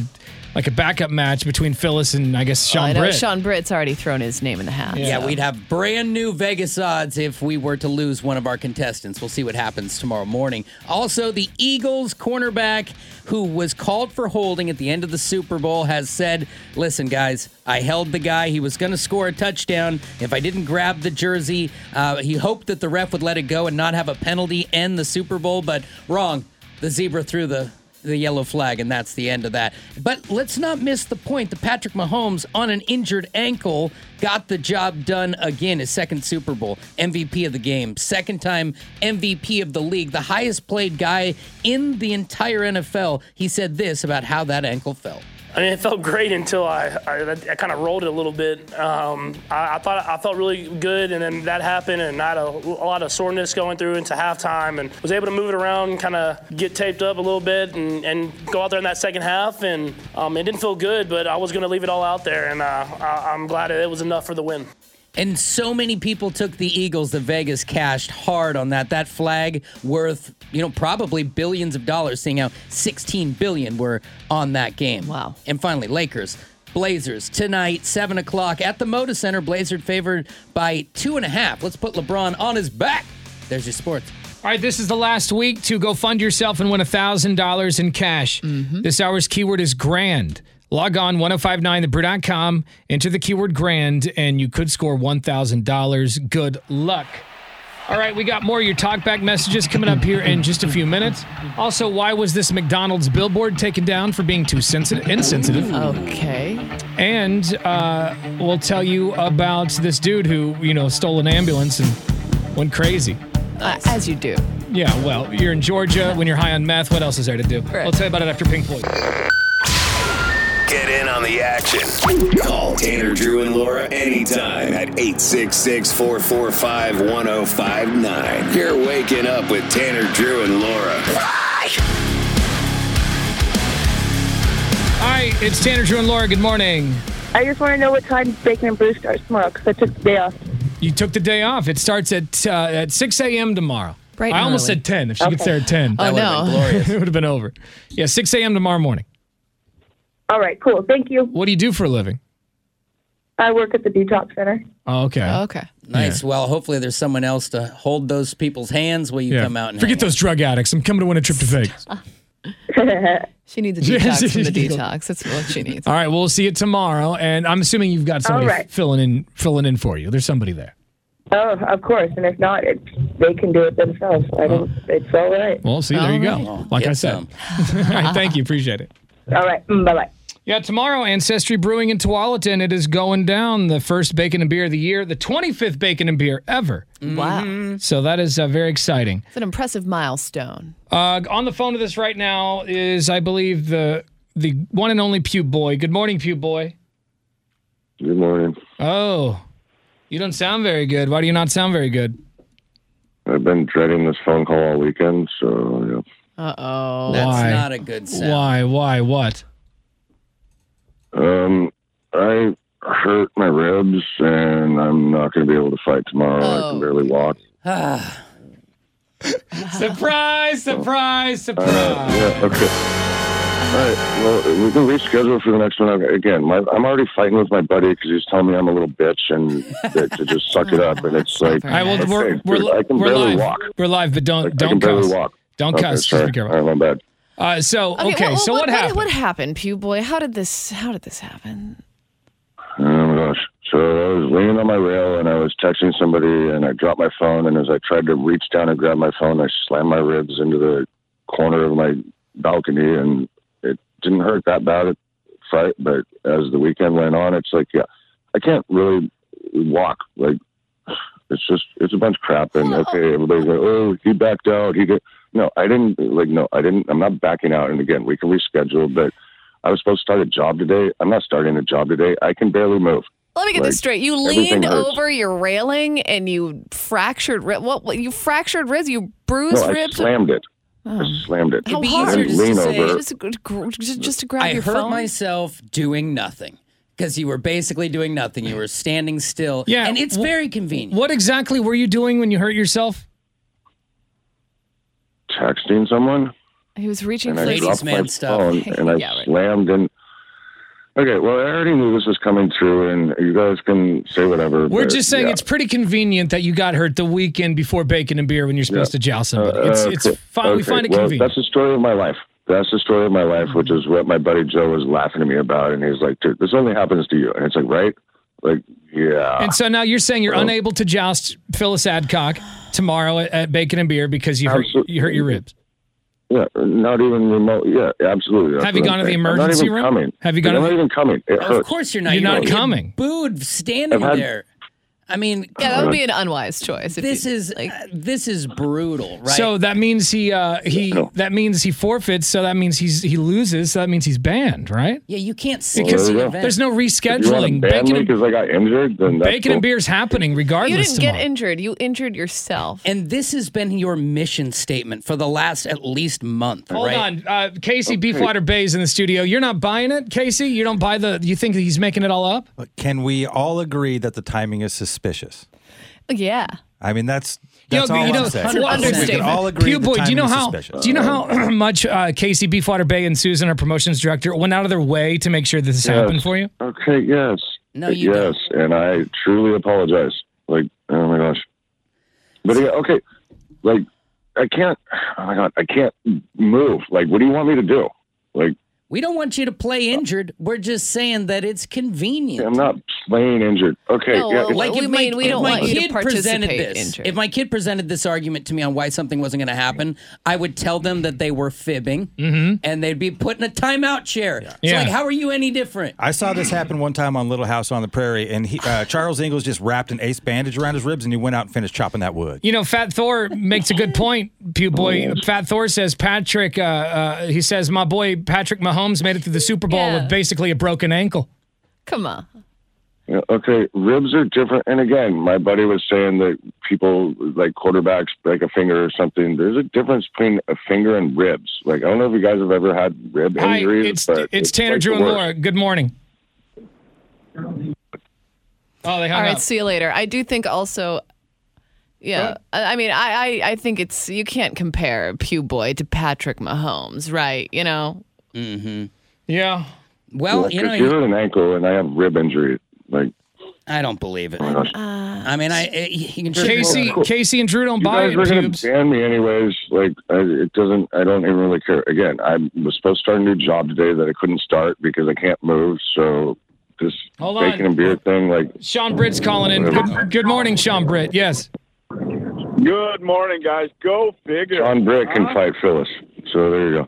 [SPEAKER 1] like a backup match between Phyllis and I guess
[SPEAKER 3] Well, Oh, I
[SPEAKER 1] Sean
[SPEAKER 3] know
[SPEAKER 1] Britt.
[SPEAKER 3] Sean Britt's already thrown his name in the hat.
[SPEAKER 2] Yeah,
[SPEAKER 3] so.
[SPEAKER 2] we'd have brand new Vegas odds if we were to lose one of our contestants. We'll see what happens tomorrow morning. Also, the Eagles cornerback who was called for holding at the end of the Super Bowl has said, "Listen, guys, I held the guy. He was going to score a touchdown. If I didn't grab the jersey, uh, he hoped that the ref would let it go and not have a penalty end the Super Bowl. But wrong. The zebra threw the." The yellow flag, and that's the end of that. But let's not miss the point that Patrick Mahomes, on an injured ankle, got the job done again. His second Super Bowl, MVP of the game, second time MVP of the league, the highest played guy in the entire NFL. He said this about how that ankle felt.
[SPEAKER 6] I mean, it felt great until I, I, I kind of rolled it a little bit. Um, I, I thought I felt really good, and then that happened, and I had a, a lot of soreness going through into halftime, and was able to move it around, kind of get taped up a little bit, and, and go out there in that second half, and um, it didn't feel good, but I was going to leave it all out there, and uh, I, I'm glad it was enough for the win.
[SPEAKER 2] And so many people took the Eagles. The Vegas cashed hard on that. That flag worth, you know, probably billions of dollars, seeing how 16 billion were on that game. Wow. And finally, Lakers. Blazers tonight, 7 o'clock at the Moda Center. Blazers favored by two and a half. Let's put LeBron on his back. There's your sports.
[SPEAKER 1] All right, this is the last week to go fund yourself and win $1,000 in cash.
[SPEAKER 2] Mm-hmm.
[SPEAKER 1] This hour's keyword is grand. Log on 1059thebrew.com, enter the keyword grand, and you could score $1,000. Good luck. All right, we got more of your talkback messages coming up here in just a few minutes. Also, why was this McDonald's billboard taken down for being too sensitive, insensitive?
[SPEAKER 3] Okay.
[SPEAKER 1] And uh, we'll tell you about this dude who, you know, stole an ambulance and went crazy.
[SPEAKER 3] Uh, as you do.
[SPEAKER 1] Yeah, well, you're in Georgia when you're high on meth. What else is there to do? I'll tell you about it after Pink Floyd.
[SPEAKER 5] Get in on the action. Call Tanner, Drew, and Laura anytime at 866 445 1059. You're waking up with Tanner, Drew, and Laura.
[SPEAKER 1] All right, it's Tanner, Drew, and Laura. Good morning.
[SPEAKER 4] I just want to know what time Bacon and Brew starts tomorrow because I took the day off.
[SPEAKER 1] You took the day off. It starts at uh, at 6 a.m. tomorrow.
[SPEAKER 4] Bright
[SPEAKER 1] I
[SPEAKER 4] and
[SPEAKER 1] almost
[SPEAKER 4] early.
[SPEAKER 1] said 10. If she gets
[SPEAKER 4] Okay.
[SPEAKER 1] there at 10,
[SPEAKER 4] Oh, That would've no. [LAUGHS] been glorious.
[SPEAKER 1] it would have been over. Yeah, 6 a.m. tomorrow morning.
[SPEAKER 4] All right, cool. Thank you.
[SPEAKER 1] What do you do for a living?
[SPEAKER 4] I work at the detox center.
[SPEAKER 1] Oh, okay.
[SPEAKER 3] Okay.
[SPEAKER 2] Nice. Well, hopefully there's someone else to hold those people's hands while you
[SPEAKER 1] Yeah.
[SPEAKER 2] come out and
[SPEAKER 1] Forget those drug addicts. I'm coming to win a trip to Vegas.
[SPEAKER 3] She needs a
[SPEAKER 1] Yeah,
[SPEAKER 3] detox from the
[SPEAKER 1] she-
[SPEAKER 3] detox. That's what she needs.
[SPEAKER 1] All right, we'll see you tomorrow. And I'm assuming you've got somebody
[SPEAKER 4] All right.
[SPEAKER 1] filling in filling in for you. There's somebody there.
[SPEAKER 4] Oh, of course. And if not, it, they can do it themselves. I don't. It's all right.
[SPEAKER 1] Well, see, there you go. Like I said. [LAUGHS] All right, thank you. Appreciate it.
[SPEAKER 4] All right. mm, Bye bye.
[SPEAKER 1] Yeah, tomorrow, Ancestry Brewing in Tualatin. It is going down. The first bacon and beer of the year, the 25th bacon and beer ever.
[SPEAKER 3] Wow.
[SPEAKER 1] So that is uh, very exciting.
[SPEAKER 3] It's an impressive milestone.
[SPEAKER 1] Uh, on the phone with us right now is, I believe, the the one and only Pew Boy. Good morning, Pew Boy.
[SPEAKER 22] Good morning.
[SPEAKER 1] Oh, you don't sound very good. Why do you not sound very good?
[SPEAKER 22] I've been dreading this phone call all weekend, so
[SPEAKER 3] Uh oh.
[SPEAKER 1] That's Why? not
[SPEAKER 2] a good
[SPEAKER 1] Why? Why?
[SPEAKER 2] [SIGHS]
[SPEAKER 1] What?
[SPEAKER 22] yeah. Um, I hurt my ribs, and I'm not going to be able to fight tomorrow. I
[SPEAKER 1] Oh.
[SPEAKER 22] can barely walk.
[SPEAKER 1] surprise! Surprise! Surprise!
[SPEAKER 22] Yeah. Okay. All right. Well, we can reschedule for the next one. Again, my, I'm already fighting with my buddy because he's telling me I'm a little bitch
[SPEAKER 1] [LAUGHS]
[SPEAKER 22] and that to just suck it up. And it's like,
[SPEAKER 1] All right, well,
[SPEAKER 22] okay,
[SPEAKER 1] we're, we're,
[SPEAKER 22] dude,
[SPEAKER 1] li-
[SPEAKER 22] I can
[SPEAKER 1] we're
[SPEAKER 22] barely
[SPEAKER 1] live.
[SPEAKER 22] walk.
[SPEAKER 1] We're live, but don't
[SPEAKER 22] I can
[SPEAKER 1] don't
[SPEAKER 22] barely
[SPEAKER 1] cuss.
[SPEAKER 22] walk.
[SPEAKER 1] Don't
[SPEAKER 22] okay,
[SPEAKER 1] cuss.
[SPEAKER 22] Sorry.
[SPEAKER 1] Just be careful.
[SPEAKER 22] All right, my bad.
[SPEAKER 1] Uh, so okay,
[SPEAKER 3] well,
[SPEAKER 1] so what, happened?
[SPEAKER 3] What happened, Pew Boy? How did this? How did this happen?
[SPEAKER 22] Oh my gosh. So I was leaning on my rail and I was texting somebody and I dropped my phone and as I tried to reach down and grab my phone I slammed my ribs into the corner of my balcony and it didn't hurt that bad at fight but as the weekend went on it's like yeah I can't really walk like it's just it's a bunch of crap and okay everybody's like oh he backed out he did no I didn't like no I didn't I'm not backing out and again we can reschedule but I was supposed to start a job today I'm not starting a job today I can barely move
[SPEAKER 3] Let me get
[SPEAKER 22] Like,
[SPEAKER 3] this straight. You
[SPEAKER 22] everything
[SPEAKER 3] leaned
[SPEAKER 22] hurts.
[SPEAKER 3] over your railing and you fractured. Ri- what, what? You fractured ribs? You bruised
[SPEAKER 22] no,
[SPEAKER 3] ribs?
[SPEAKER 22] I slammed it.
[SPEAKER 3] Oh.
[SPEAKER 22] I slammed it.
[SPEAKER 3] How
[SPEAKER 22] I
[SPEAKER 3] hard?
[SPEAKER 22] didn't lean over.
[SPEAKER 3] Just, to gr- just, just to grab
[SPEAKER 2] I
[SPEAKER 3] your
[SPEAKER 2] hurt
[SPEAKER 3] phone.
[SPEAKER 2] myself doing nothing because you were basically doing nothing. You were standing still.
[SPEAKER 1] Yeah,
[SPEAKER 2] and it's
[SPEAKER 1] wh-
[SPEAKER 2] very convenient.
[SPEAKER 1] What exactly were you doing when you hurt yourself?
[SPEAKER 22] Texting someone,
[SPEAKER 3] He was reaching
[SPEAKER 22] and
[SPEAKER 3] for
[SPEAKER 22] I dropped my
[SPEAKER 3] [LAUGHS]
[SPEAKER 22] phone, and I
[SPEAKER 3] yeah, right.
[SPEAKER 22] slammed in. Okay, well, I already knew this was coming through, and you guys can say whatever.
[SPEAKER 1] We're
[SPEAKER 22] but,
[SPEAKER 1] just saying
[SPEAKER 22] yeah.
[SPEAKER 1] it's pretty convenient that you got hurt the weekend before bacon and beer when you're supposed to jowl somebody. it's
[SPEAKER 22] Uh,
[SPEAKER 1] it's
[SPEAKER 22] okay.
[SPEAKER 1] fine. We
[SPEAKER 22] Okay,
[SPEAKER 1] find it
[SPEAKER 22] well,
[SPEAKER 1] convenient.
[SPEAKER 22] That's the story of my life. That's the story of my life, which is what my buddy Joe was laughing at me about, and he's like, "Dude, this only happens to you," and it's like, right? Like, yeah.
[SPEAKER 1] And so now you're saying you're
[SPEAKER 22] Well-
[SPEAKER 1] unable to joust Phyllis Adcock tomorrow at, at bacon and beer because you hurt you hurt your ribs.
[SPEAKER 22] Yeah, not even remote. Yeah, absolutely. That's
[SPEAKER 1] Have you
[SPEAKER 22] what
[SPEAKER 1] gone
[SPEAKER 22] I'm
[SPEAKER 1] to the
[SPEAKER 22] saying. I'm
[SPEAKER 1] emergency
[SPEAKER 22] not even
[SPEAKER 1] room?
[SPEAKER 22] Coming.
[SPEAKER 1] Have you gone
[SPEAKER 22] I'm
[SPEAKER 1] to
[SPEAKER 22] not
[SPEAKER 1] the-
[SPEAKER 22] even coming. It
[SPEAKER 2] of
[SPEAKER 22] hurts.
[SPEAKER 2] course you're not.
[SPEAKER 1] You're not
[SPEAKER 2] gonna get
[SPEAKER 1] coming.
[SPEAKER 2] Booed standing
[SPEAKER 22] I've had-
[SPEAKER 2] there. I mean,
[SPEAKER 3] Yeah,
[SPEAKER 22] Uh-huh.
[SPEAKER 3] that would be an unwise choice. if
[SPEAKER 2] This
[SPEAKER 3] you-
[SPEAKER 2] is uh, this is brutal, right?
[SPEAKER 1] So that means he uh, he that means he forfeits. So that means he's he loses. So that means he's banned, right?
[SPEAKER 2] yeah, you can't see
[SPEAKER 1] Because
[SPEAKER 2] an event.
[SPEAKER 1] there's no
[SPEAKER 22] If you want to
[SPEAKER 1] rescheduling.
[SPEAKER 22] ban
[SPEAKER 1] Bacon,
[SPEAKER 22] me
[SPEAKER 1] and,
[SPEAKER 22] because I got injured, then that's
[SPEAKER 1] bacon and
[SPEAKER 22] cool.
[SPEAKER 1] beer's happening regardless.
[SPEAKER 3] you didn't
[SPEAKER 2] tomorrow.
[SPEAKER 3] get injured. You injured yourself.
[SPEAKER 2] And this has been your mission statement for the last at least month,
[SPEAKER 1] Hold
[SPEAKER 2] right?
[SPEAKER 1] on, uh, Casey Beefwater Bay's in the studio. You're not buying it, Casey. You don't buy the. You think that he's making it all up?
[SPEAKER 7] Can we all agree that the timing is suspicious?
[SPEAKER 3] Yeah.
[SPEAKER 7] I mean, that's that's all I'm saying.
[SPEAKER 1] well,
[SPEAKER 7] I think we can all agree
[SPEAKER 1] Pew
[SPEAKER 7] the
[SPEAKER 1] boy, do you
[SPEAKER 7] timing
[SPEAKER 1] know
[SPEAKER 7] is
[SPEAKER 1] how
[SPEAKER 7] suspicious.
[SPEAKER 1] do you know how [CLEARS THROAT] much uh, Casey Beefwater Bay and Susan, our promotions director, went out of their way to make sure this
[SPEAKER 22] Yes.
[SPEAKER 1] happened for you?
[SPEAKER 22] Okay, yes.
[SPEAKER 2] No,
[SPEAKER 22] you Yes, and I truly apologize. Like, oh my gosh. But yeah, okay, like, I can't, oh my God, I can't move. Like, what do you want me to do? Like,
[SPEAKER 2] We don't want you to play
[SPEAKER 1] Uh,
[SPEAKER 2] injured. We're just saying that it's convenient.
[SPEAKER 22] I'm not plain injured. Okay, yeah. it's-
[SPEAKER 2] like if my, if my
[SPEAKER 3] want you to
[SPEAKER 2] kid presented
[SPEAKER 3] participate
[SPEAKER 2] this,
[SPEAKER 3] injured.
[SPEAKER 2] if my kid presented this argument to me on why something wasn't going to happen, I would tell them that they were fibbing,
[SPEAKER 1] Mm-hmm.
[SPEAKER 2] and they'd be put in a timeout chair. It's
[SPEAKER 7] Yeah.
[SPEAKER 2] like, how are you any different?
[SPEAKER 7] I saw this happen one time on Little House on the Prairie, and he, uh, Charles Ingalls just wrapped an ace bandage around his ribs, and he went out and finished chopping that wood.
[SPEAKER 1] You know, Fat Thor makes a
[SPEAKER 3] [LAUGHS]
[SPEAKER 1] good point, Pew
[SPEAKER 3] Oh,
[SPEAKER 1] Boy. Fat Thor says Patrick. Uh, uh, he says my boy Patrick Mahomes made it through the Super Bowl with basically a broken ankle.
[SPEAKER 3] Come on.
[SPEAKER 22] Yeah, Okay, ribs are different. And again, my buddy was saying that people like quarterbacks break a finger or something. There's a difference between a finger and ribs. Like I don't know if you guys have ever had rib
[SPEAKER 1] Hi,
[SPEAKER 22] injuries,
[SPEAKER 1] it's
[SPEAKER 22] but
[SPEAKER 1] it's, Tanner,
[SPEAKER 22] like the
[SPEAKER 1] Drew, and
[SPEAKER 22] worst.
[SPEAKER 1] Laura. Good morning. Oh, they hung
[SPEAKER 3] All right,
[SPEAKER 1] up.
[SPEAKER 3] see you later. I do think also, yeah. I I mean, I, I I think it's you can't compare Pew Boy to Patrick Mahomes, right? You know.
[SPEAKER 2] Mm-hmm.
[SPEAKER 1] Yeah.
[SPEAKER 2] Well,
[SPEAKER 22] Yeah,
[SPEAKER 2] you know,
[SPEAKER 22] 'cause had an ankle, and I have rib injury. Like
[SPEAKER 2] I don't believe it. I mean, I I- you can
[SPEAKER 1] Casey, Casey, and Drew don't
[SPEAKER 22] you
[SPEAKER 1] buy
[SPEAKER 22] guys
[SPEAKER 1] it.
[SPEAKER 22] were going
[SPEAKER 1] Pubes.
[SPEAKER 22] to ban me anyways. Like I, it doesn't. I don't even really care. Again, I was supposed to start a new job today that I couldn't start because I can't move. So this
[SPEAKER 1] Hold on.
[SPEAKER 22] bacon and beer thing, like
[SPEAKER 1] Sean Britt's calling in. Good, good morning, Sean Britt. Yes.
[SPEAKER 8] Good morning, guys. Go figure.
[SPEAKER 22] John Britt can fight Phyllis. So there you go.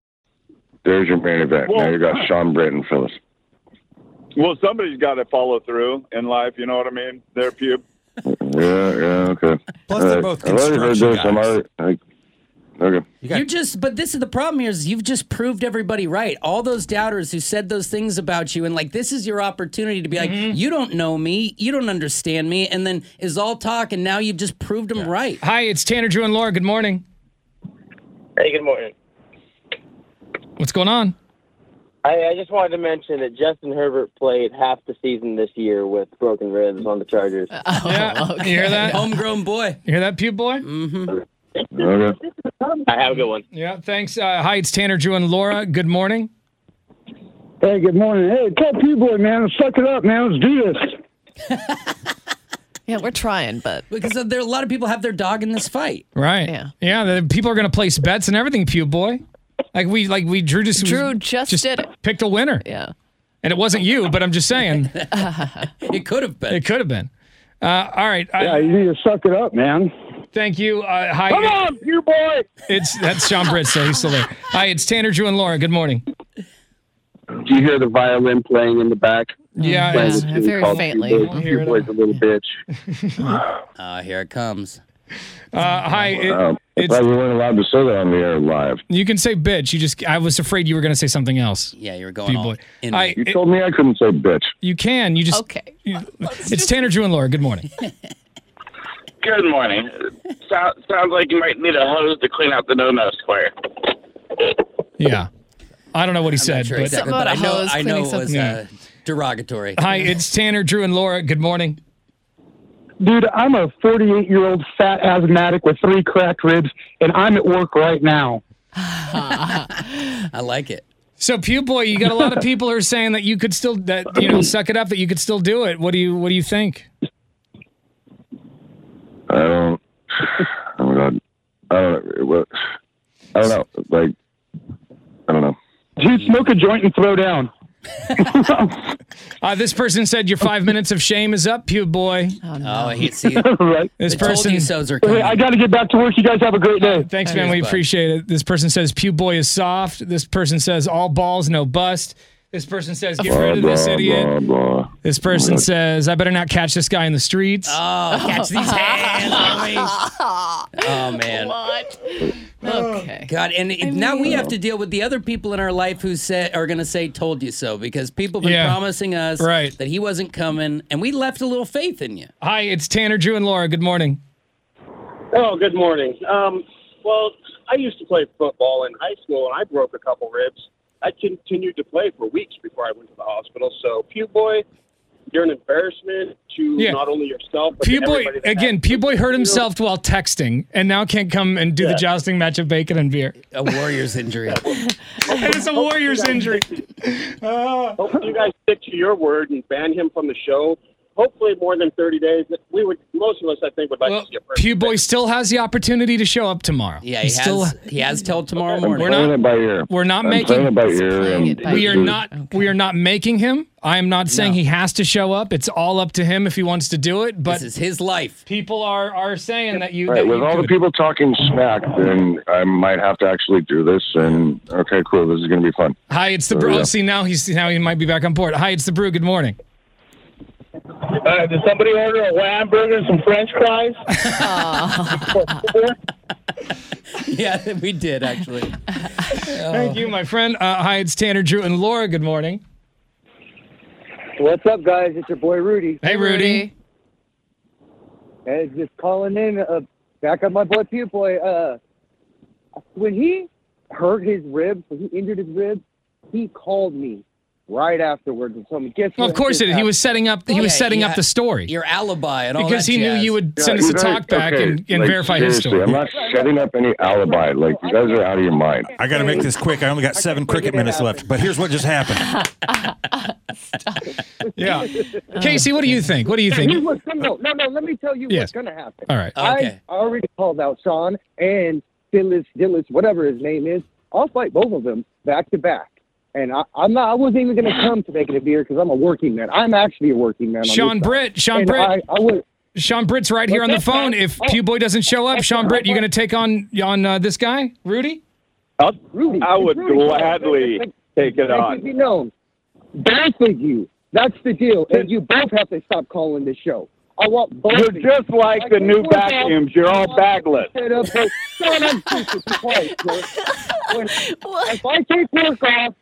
[SPEAKER 22] There's your main event. now you got Sean Britt and Phyllis.
[SPEAKER 8] Well, somebody's got to follow through in life. You know what I mean? There, pube.
[SPEAKER 22] Yeah, yeah, okay.
[SPEAKER 8] Plus, they're
[SPEAKER 22] All
[SPEAKER 8] both
[SPEAKER 22] I've already heard
[SPEAKER 8] construction
[SPEAKER 22] this. I'm
[SPEAKER 8] guys.
[SPEAKER 22] already, like, okay.
[SPEAKER 2] You, just, but this is the problem here is you've just proved everybody right. All those doubters who said those things about you, and like, this is your opportunity to be
[SPEAKER 1] Mm-hmm.
[SPEAKER 2] like, you don't know me, you don't understand me, and then is all talk, and now you've just proved them right.
[SPEAKER 1] Hi, it's Tanner, Drew, and Laura. Good morning.
[SPEAKER 8] Hey, good morning.
[SPEAKER 1] What's going on?
[SPEAKER 23] I, I just wanted to mention that Justin Herbert played half the season this year with broken ribs on the
[SPEAKER 2] [LAUGHS]
[SPEAKER 23] Chargers.
[SPEAKER 3] Oh,
[SPEAKER 1] yeah, you hear that?
[SPEAKER 2] Homegrown boy.
[SPEAKER 1] You hear that, Pew Boy?
[SPEAKER 8] Mm-hmm.
[SPEAKER 22] Okay.
[SPEAKER 8] I have a good one.
[SPEAKER 1] Yeah, thanks. Uh, hi, it's Tanner, Drew, and Laura. Good morning.
[SPEAKER 24] Hey, good morning. Hey, tell Pew Boy, man, suck it up, man. Let's do this.
[SPEAKER 3] Yeah, we're trying, but
[SPEAKER 2] because there a lot of people have their dog in this fight.
[SPEAKER 1] Right. Yeah. Yeah. The people are going to place bets and everything, Pew Boy. Like we, like we, Drew just
[SPEAKER 3] Drew just did it.
[SPEAKER 1] Picked a winner.
[SPEAKER 3] Yeah. [LAUGHS]
[SPEAKER 1] And it wasn't you, but I'm just saying
[SPEAKER 2] it could have been.
[SPEAKER 1] it could have been. Uh, all right. I-
[SPEAKER 24] yeah, you need to suck it up, man.
[SPEAKER 1] Thank you. Uh, hi.
[SPEAKER 24] Come on, you boy.
[SPEAKER 1] It's that's Sean Britt, so he's still there. Hi, it's Tanner, Drew, and Laura. Good morning.
[SPEAKER 17] Do you hear the violin playing in the back?
[SPEAKER 1] Yeah,
[SPEAKER 17] Playing
[SPEAKER 1] it's-
[SPEAKER 17] this tune
[SPEAKER 2] very
[SPEAKER 17] called
[SPEAKER 2] faintly.
[SPEAKER 17] Two
[SPEAKER 2] We'll
[SPEAKER 17] Boys,
[SPEAKER 2] hear
[SPEAKER 17] Two
[SPEAKER 2] it
[SPEAKER 17] Boys, a little bitch.
[SPEAKER 2] [LAUGHS] Uh, here it comes.
[SPEAKER 1] Uh, hi. it-
[SPEAKER 17] Um, I
[SPEAKER 1] it's
[SPEAKER 17] thought we weren't allowed to say that on the air live.
[SPEAKER 1] you can say bitch. You just I was afraid you were going to say something else.
[SPEAKER 2] Yeah, you were
[SPEAKER 1] going all in I-
[SPEAKER 17] you
[SPEAKER 1] it-
[SPEAKER 17] told me I couldn't say bitch.
[SPEAKER 1] You can. You just okay. it's Tanner, Drew, and Laura. Good morning.
[SPEAKER 10] Good morning. So, sounds like you might need a hose to clean out the no-no square.
[SPEAKER 1] Yeah. I don't know what he
[SPEAKER 2] I'm
[SPEAKER 1] said,
[SPEAKER 2] not sure
[SPEAKER 1] but
[SPEAKER 2] exactly, but I know, I know it was
[SPEAKER 1] Yeah.
[SPEAKER 2] uh, derogatory.
[SPEAKER 1] Hi, it's Tanner, Drew, and Laura. Good morning.
[SPEAKER 24] Dude, I'm a 48 year old fat asthmatic with three cracked ribs, and I'm at work right now.
[SPEAKER 2] [LAUGHS] I like it.
[SPEAKER 1] So, Pew Boy, you got a lot of people who are saying that you could still that you know suck it up, that you could still do it. What do you What do you think?
[SPEAKER 17] I don't. Oh my god. I don't. What, I don't know. Like, I don't know.
[SPEAKER 24] Dude, smoke a joint and throw down.
[SPEAKER 2] [LAUGHS]
[SPEAKER 24] [LAUGHS]
[SPEAKER 1] Uh, this person said your five minutes of shame is up, Pew Boy. Oh,
[SPEAKER 2] no. he see.
[SPEAKER 1] [LAUGHS]
[SPEAKER 24] right.
[SPEAKER 1] This
[SPEAKER 2] I told
[SPEAKER 1] person.
[SPEAKER 2] you so's are
[SPEAKER 24] Hey,
[SPEAKER 2] coming.
[SPEAKER 24] I got to get back to work. You guys have a great day.
[SPEAKER 1] Thanks, man. We appreciate it. This person says Pew Boy is soft. This person says all balls, no bust. This person says get rid of this idiot. This person says I better not catch this guy in the streets.
[SPEAKER 2] Oh, catch these hands,
[SPEAKER 3] [LAUGHS]
[SPEAKER 2] homies. Oh man.
[SPEAKER 3] What? Okay.
[SPEAKER 2] God, and it, now we have to deal with the other people in our life who say, are going to say "told you so" because people have been
[SPEAKER 1] Yeah.
[SPEAKER 2] promising us
[SPEAKER 1] Right.
[SPEAKER 2] that he wasn't coming, and we left a little faith in you.
[SPEAKER 1] [LAUGHS] Hi, it's Tanner, Drew, and Laura. Good morning.
[SPEAKER 13] Oh, good morning. Um, well, I used to play football in high school, and I broke a couple ribs. I continued to play for weeks before I went to the hospital. So, Pew Boy, you're an embarrassment to
[SPEAKER 1] Yeah.
[SPEAKER 13] not only yourself, but to
[SPEAKER 1] Pew Boy
[SPEAKER 13] everybody that
[SPEAKER 1] again. Pew Boy hurt himself while texting, and now can't come and do the jousting match of bacon and beer.
[SPEAKER 2] A Warriors injury.
[SPEAKER 1] it's a Warriors injury.
[SPEAKER 13] [LAUGHS] Hopefully, you guys stick to your word and ban him from the show. Hopefully, more than 30 days. We would, most of us, I think, would like to see a person.
[SPEAKER 1] Pew Boy still has the opportunity to show up tomorrow.
[SPEAKER 2] Yeah,
[SPEAKER 1] He
[SPEAKER 2] he
[SPEAKER 1] still-
[SPEAKER 2] has. He has till tomorrow
[SPEAKER 17] I'm
[SPEAKER 2] morning.
[SPEAKER 17] playing it by ear.
[SPEAKER 1] We're not
[SPEAKER 17] I'm
[SPEAKER 1] making-
[SPEAKER 17] Playing it by ear. and
[SPEAKER 1] We are not. We are not making him. I am not saying he has to show up. It's all up to him if he wants to do it. But
[SPEAKER 2] this is his life.
[SPEAKER 1] People are are saying that you.
[SPEAKER 17] Right,
[SPEAKER 1] that
[SPEAKER 17] with
[SPEAKER 1] you
[SPEAKER 17] all the
[SPEAKER 1] could-
[SPEAKER 17] people talking smack, then I might have to actually do this. And okay, cool. This is going to be fun.
[SPEAKER 1] Hi, it's the
[SPEAKER 17] Oh,
[SPEAKER 1] brew.
[SPEAKER 17] yeah.
[SPEAKER 1] Oh, see now he's now he might be back on board. Hi, it's the brew. Good morning.
[SPEAKER 14] Uh, did somebody order a wham burger and some French fries?
[SPEAKER 2] [LAUGHS]
[SPEAKER 14] [LAUGHS]
[SPEAKER 2] yeah, we did actually.
[SPEAKER 1] [LAUGHS] Thank you, my friend. Uh, hi, it's Tanner, Drew, and Laura. Good morning.
[SPEAKER 25] What's up, guys? It's your boy Rudy.
[SPEAKER 1] Hey, Rudy.
[SPEAKER 25] Hey, just calling in uh, back on my boy Pew Boy. Uh, when he hurt his ribs, when he injured his ribs, he called me right afterwards and told me, "Guess
[SPEAKER 1] Well,
[SPEAKER 25] what?"
[SPEAKER 1] of course,
[SPEAKER 25] This
[SPEAKER 1] it, he was
[SPEAKER 25] happened."
[SPEAKER 1] setting
[SPEAKER 2] Oh,
[SPEAKER 1] up. He was setting up the story.
[SPEAKER 2] Your alibi and all
[SPEAKER 1] Because
[SPEAKER 2] that
[SPEAKER 1] he knew
[SPEAKER 2] jazz.
[SPEAKER 1] you would send us a
[SPEAKER 17] You guys-
[SPEAKER 1] talk back
[SPEAKER 17] okay,
[SPEAKER 1] and, and
[SPEAKER 17] like,
[SPEAKER 1] verify his
[SPEAKER 17] seriously,
[SPEAKER 1] story.
[SPEAKER 17] I'm not setting up any alibi. Like you guys are out of your mind.
[SPEAKER 7] I got to make this quick. I only got seven cricket minutes left, but here's what just happened.
[SPEAKER 25] [LAUGHS]
[SPEAKER 1] Yeah.
[SPEAKER 25] Uh,
[SPEAKER 1] Casey, what do you think? What do you think?
[SPEAKER 25] He was, no, no, no. Let me tell you
[SPEAKER 1] Yes.
[SPEAKER 25] what's gonna happen.
[SPEAKER 1] All right. Okay.
[SPEAKER 25] I already called out Sean and Dillis, Dillis, whatever his name is. I'll fight both of them back to back. And I, I'm not. I wasn't even gonna come to making a beer because I'm a working man. I'm actually a working man. on this
[SPEAKER 1] Sean
[SPEAKER 25] side.
[SPEAKER 1] Britt, Sean
[SPEAKER 25] And
[SPEAKER 1] Britt.
[SPEAKER 25] I, I was.
[SPEAKER 1] Sean Britt's right here on the phone. If Pew Boy doesn't show up, Sean Britt, you going to take on on uh, this guy, Rudy?
[SPEAKER 8] I'll, I
[SPEAKER 25] it's
[SPEAKER 8] would
[SPEAKER 25] Rudy.
[SPEAKER 8] gladly take it
[SPEAKER 25] Make it
[SPEAKER 8] on.
[SPEAKER 25] be known. Both of you. That's the deal. And you both have to stop calling the show. I want both.
[SPEAKER 8] You're
[SPEAKER 25] of you.
[SPEAKER 8] just like the
[SPEAKER 25] this
[SPEAKER 8] new
[SPEAKER 25] one
[SPEAKER 8] vacuums.
[SPEAKER 25] out,
[SPEAKER 8] You're all bagless.
[SPEAKER 25] Head up, hey, Son, I'm stupid. Be quiet, sir. When- If I take work off,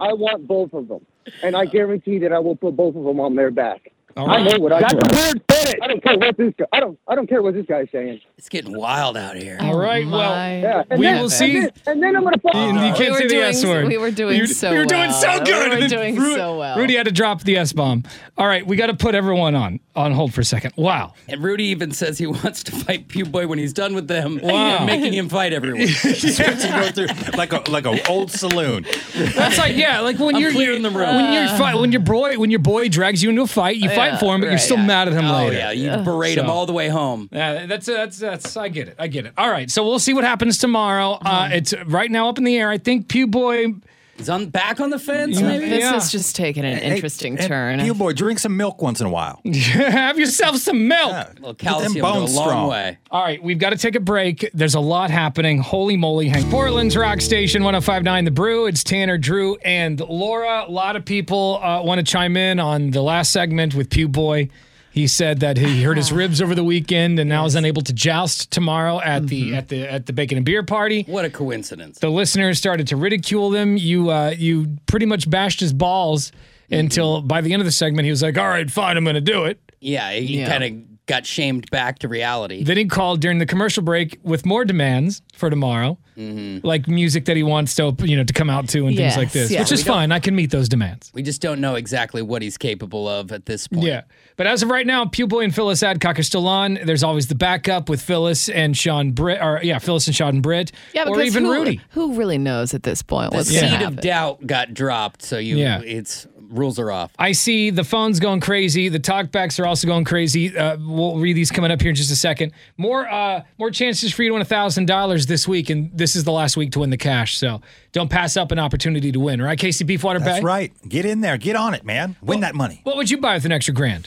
[SPEAKER 25] I want both of them, and I guarantee that I will put both of them on their back.
[SPEAKER 1] All
[SPEAKER 25] I
[SPEAKER 1] right.
[SPEAKER 25] know what I
[SPEAKER 1] That's
[SPEAKER 25] do.
[SPEAKER 1] a
[SPEAKER 25] I don't care what this guy. I don't. I don't care what this guy's saying.
[SPEAKER 2] It's getting wild out here.
[SPEAKER 3] Oh
[SPEAKER 1] All right. Well,
[SPEAKER 25] Yeah, and
[SPEAKER 1] we
[SPEAKER 25] then-
[SPEAKER 1] will see.
[SPEAKER 25] And then, and then I'm gonna follow.
[SPEAKER 1] You- you can't
[SPEAKER 3] were
[SPEAKER 1] say the
[SPEAKER 3] doing-
[SPEAKER 1] S word.
[SPEAKER 3] we were doing
[SPEAKER 1] You-
[SPEAKER 3] so
[SPEAKER 1] You were doing so
[SPEAKER 3] well.
[SPEAKER 1] good.
[SPEAKER 3] We were
[SPEAKER 1] and then
[SPEAKER 3] doing
[SPEAKER 1] Ru-
[SPEAKER 3] so well.
[SPEAKER 1] Rudy had to drop the S bomb. All right, we got to put everyone on on hold for a second. Wow.
[SPEAKER 2] And Rudy even says he [LAUGHS] wants to fight Pew Boy when he's done with them,
[SPEAKER 1] Wow.
[SPEAKER 2] and making him
[SPEAKER 7] [LAUGHS]
[SPEAKER 2] fight everyone.
[SPEAKER 7] Switching go through like a like a old saloon.
[SPEAKER 1] That's like yeah, like when
[SPEAKER 2] I'm
[SPEAKER 1] you're
[SPEAKER 2] clearing the room.
[SPEAKER 1] When you're fight, when your boy when your boy drags you into a fight, you
[SPEAKER 2] Oh, Yeah,
[SPEAKER 1] fight for him, but you're
[SPEAKER 2] right,
[SPEAKER 1] still
[SPEAKER 2] yeah.
[SPEAKER 1] mad at him
[SPEAKER 2] Oh,
[SPEAKER 1] later.
[SPEAKER 2] yeah, you berate him all the way home.
[SPEAKER 1] Yeah, that's that's that's I get it.
[SPEAKER 26] Uh-huh.
[SPEAKER 1] I get it. All right, so we'll see what happens tomorrow. Uh, it's right now up in the air. I think Pew Boy
[SPEAKER 2] He's on [LAUGHS] back on the fence.
[SPEAKER 3] Yeah.
[SPEAKER 2] Maybe
[SPEAKER 3] This Yeah. is just taking an interesting turn.
[SPEAKER 26] You boy, drink some milk once in a
[SPEAKER 1] [LAUGHS]
[SPEAKER 26] while.
[SPEAKER 1] [LAUGHS] Have yourself some milk.
[SPEAKER 2] Little
[SPEAKER 26] Get them calcium go a bones long strong. way.
[SPEAKER 1] All right, we've got to take a break. There's a lot happening. Holy moly, Hank. Portland's Rock Station 1059 The Brew. It's Tanner, Drew, and Laura. A lot of people uh, want to chime in on the last segment with Pew Boy. He said that he hurt
[SPEAKER 26] Ah.
[SPEAKER 1] his ribs over the weekend and now is unable to joust tomorrow at
[SPEAKER 26] Mm-hmm.
[SPEAKER 1] the at the at the bacon and beer party.
[SPEAKER 2] What a coincidence.
[SPEAKER 1] The listeners started to ridicule them. You uh, you pretty much bashed his balls
[SPEAKER 2] Mm-hmm.
[SPEAKER 1] until by the end of the segment he was like, "All right, fine, I'm going to do it."
[SPEAKER 2] Yeah, he
[SPEAKER 1] Yeah.
[SPEAKER 2] kind of got shamed back to reality.
[SPEAKER 1] Then he called during the commercial break with more demands for tomorrow,
[SPEAKER 2] Mm-hmm.
[SPEAKER 1] like music that he wants to you know to come out to and
[SPEAKER 2] Yes,
[SPEAKER 1] things like this,
[SPEAKER 2] yeah.
[SPEAKER 1] which is
[SPEAKER 2] We don't-
[SPEAKER 1] fine. I can meet those demands.
[SPEAKER 2] We just don't know exactly what he's capable of at this point.
[SPEAKER 1] Yeah, but as of right now, Pupil and Phyllis Adcock are still on. There's always the backup with Phyllis and Sean Britt, or yeah, Phyllis and Sean Britt,
[SPEAKER 3] Yeah,
[SPEAKER 1] or
[SPEAKER 3] because
[SPEAKER 1] even
[SPEAKER 3] who,
[SPEAKER 1] Rudy.
[SPEAKER 3] who really knows at this point?
[SPEAKER 2] The
[SPEAKER 3] what's
[SPEAKER 2] seed
[SPEAKER 3] gonna
[SPEAKER 2] of
[SPEAKER 3] happen?
[SPEAKER 2] doubt got dropped, so you
[SPEAKER 1] Yeah.
[SPEAKER 2] it's rules are off.
[SPEAKER 1] I see the phones going crazy. The talkbacks are also going crazy. Uh, we'll read these coming up here in just a second. More, uh, more chances for you to win thousand dollars this week, and this is the last week to win the cash. So don't pass up an opportunity to win. Right, Casey Beefwater
[SPEAKER 26] That's
[SPEAKER 1] Bay.
[SPEAKER 26] right. Get in there. Get on it, man. Win that money.
[SPEAKER 1] What would you buy with an extra
[SPEAKER 3] [LAUGHS]
[SPEAKER 1] grand?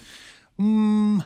[SPEAKER 26] Mm,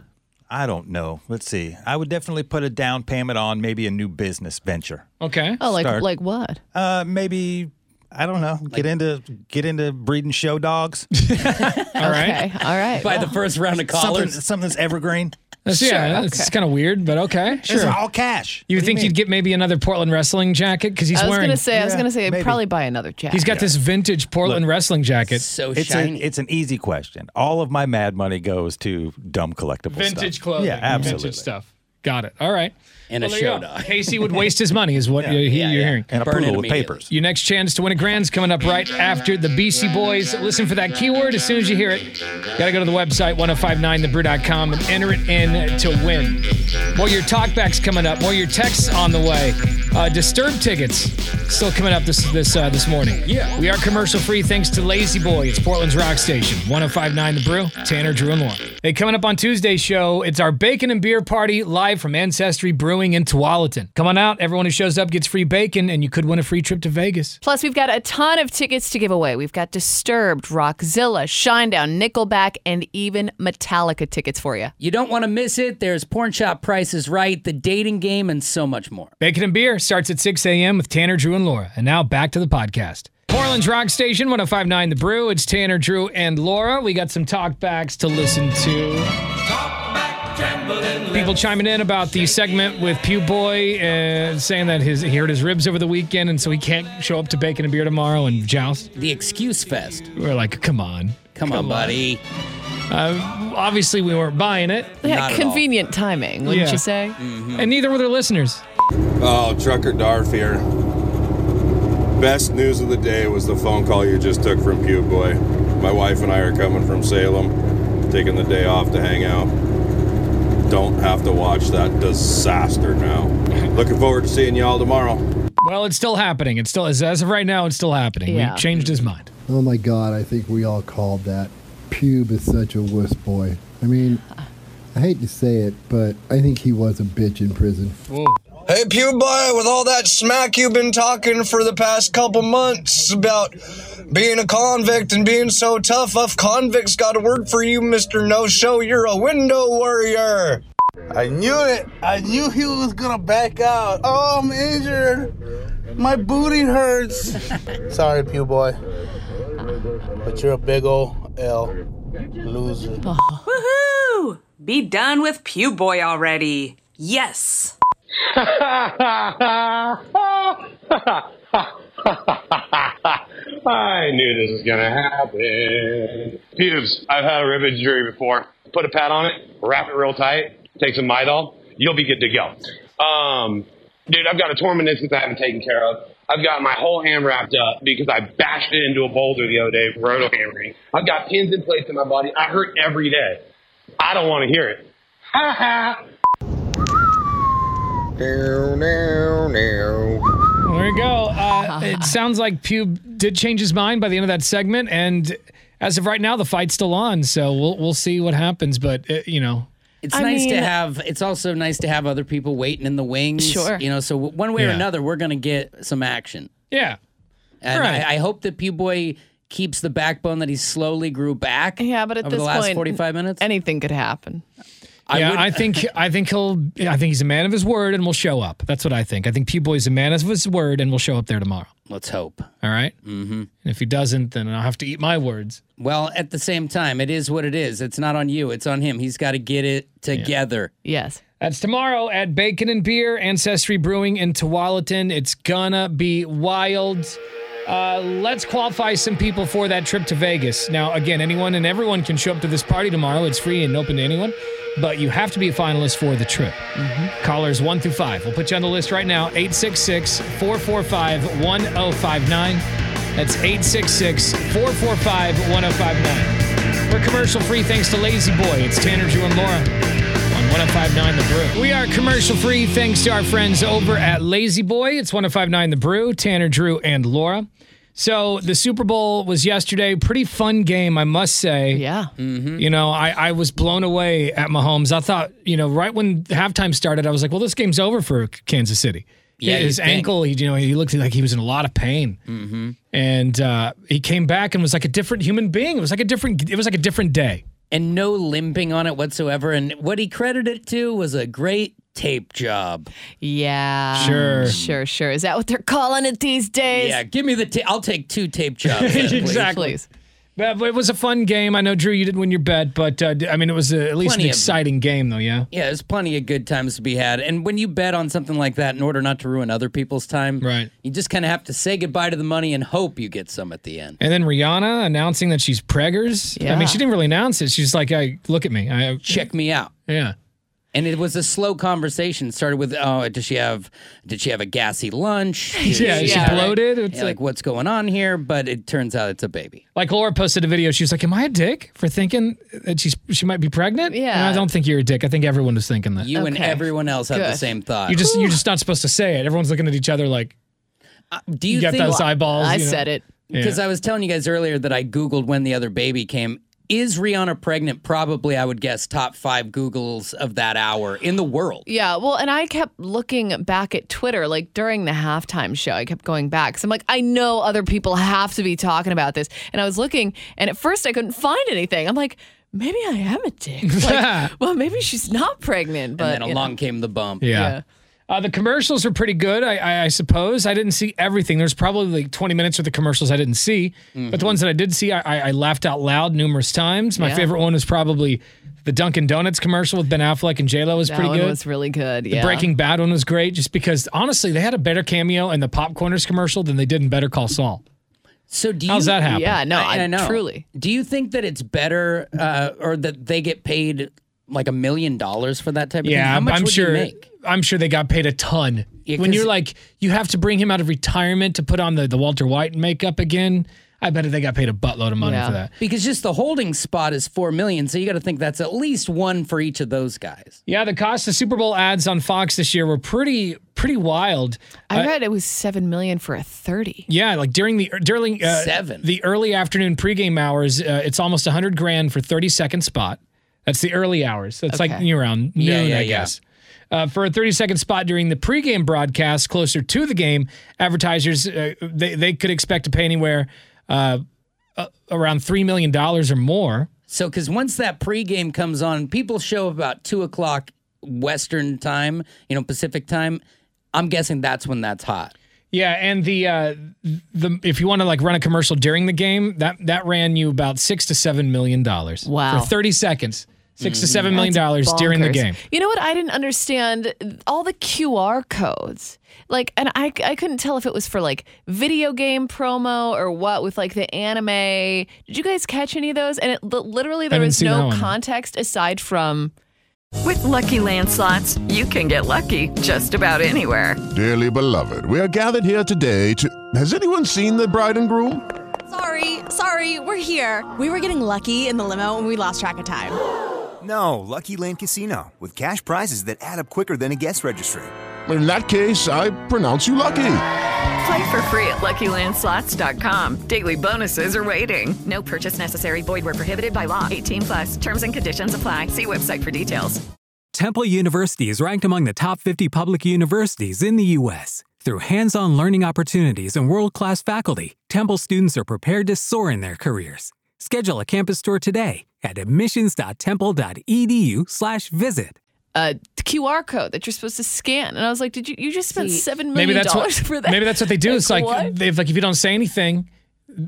[SPEAKER 26] I don't know. Let's see. I would definitely put a down payment on maybe a new business venture.
[SPEAKER 1] Okay.
[SPEAKER 3] Oh, like
[SPEAKER 26] Start.
[SPEAKER 3] like what?
[SPEAKER 26] Uh, maybe I don't know. Get into get into breeding show
[SPEAKER 1] [LAUGHS]
[SPEAKER 26] dogs.
[SPEAKER 3] All right. Okay. All right.
[SPEAKER 26] By
[SPEAKER 3] Well,
[SPEAKER 2] first round of
[SPEAKER 26] something,
[SPEAKER 2] collars.
[SPEAKER 26] something that's evergreen.
[SPEAKER 1] That's, yeah, it's kind of weird, but okay.
[SPEAKER 26] It's
[SPEAKER 1] Sure.
[SPEAKER 26] all cash.
[SPEAKER 1] You
[SPEAKER 26] What do you
[SPEAKER 1] think you
[SPEAKER 26] mean?
[SPEAKER 1] would get maybe another Portland wrestling jacket because he's
[SPEAKER 3] I was
[SPEAKER 1] wearing.
[SPEAKER 3] gonna say. I was
[SPEAKER 26] Yeah,
[SPEAKER 3] gonna say. I'd
[SPEAKER 26] maybe.
[SPEAKER 3] probably buy another jacket.
[SPEAKER 1] He's got this vintage Portland wrestling jacket.
[SPEAKER 2] So
[SPEAKER 26] it's A, it's an easy question. All of my mad money goes to dumb collectible stuff.
[SPEAKER 1] vintage clothing.
[SPEAKER 26] Yeah, absolutely.
[SPEAKER 1] Vintage stuff. Got it. All right.
[SPEAKER 26] And a
[SPEAKER 1] there you
[SPEAKER 26] show
[SPEAKER 1] go.
[SPEAKER 26] dog.
[SPEAKER 1] Casey would waste his money, is
[SPEAKER 26] [LAUGHS]
[SPEAKER 1] what you're, you're hearing.
[SPEAKER 26] And a
[SPEAKER 1] Burn it
[SPEAKER 26] poodle with
[SPEAKER 1] immediately.
[SPEAKER 26] papers.
[SPEAKER 1] Your next chance to win a grand's coming up right after the BC Boys. Listen for that keyword as soon as you hear it. Got to go to the website 1059thebrew.com and enter it in to win. More your talkbacks coming up. More your texts on the way. Uh, Disturb tickets still coming up this this uh, this morning. Yeah, we are commercial free thanks to Lazy Boy. It's Portland's Rock Station 1059 The Brew. Tanner, Drew, and Lauren. Hey, coming up on Tuesday's show, it's our bacon and beer party live from Ancestry Brewing in Tualatin. Come on out. Everyone who shows up gets free bacon, and you could win a free trip to Vegas.
[SPEAKER 3] Plus, we've got a ton of tickets to give away. We've got Disturbed, Rockzilla, Shinedown, Nickelback, and even Metallica tickets for you.
[SPEAKER 2] You don't want to miss it. There's Porn Shop Prices Right, The Dating Game, and so much more.
[SPEAKER 1] Bacon and Beer starts at 6 a.m. with Tanner, Drew, and Laura. And now back to the podcast. Portland's Rock Station, 1059 The Brew. It's Tanner, Drew, and Laura. We got some talkbacks to listen to. People chiming in about the segment with Pew Boy uh, saying that his, he hurt his ribs over the weekend and so he can't show up to Bacon and Beer tomorrow and joust.
[SPEAKER 2] The Excuse Fest.
[SPEAKER 1] We're like, come on.
[SPEAKER 2] Come, on, buddy.
[SPEAKER 1] Uh, obviously, we weren't buying it.
[SPEAKER 3] Yeah, convenient timing, wouldn't
[SPEAKER 1] Yeah.
[SPEAKER 3] you say?
[SPEAKER 2] Mm.
[SPEAKER 1] And neither were their listeners.
[SPEAKER 18] Oh, Trucker Darf here. Best news of the day was the phone call you just took from Pew Boy. My wife and I are coming from Salem, taking the day off to hang out. Don't have to watch that disaster now. Looking forward to seeing y'all tomorrow.
[SPEAKER 1] Well, it's still happening. It's still, as as of right now, it's still happening.
[SPEAKER 18] Yeah.
[SPEAKER 1] We changed his mind.
[SPEAKER 15] Oh my God, I think we all called that. Pube is such a wuss boy. I mean, I hate to say it, but I think he was a bitch in prison.
[SPEAKER 25] Hey, Pewboy, with all that smack you've been talking for the past couple months about being a convict and being so tough, us convicts got a word for you, Mr. No Show. You're a window warrior. I knew it. I knew he was going to back out.
[SPEAKER 27] Oh, I'm injured. My booty hurts. Sorry, Pew Boy. But you're a big ol' L loser.
[SPEAKER 28] Woohoo! Be done with Pew Boy already.
[SPEAKER 1] [LAUGHS]
[SPEAKER 28] Yes.
[SPEAKER 11] I knew this was gonna happen. Pubes, I've had a rib injury before. Put a pad on it, wrap it real tight, take some Midol, you'll be good to go. Um, dude, I've got a torn meniscus I haven't taken care of. I've got my whole hand wrapped up because I bashed it into a boulder the other day, roto hammering. I've got pins in place in my body. I hurt every day. I don't want to hear it. Ha ha.
[SPEAKER 25] No, no, no.
[SPEAKER 1] There you go.
[SPEAKER 2] [LAUGHS]
[SPEAKER 1] Uh, it sounds like Pube did change his mind by the end of that segment, and as of right now, the fight's still on. So we'll we'll see what happens. But uh, you know,
[SPEAKER 2] It's nice to have. It's also nice to have other people waiting in the wings.
[SPEAKER 1] Sure.
[SPEAKER 2] You know, so w- one way or
[SPEAKER 1] Yeah.
[SPEAKER 2] another, we're going to get some action.
[SPEAKER 1] Yeah.
[SPEAKER 2] And
[SPEAKER 3] Right.
[SPEAKER 2] I, I hope that Pew Boy keeps the backbone that he slowly grew back.
[SPEAKER 3] Yeah, but at
[SPEAKER 2] over
[SPEAKER 3] this
[SPEAKER 2] the last
[SPEAKER 3] point,
[SPEAKER 2] 45 minutes,
[SPEAKER 3] anything could happen.
[SPEAKER 2] I
[SPEAKER 1] yeah,
[SPEAKER 2] would-
[SPEAKER 1] I think I think he'll. I think he's a man of his word and will show up. That's what I think. I think Pew Boy's a man of his word and will show up there tomorrow.
[SPEAKER 2] Let's hope.
[SPEAKER 1] All right.
[SPEAKER 2] Mm-hmm.
[SPEAKER 1] And if he doesn't, then I'll have to eat my words.
[SPEAKER 2] Well, at the same time, it is what it is. It's not on you. It's on him. He's got to get it together.
[SPEAKER 3] Yes.
[SPEAKER 1] That's tomorrow at Bacon and Beer Ancestry Brewing in Tualatin. It's gonna be wild. Uh, let's qualify some people for that trip to Vegas. Now, again, anyone and everyone can show up to this party tomorrow. It's free and open to anyone, but you have to be a finalist for the trip. Callers one through five. We'll put you on the list right now 866 445 1059. That's 866 445 1059. We're commercial free thanks to Lazy Boy. It's Tanner, Drew, and Laura on 1059 The Brew. We are commercial free thanks to our friends over at Lazy Boy. It's 1059 The Brew, Tanner, Drew, and Laura. So the Super Bowl was yesterday. Pretty fun game, I must say.
[SPEAKER 3] Yeah.
[SPEAKER 1] You know, I, I was blown away at Mahomes. I thought, you know, right when halftime started, I was like, well, this game's over for Kansas City.
[SPEAKER 2] Yeah,
[SPEAKER 1] his
[SPEAKER 2] you'd think.
[SPEAKER 1] ankle, he, you know, he looked like he was in a lot of pain
[SPEAKER 2] Mm-hmm.
[SPEAKER 1] and uh, he came back and was like a different human being. It was like a different. It was like a different day.
[SPEAKER 2] And no limping on it whatsoever. And what he credited it to was a great tape job.
[SPEAKER 3] Yeah.
[SPEAKER 2] Sure.
[SPEAKER 3] Sure, sure. Is that what they're calling it these days?
[SPEAKER 2] Yeah, give me the tape. I'll take two tape jobs.
[SPEAKER 1] [LAUGHS]
[SPEAKER 2] then, please.
[SPEAKER 1] exactly. But but it was a fun game. I know, Drew, you didn't win your bet, but uh, d- I mean, it was uh at least
[SPEAKER 2] Plenty
[SPEAKER 1] an
[SPEAKER 2] of-
[SPEAKER 1] exciting game, though. Yeah.
[SPEAKER 2] Yeah, there's plenty of good times to be had. And when you bet on something like that in order not to ruin other people's time, right. you just kind of have to say goodbye to the money and hope you get some at the end.
[SPEAKER 1] And then Rihanna announcing that she's preggers. I
[SPEAKER 2] Yeah.
[SPEAKER 1] mean, she didn't really announce it. She's like, "I look at me. I
[SPEAKER 2] check me out."
[SPEAKER 1] Yeah.
[SPEAKER 2] And it was a slow conversation. It started with, "Oh, does she have? Did she have a gassy lunch?
[SPEAKER 1] [LAUGHS]
[SPEAKER 2] Did
[SPEAKER 1] Yeah, is she bloated?
[SPEAKER 2] Yeah,
[SPEAKER 1] It's
[SPEAKER 2] like,
[SPEAKER 1] like-
[SPEAKER 2] what's going on here?" But it turns out it's a baby.
[SPEAKER 1] Like Laura posted a video. She was like, "Am I a dick for thinking that she's she might be pregnant?"
[SPEAKER 2] Yeah.
[SPEAKER 1] And I don't think you're a dick. I think everyone was thinking that.
[SPEAKER 2] You and everyone else had the
[SPEAKER 1] Good.
[SPEAKER 2] same thought.
[SPEAKER 1] You just you're just not supposed to say it. Everyone's looking at each other like,
[SPEAKER 2] Uh, Do you,
[SPEAKER 1] got
[SPEAKER 2] think,
[SPEAKER 1] those eyeballs? you know?
[SPEAKER 2] Because I was telling you guys earlier that I Googled when the other baby came. Is Rihanna pregnant? Probably, I would guess, top five Googles of that hour in the world.
[SPEAKER 3] Yeah, well, and I kept looking back at Twitter, like during the halftime show, I kept going back. So I'm like, I know other people have to be talking about this. And I was looking, and at first I couldn't find anything. I'm like, maybe I am
[SPEAKER 1] [LAUGHS]
[SPEAKER 3] a dick. Like, well, maybe she's not pregnant. But
[SPEAKER 2] and then
[SPEAKER 3] you know.
[SPEAKER 2] along came the bump.
[SPEAKER 1] Yeah. Uh, the commercials are pretty good, I, I, I suppose. I didn't see everything. There's probably like 20 minutes of the commercials I didn't see, but
[SPEAKER 2] Mm-hmm.
[SPEAKER 1] the ones that I did see, I, I, I laughed out loud numerous times. My
[SPEAKER 3] Yeah.
[SPEAKER 1] favorite one was probably the Dunkin' Donuts commercial with Ben Affleck and J Lo was
[SPEAKER 3] that
[SPEAKER 1] pretty
[SPEAKER 3] one
[SPEAKER 1] good.
[SPEAKER 3] was really good.
[SPEAKER 1] the
[SPEAKER 3] yeah.
[SPEAKER 1] Breaking Bad one was great, just because honestly, they had a better cameo in the Popcorners commercial than they did in Better Call Saul.
[SPEAKER 2] So do you,
[SPEAKER 1] How's that happen?
[SPEAKER 2] Do you think that it's better, uh, or that they get paid like a million dollars for that type of thing?
[SPEAKER 1] Yeah,
[SPEAKER 2] How
[SPEAKER 1] I'm-
[SPEAKER 2] much
[SPEAKER 1] I'm
[SPEAKER 2] would
[SPEAKER 1] sure.
[SPEAKER 2] You make?
[SPEAKER 1] I'm sure they got paid a ton.
[SPEAKER 2] Yeah,
[SPEAKER 1] when
[SPEAKER 2] 'cause-
[SPEAKER 1] you're like, you have to bring him out of retirement to put on the, the Walter White makeup again. I bet they got paid a buttload of money for that.
[SPEAKER 2] Because just the holding spot is four million, so you got to think that's at least one for each of those guys.
[SPEAKER 1] Yeah, the cost of Super Bowl ads on Fox this year were pretty pretty wild.
[SPEAKER 3] I
[SPEAKER 1] Uh,
[SPEAKER 3] read it was seven million for a thirty.
[SPEAKER 1] yeah, like during the during uh,
[SPEAKER 3] Seven.
[SPEAKER 1] the early afternoon pregame hours, uh, it's almost hundred grand for thirty second spot. That's the early hours. So it's like
[SPEAKER 18] Okay.
[SPEAKER 1] you know, around noon,
[SPEAKER 18] Yeah, yeah,
[SPEAKER 1] I
[SPEAKER 18] yeah.
[SPEAKER 1] guess. Uh, for a 30 second spot during the pregame broadcast closer to the game, advertisers uh, they they could expect to pay anywhere uh, uh, around three million dollars or more.
[SPEAKER 2] So, because once that pregame comes on, people show up about two o'clock Western time, you know, Pacific time. I'm guessing that's when that's hot.
[SPEAKER 1] Yeah, and the uh, the if you want to like run a commercial during the game, that that ran you about six to seven million dollars.
[SPEAKER 3] Wow. Mm-hmm.
[SPEAKER 1] for thirty seconds, 6 to seven million
[SPEAKER 3] That's
[SPEAKER 1] dollars during the
[SPEAKER 3] bonkers.
[SPEAKER 1] game.
[SPEAKER 3] You know what? I didn't understand all the QR codes. Like, and I, I couldn't tell if it was for like video game promo or what with like the anime. Did you guys catch any of those? And it li- literally there
[SPEAKER 4] Haven't
[SPEAKER 3] was
[SPEAKER 4] seen that
[SPEAKER 3] no
[SPEAKER 4] one.
[SPEAKER 3] context aside from
[SPEAKER 4] With Lucky Land slots, you can get lucky just about anywhere.
[SPEAKER 5] Dearly beloved, we are gathered here today to. Has anyone seen the bride and groom?
[SPEAKER 6] Sorry, sorry, we're here. We were getting lucky in the limo and we lost track of time.
[SPEAKER 12] No, Lucky Land Casino, with cash prizes that add up quicker than a guest registry.
[SPEAKER 5] In that case, I pronounce you lucky.
[SPEAKER 4] Play for free at LuckyLandSlots.com. Daily bonuses are waiting. No purchase necessary. Void where prohibited by law. 18 plus. Terms and conditions apply. See website for details.
[SPEAKER 21] Temple University is ranked among the top 50 public universities in the U.S.
[SPEAKER 17] Through hands on learning opportunities and world class faculty, Temple students are prepared to soar in their careers. Schedule a campus tour today at admissions.temple.edu/slash visit.
[SPEAKER 1] Uh,
[SPEAKER 3] A QR code that you're supposed to scan, and I was like, "Did you you just spend seven
[SPEAKER 1] Maybe
[SPEAKER 3] million
[SPEAKER 1] that's what.
[SPEAKER 3] dollars for that?"
[SPEAKER 1] Maybe that's what they do. It's like
[SPEAKER 3] what?
[SPEAKER 1] if like if you don't say anything,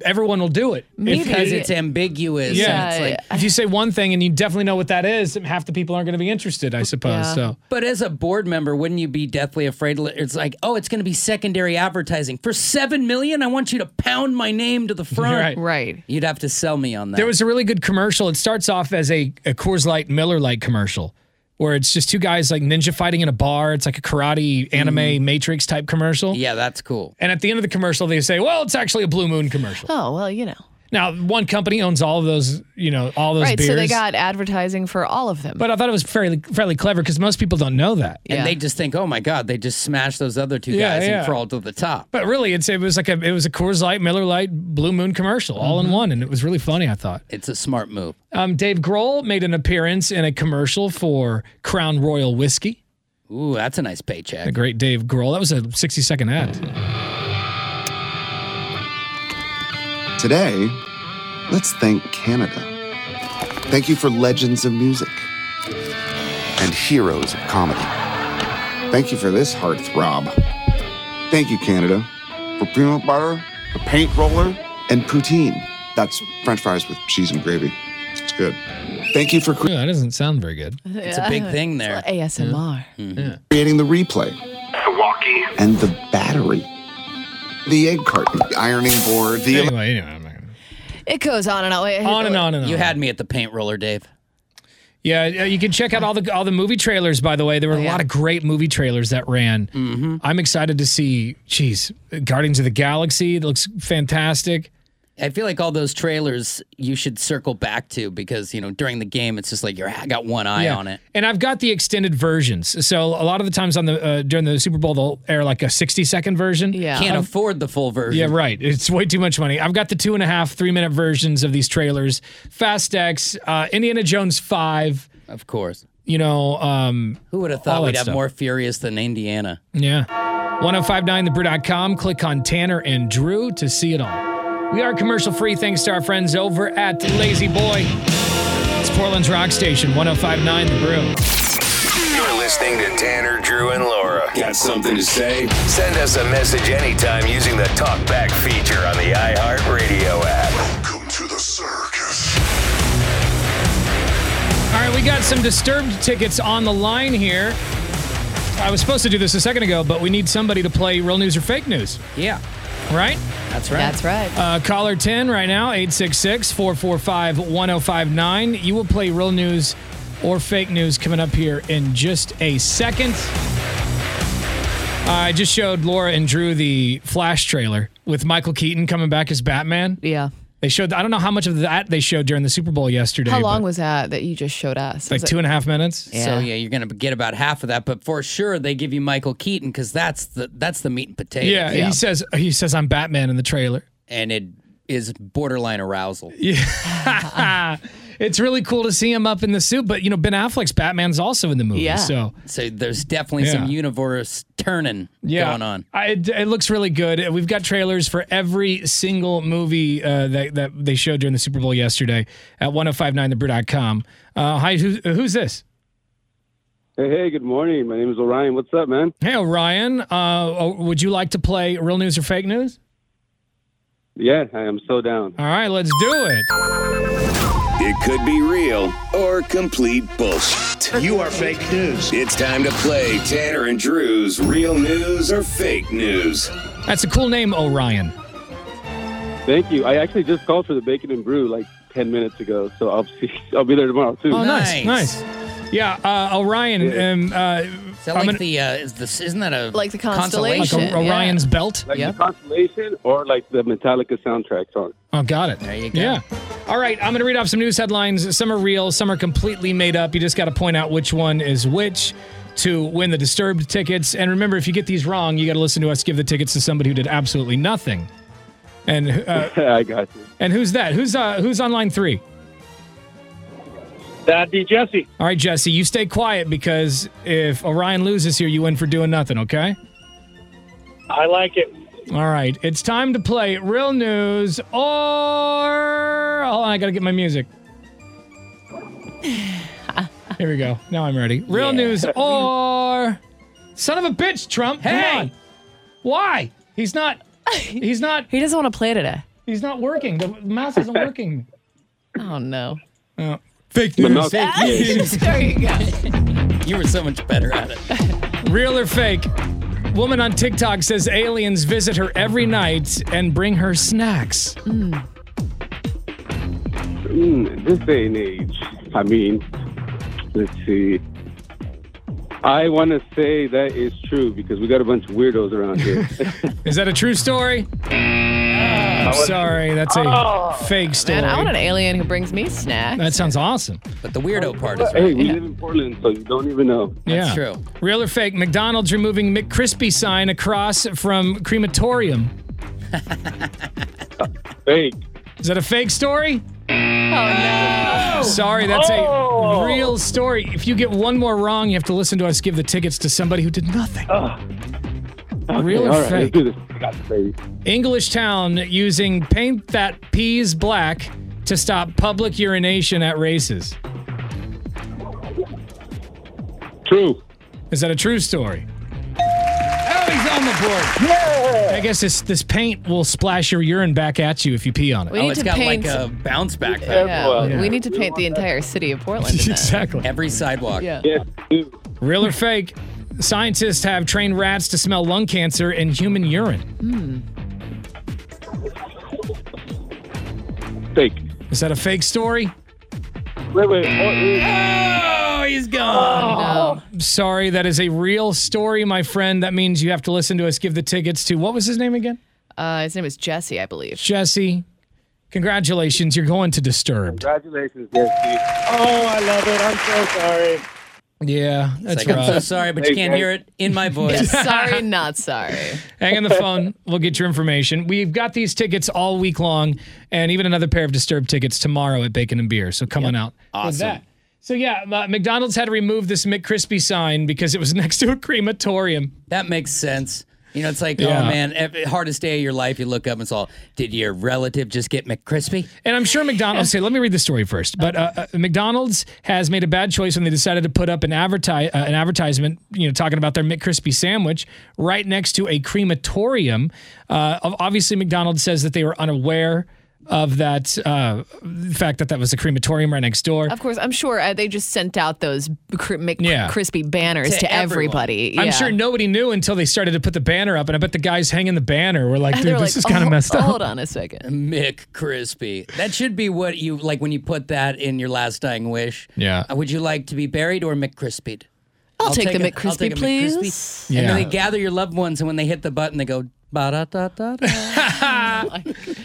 [SPEAKER 1] everyone will do it
[SPEAKER 3] Maybe.
[SPEAKER 2] Because it's ambiguous.
[SPEAKER 1] Yeah,
[SPEAKER 2] and it's like,
[SPEAKER 1] if you say one thing and you definitely know what that is, half the people aren't going to be interested. I suppose so.
[SPEAKER 2] But as a board member, wouldn't you be deathly afraid? It's like, oh, it's going to be secondary advertising for seven million. I want you to pound my name
[SPEAKER 1] [LAUGHS]
[SPEAKER 2] to the front.
[SPEAKER 1] Right.
[SPEAKER 2] You'd have to sell me on that.
[SPEAKER 1] There was a really good commercial. It starts off as a, a Coors Light Miller Light commercial where it's just two guys like ninja fighting in a bar. It's like a karate anime matrix type commercial.
[SPEAKER 2] Mm-hmm. Yeah, that's cool.
[SPEAKER 1] And at the end of the commercial, they say, well, it's actually a Blue Moon commercial.
[SPEAKER 3] Oh well, you know.
[SPEAKER 1] Now, one company owns all of those, you know, all those
[SPEAKER 3] Right,
[SPEAKER 1] beers.
[SPEAKER 3] so they got advertising for all of them.
[SPEAKER 1] but I thought it was fairly fairly clever because most people don't know that.
[SPEAKER 2] and they just think, oh my god, they just smashed those other two
[SPEAKER 1] Yeah,
[SPEAKER 2] guys
[SPEAKER 1] yeah.
[SPEAKER 2] and crawled to the top.
[SPEAKER 1] But really, it's it was like a it was a Coors Light, Miller Light, Blue Moon commercial, all in one, and it was really funny. I thought.
[SPEAKER 2] Mm-hmm. It's a smart move.
[SPEAKER 1] Um, Dave Grohl made an appearance in a commercial for Crown Royal whiskey.
[SPEAKER 2] Ooh, that's a nice paycheck.
[SPEAKER 1] The great Dave Grohl. That was a sixty second ad.
[SPEAKER 29] Today, let's thank Canada. Thank you for legends of music and heroes of comedy. Thank you for this heartthrob. Thank you, Canada, for peanut butter, the paint roller, and poutine. That's French fries with cheese and gravy. It's good. Thank you for cre-
[SPEAKER 1] Yeah, that doesn't sound very good.
[SPEAKER 3] It's a big thing
[SPEAKER 29] there.
[SPEAKER 3] ASMR.
[SPEAKER 29] creating the replay, and the battery, the egg carton, the ironing board, the
[SPEAKER 3] It goes on and on.
[SPEAKER 1] On and on and on.
[SPEAKER 2] You had me at the paint roller, Dave.
[SPEAKER 1] Yeah, uh, you can check out all the all the movie trailers. By the way, there were a lot of great movie trailers that ran. Mm-hmm. I'm excited to see. Geez, Guardians of the Galaxy that looks fantastic.
[SPEAKER 2] I feel like all those trailers you should circle back to because you know during the game it's just like you're I got one eye
[SPEAKER 1] Yeah.
[SPEAKER 2] on it.
[SPEAKER 1] And I've got the extended versions. So a lot of the times on the uh, during the Super Bowl they'll air like a sixty second version. Yeah,
[SPEAKER 2] Can't afford the full version.
[SPEAKER 1] Yeah, right. It's way too much money. I've got the two and a half, three minute versions of these trailers. Fast X, uh, Indiana Jones five.
[SPEAKER 2] Of course.
[SPEAKER 1] You know, um,
[SPEAKER 2] who would have
[SPEAKER 1] all
[SPEAKER 2] Thought
[SPEAKER 1] that
[SPEAKER 2] we'd have
[SPEAKER 1] stuff.
[SPEAKER 2] more furious than Indiana.
[SPEAKER 1] Yeah. 1059thebrew.com. Click on Tanner and Drew to see it all. We are commercial free thanks to our friends over at Lazy Boy. It's Portland's Rock Station, 1059 The Brew.
[SPEAKER 5] You're listening to Tanner, Drew, and Laura. Got something to say? Send us a message anytime using the Talk Back feature on the iHeartRadio app. Welcome to the circus.
[SPEAKER 1] All right, we got some disturbed tickets on the line here. I was supposed to do this a second ago, but we need somebody to play real news or fake news.
[SPEAKER 2] Yeah.
[SPEAKER 1] Right?
[SPEAKER 2] That's
[SPEAKER 3] right. That's right.
[SPEAKER 1] Uh, caller 10 right now, 866 445 1059. You will play real news or fake news coming up here in just a second. I just showed Laura and Drew the Flash trailer with Michael Keaton coming back as Batman.
[SPEAKER 3] Yeah.
[SPEAKER 1] They showed, I don't know how much of that they showed during the Super Bowl yesterday.
[SPEAKER 3] How long
[SPEAKER 1] but
[SPEAKER 3] was that that you just showed
[SPEAKER 1] It's
[SPEAKER 3] us?
[SPEAKER 1] like two and a half minutes.
[SPEAKER 2] So yeah, you're gonna get about half of that, but for sure they give you Michael Keaton because that's the that's the meat and potatoes.
[SPEAKER 1] Yeah, he says he says I'm Batman in the trailer.
[SPEAKER 2] and it is borderline arousal.
[SPEAKER 1] Yeah. [LAUGHS] it's really cool to see him up in the suit, but you know Ben Affleck's Batman's also in the movie. So
[SPEAKER 2] so there's definitely
[SPEAKER 1] Yeah.
[SPEAKER 2] some universe turning
[SPEAKER 1] yeah,
[SPEAKER 2] going on.
[SPEAKER 1] I, it, it looks really good. We've got trailers for every single movie uh, that, that they showed during the Super Bowl yesterday at 1059thebrew.com. Uh, hi, who, who's this?
[SPEAKER 25] Hey, hey, good morning. My name is Orion. What's up, man?
[SPEAKER 1] Hey, Orion. Uh, oh, would you like to play real news or fake news?
[SPEAKER 25] Yeah, I am so down.
[SPEAKER 1] All right, let's do it.
[SPEAKER 5] It could be real or complete bullshit. You are fake news. It's time to play Tanner and Drew's Real News or Fake News.
[SPEAKER 1] That's a cool name, Orion.
[SPEAKER 25] Thank you. I actually just called for the bacon and brew like 10 minutes ago, so I'll see, [LAUGHS] I'll be there tomorrow too.
[SPEAKER 1] Oh, nice, nice. Yeah, uh, Orion. Um, uh,
[SPEAKER 2] Is that
[SPEAKER 1] I'm
[SPEAKER 2] like
[SPEAKER 1] gonna-
[SPEAKER 2] the uh, is this isn't that a
[SPEAKER 3] Like the
[SPEAKER 1] Like O- Orion's belt.
[SPEAKER 25] Like the Constellation or like the Metallica soundtrack song.
[SPEAKER 1] Oh, got it. There you go. Yeah. All right, I'm going to read off some news headlines. Some are real, some are completely made up. You just got to point out which one is which to win the disturbed tickets. And remember, if you get these wrong, you got to listen to us give the tickets to somebody who did absolutely nothing. And uh,
[SPEAKER 25] [LAUGHS] I got you.
[SPEAKER 1] And who's that? Who's uh, who's on line three?
[SPEAKER 25] That'd be Jesse.
[SPEAKER 1] All right, Jesse, you stay quiet because if Orion loses here, you win for doing nothing. Okay.
[SPEAKER 17] I like it.
[SPEAKER 1] All right, it's time to play real news or hold on, I gotta get my
[SPEAKER 3] [SIGHS]
[SPEAKER 1] music. Here we go. Now I'm ready. Real news [LAUGHS] or son of a bitch, Trump. Hey, why? He's
[SPEAKER 3] [LAUGHS]
[SPEAKER 1] not. He's not.
[SPEAKER 3] he doesn't want to play today.
[SPEAKER 1] He's not working. The mouse
[SPEAKER 3] [LAUGHS]
[SPEAKER 1] isn't working.
[SPEAKER 3] Oh no.
[SPEAKER 1] Oh, fake
[SPEAKER 3] The
[SPEAKER 1] news.
[SPEAKER 3] mouse- [LAUGHS] Fake news. There you go.
[SPEAKER 2] You were [LAUGHS] so much better at it.
[SPEAKER 1] Real or fake? Woman on TikTok says aliens visit her every night and bring her snacks.
[SPEAKER 21] Mm, this day and age, I mean, let's see. I want to say that is true because we got a bunch of weirdos around
[SPEAKER 2] [LAUGHS]
[SPEAKER 21] here.
[SPEAKER 1] Is that a true story? I'm sorry, that's a
[SPEAKER 3] Oh.
[SPEAKER 1] fake story.
[SPEAKER 3] Man, I want an alien who brings me snacks.
[SPEAKER 1] That sounds awesome.
[SPEAKER 2] But the weirdo part
[SPEAKER 21] hey, we live in Portland, so you don't even know.
[SPEAKER 1] yeah. Real or fake? McDonald's removing McCrispy sign across from crematorium.
[SPEAKER 21] Fake.
[SPEAKER 1] Is that a fake story?
[SPEAKER 3] Oh
[SPEAKER 1] no. Sorry, that's
[SPEAKER 3] Oh.
[SPEAKER 1] a real story. If you get one more wrong, you have to listen to us give the tickets to somebody who did nothing. real
[SPEAKER 21] Ah. Okay,
[SPEAKER 1] or
[SPEAKER 21] all right,
[SPEAKER 1] fake?
[SPEAKER 21] Let's do this. I got this, baby.
[SPEAKER 1] English town using paint that peas black to stop public urination at races.
[SPEAKER 21] True.
[SPEAKER 1] Is that a true story? Oh, he's on the board. I guess this this paint will splash your urine back at you if you pee on it.
[SPEAKER 3] We need to paint.
[SPEAKER 1] [LAUGHS]
[SPEAKER 2] bounce back.
[SPEAKER 3] yeah,
[SPEAKER 1] Yeah.
[SPEAKER 3] we need to paint the entire city of
[SPEAKER 1] [LAUGHS]
[SPEAKER 3] Portland. in that.
[SPEAKER 1] exactly.
[SPEAKER 2] Every sidewalk.
[SPEAKER 3] Yeah.
[SPEAKER 1] Real or fake? Scientists have trained rats to smell lung cancer in human urine.
[SPEAKER 3] Hmm.
[SPEAKER 21] Fake.
[SPEAKER 1] Is that a fake story?
[SPEAKER 21] Wait, wait.
[SPEAKER 2] Oh, he's gone.
[SPEAKER 1] Oh. Sorry, that is a real story, my friend. That means you have to listen to us give the tickets to what was his name again?
[SPEAKER 3] Uh, his name is Jesse, I believe.
[SPEAKER 1] Jesse. Congratulations, you're going to Disturbed.
[SPEAKER 21] Congratulations, Jesse.
[SPEAKER 17] Oh, I love it. I'm so sorry.
[SPEAKER 1] Yeah,
[SPEAKER 2] It's
[SPEAKER 1] that's
[SPEAKER 2] like, I'm so
[SPEAKER 1] rough.
[SPEAKER 2] [LAUGHS] sorry, but you can't hear it
[SPEAKER 1] [LAUGHS]
[SPEAKER 2] in my voice.
[SPEAKER 3] sorry, not sorry.
[SPEAKER 1] Hang on the phone. We'll get your information. We've got these tickets all week long, and even another pair of Disturbed tickets tomorrow at Bacon and Beer. So come on out. with
[SPEAKER 2] Awesome.
[SPEAKER 1] that. So yeah, uh, McDonald's had to remove this McCrispy sign because it was [LAUGHS] next to a crematorium.
[SPEAKER 2] That makes sense. You know, it's like,
[SPEAKER 1] Yeah.
[SPEAKER 2] oh man, every, hardest day of your life. You look up and it's all, did your relative just get McCrispy?
[SPEAKER 1] And I'm sure McDonald's. Say, let me read the story first. But uh, uh, McDonald's has made a bad choice when they decided to put up an advertise uh, an advertisement, you know, talking about their McCrispy sandwich right next to a crematorium. Uh, ob- obviously, McDonald's says that they were unaware of that uh, fact that that was a crematorium right next door.
[SPEAKER 3] Of course, I'm sure uh, they just sent out those cr- Mc-
[SPEAKER 1] Yeah.
[SPEAKER 3] crispy banners to, everybody.
[SPEAKER 1] I'm
[SPEAKER 3] Yeah.
[SPEAKER 1] sure nobody knew until they started to put the banner up, and I bet the guys hanging the banner were like,
[SPEAKER 3] And
[SPEAKER 1] "Dude,
[SPEAKER 3] they're
[SPEAKER 1] this
[SPEAKER 3] like,
[SPEAKER 1] is kind
[SPEAKER 3] "Oh,
[SPEAKER 1] of messed up."
[SPEAKER 3] Hold on a second.
[SPEAKER 2] Mick Crispy. That should be what you like when you put that in your last dying wish.
[SPEAKER 1] Yeah.
[SPEAKER 2] Uh, Would you like to be buried or McCrispied?
[SPEAKER 3] I'll take the
[SPEAKER 2] a- I'll
[SPEAKER 3] McCrispy,
[SPEAKER 2] take a
[SPEAKER 3] please.
[SPEAKER 2] McCrispy. And
[SPEAKER 1] Yeah.
[SPEAKER 2] then they gather your loved ones, and when they hit the button, they go, ba da da
[SPEAKER 3] [LAUGHS]
[SPEAKER 2] da da.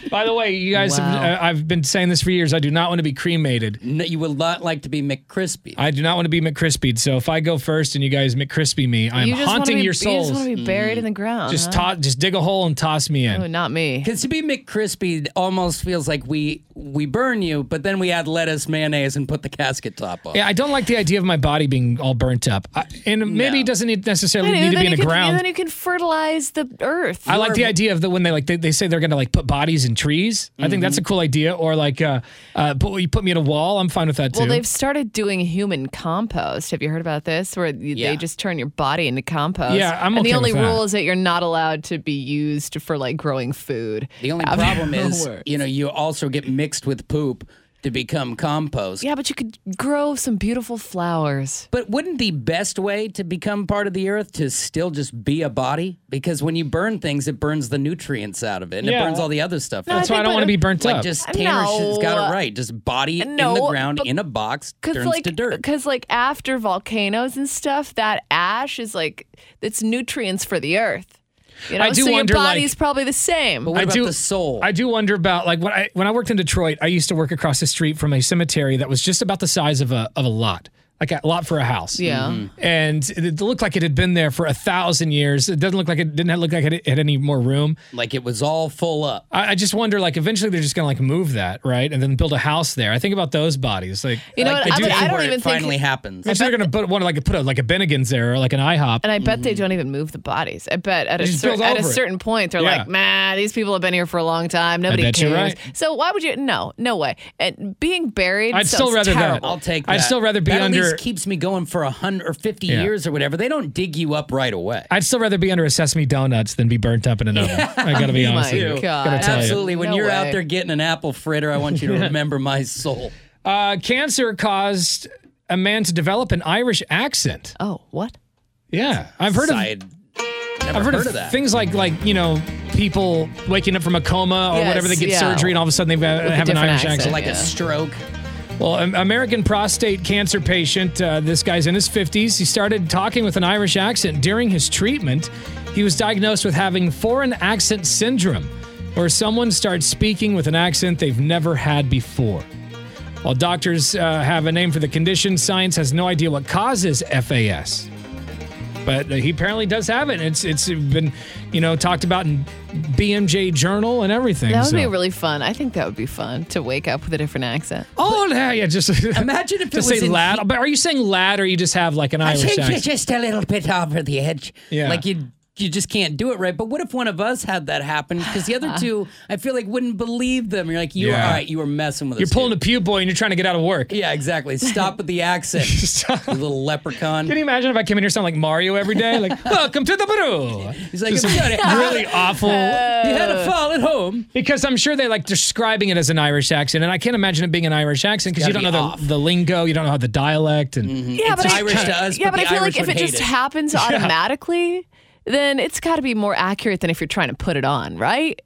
[SPEAKER 1] By the way, you guys,
[SPEAKER 2] Wow.
[SPEAKER 1] have, uh, I've been saying this for years. I do not want to be cremated.
[SPEAKER 2] No, you would not like to be McCrispy.
[SPEAKER 1] I do not want to be McCrispied. So if I go first and you guys McCrispy me, I'm
[SPEAKER 3] you just wanna
[SPEAKER 1] haunting
[SPEAKER 3] be,
[SPEAKER 1] your
[SPEAKER 3] You
[SPEAKER 1] souls.
[SPEAKER 3] just want to be buried in the ground.
[SPEAKER 1] Just
[SPEAKER 3] huh?
[SPEAKER 1] to- just dig a hole and toss me in.
[SPEAKER 3] Oh, not me.
[SPEAKER 2] Because to be McCrispy almost feels like we we burn you, but then we add lettuce, mayonnaise, and put the casket top on.
[SPEAKER 1] Yeah, I don't like the idea of my body being all burnt up, I, and maybe it doesn't need- necessarily
[SPEAKER 3] And
[SPEAKER 1] need to
[SPEAKER 3] then
[SPEAKER 1] be in
[SPEAKER 3] you
[SPEAKER 1] the
[SPEAKER 3] can,
[SPEAKER 1] ground.
[SPEAKER 3] And then you can fertilize the earth.
[SPEAKER 1] I like the idea of the when they like they, they say they're gonna like put bodies in trees. I think that's
[SPEAKER 2] Mm-hmm.
[SPEAKER 1] a cool idea. Or like uh, uh, put, you put me in a wall. I'm fine with that too.
[SPEAKER 3] Well, they've started doing human compost. Have you heard about this? Where y-
[SPEAKER 1] Yeah.
[SPEAKER 3] they just turn your body into compost.
[SPEAKER 1] Yeah, I'm
[SPEAKER 3] And
[SPEAKER 1] okay
[SPEAKER 3] the only
[SPEAKER 1] with that.
[SPEAKER 3] rule is that you're not allowed to be used for like growing food. Um,
[SPEAKER 2] The only
[SPEAKER 3] after [LAUGHS]
[SPEAKER 2] problem is,
[SPEAKER 3] work.
[SPEAKER 2] you know, you also get mixed with poop to become compost.
[SPEAKER 3] Yeah, but you could grow some beautiful flowers.
[SPEAKER 2] But wouldn't the best way to become part of the earth to still just be a body? Because when you burn things, it burns the nutrients out of it, and it
[SPEAKER 3] Yeah.
[SPEAKER 2] burns all the other stuff.
[SPEAKER 3] No, I
[SPEAKER 1] That's why I think don't wanna be burnt
[SPEAKER 2] like
[SPEAKER 1] up.
[SPEAKER 2] Just Tanner has got
[SPEAKER 3] No.
[SPEAKER 2] it right. Just body in the
[SPEAKER 3] No,
[SPEAKER 2] ground
[SPEAKER 3] but-
[SPEAKER 2] in a box
[SPEAKER 3] Cause
[SPEAKER 2] turns
[SPEAKER 3] like,
[SPEAKER 2] to dirt.
[SPEAKER 3] cause like after volcanoes and stuff, that ash is like it's nutrients for the earth. You know,
[SPEAKER 1] I do
[SPEAKER 3] so
[SPEAKER 1] wonder,
[SPEAKER 3] your
[SPEAKER 1] like-
[SPEAKER 3] body's probably the same.
[SPEAKER 1] I do, I do wonder about like when I when I worked in Detroit, I used to work across the street from a cemetery that was just about the size of a of a lot. like a lot for a house.
[SPEAKER 3] Yeah.
[SPEAKER 2] Mm-hmm.
[SPEAKER 3] Mhm.
[SPEAKER 1] And it looked like it had been there for a thousand years. It doesn't look like it didn't look like it had any more room.
[SPEAKER 2] Like it was all full up.
[SPEAKER 1] I, I just wonder, like, eventually they're just gonna like move that, right, and then build a house there. I think about those bodies, like
[SPEAKER 3] You know Like, what? they I do would- I don't
[SPEAKER 2] where even it think- finally happens.
[SPEAKER 1] I'm sure they're gonna put want to like put a, like a Bennigan's there or like an IHOP.
[SPEAKER 3] And I bet they don't even move the bodies. I bet at
[SPEAKER 1] Mm. They
[SPEAKER 3] a,
[SPEAKER 1] just
[SPEAKER 3] cer-
[SPEAKER 1] build
[SPEAKER 3] at a
[SPEAKER 1] over it.
[SPEAKER 3] certain point they're
[SPEAKER 1] Yeah.
[SPEAKER 3] like, man, these people have been here for a long time. Nobody
[SPEAKER 1] bet you're
[SPEAKER 3] cares.
[SPEAKER 1] right.
[SPEAKER 3] So why would you? No, no way. And being buried.
[SPEAKER 1] I'd still
[SPEAKER 3] sounds
[SPEAKER 1] rather that.
[SPEAKER 3] terrible.
[SPEAKER 2] I'll take. That.
[SPEAKER 1] I'd still rather be
[SPEAKER 2] That At
[SPEAKER 1] under-
[SPEAKER 2] least keeps me going for a hundred or fifty
[SPEAKER 1] Yeah.
[SPEAKER 2] years or whatever. They don't dig you up right away.
[SPEAKER 1] I'd still rather be under a sesame donuts than be burnt up in an oven. I gotta
[SPEAKER 2] [LAUGHS]
[SPEAKER 1] be
[SPEAKER 2] Me
[SPEAKER 1] honest with you.
[SPEAKER 2] too.
[SPEAKER 1] Gotta tell you.
[SPEAKER 2] Oh Absolutely. When
[SPEAKER 1] No
[SPEAKER 2] you're
[SPEAKER 1] way.
[SPEAKER 2] out there getting an apple fritter, I want you
[SPEAKER 1] [LAUGHS]
[SPEAKER 2] to remember my soul.
[SPEAKER 1] Uh, cancer caused a man to develop an Irish accent.
[SPEAKER 3] Oh, what?
[SPEAKER 1] Yeah, I've heard
[SPEAKER 2] Side.
[SPEAKER 1] of.
[SPEAKER 2] Never
[SPEAKER 1] I've heard,
[SPEAKER 2] heard
[SPEAKER 1] of,
[SPEAKER 2] of that.
[SPEAKER 1] things like like you know people waking up from a coma or
[SPEAKER 2] Yes,
[SPEAKER 1] whatever they get
[SPEAKER 2] yeah.
[SPEAKER 1] surgery and all of a sudden they've got
[SPEAKER 2] With a
[SPEAKER 1] have an
[SPEAKER 2] different
[SPEAKER 1] Irish
[SPEAKER 2] accent,
[SPEAKER 1] accent,
[SPEAKER 2] like a yeah. stroke.
[SPEAKER 1] Well, an American prostate cancer patient. Uh, this guy's in his fifties. He started talking with an Irish accent during his treatment. He was diagnosed with having foreign accent syndrome, where someone starts speaking with an accent they've never had before. While doctors uh, have a name for the condition, science has no idea what causes FAS. But uh, he apparently does have it. It's it's been, you know, talked about in BMJ Journal and everything.
[SPEAKER 3] That would be
[SPEAKER 1] so.
[SPEAKER 3] really fun. I think that would be fun to wake up with a different accent.
[SPEAKER 1] Oh yeah, yeah. Just [LAUGHS]
[SPEAKER 2] imagine if
[SPEAKER 1] to
[SPEAKER 2] it
[SPEAKER 1] say
[SPEAKER 2] was in
[SPEAKER 1] lad. But are you saying lad, or you just have like an
[SPEAKER 2] I
[SPEAKER 1] Irish
[SPEAKER 2] think
[SPEAKER 1] accent?
[SPEAKER 2] you're
[SPEAKER 1] [LAUGHS]
[SPEAKER 2] just a little bit over the edge.
[SPEAKER 1] Yeah.
[SPEAKER 2] Like you you just can't do it right. But what if one of us had that happen? Because
[SPEAKER 1] [SIGHS]
[SPEAKER 2] the other two, I feel like wouldn't believe them. You're like, you're
[SPEAKER 1] Yeah.
[SPEAKER 2] all right, you were messing with
[SPEAKER 1] You're
[SPEAKER 2] us.
[SPEAKER 1] pulling a pew boy and you're trying to get out of work. [LAUGHS]
[SPEAKER 2] Yeah, exactly. Stop with the accent, you little leprechaun.
[SPEAKER 1] Can you imagine if I came in here sounding like Mario every day?
[SPEAKER 2] [LAUGHS]
[SPEAKER 1] Like, welcome to the Peru. He's
[SPEAKER 2] like,
[SPEAKER 1] just
[SPEAKER 2] "It's good.
[SPEAKER 1] really awful.
[SPEAKER 2] [LAUGHS] You had a fall at home.
[SPEAKER 1] Because I'm sure they like describing it as an Irish accent, and I can't imagine it being an Irish accent because you don't
[SPEAKER 2] gotta
[SPEAKER 1] know
[SPEAKER 2] be
[SPEAKER 1] the, the lingo, you don't know how the dialect, and
[SPEAKER 2] Mm-hmm.
[SPEAKER 3] Yeah, but I, yeah, but
[SPEAKER 2] the
[SPEAKER 3] I feel
[SPEAKER 2] Irish
[SPEAKER 3] like if
[SPEAKER 2] would
[SPEAKER 3] it
[SPEAKER 2] hate
[SPEAKER 3] just
[SPEAKER 2] it.
[SPEAKER 3] happens
[SPEAKER 2] Yeah.
[SPEAKER 3] automatically, then it's got to be more accurate than if you're trying to put it on, right?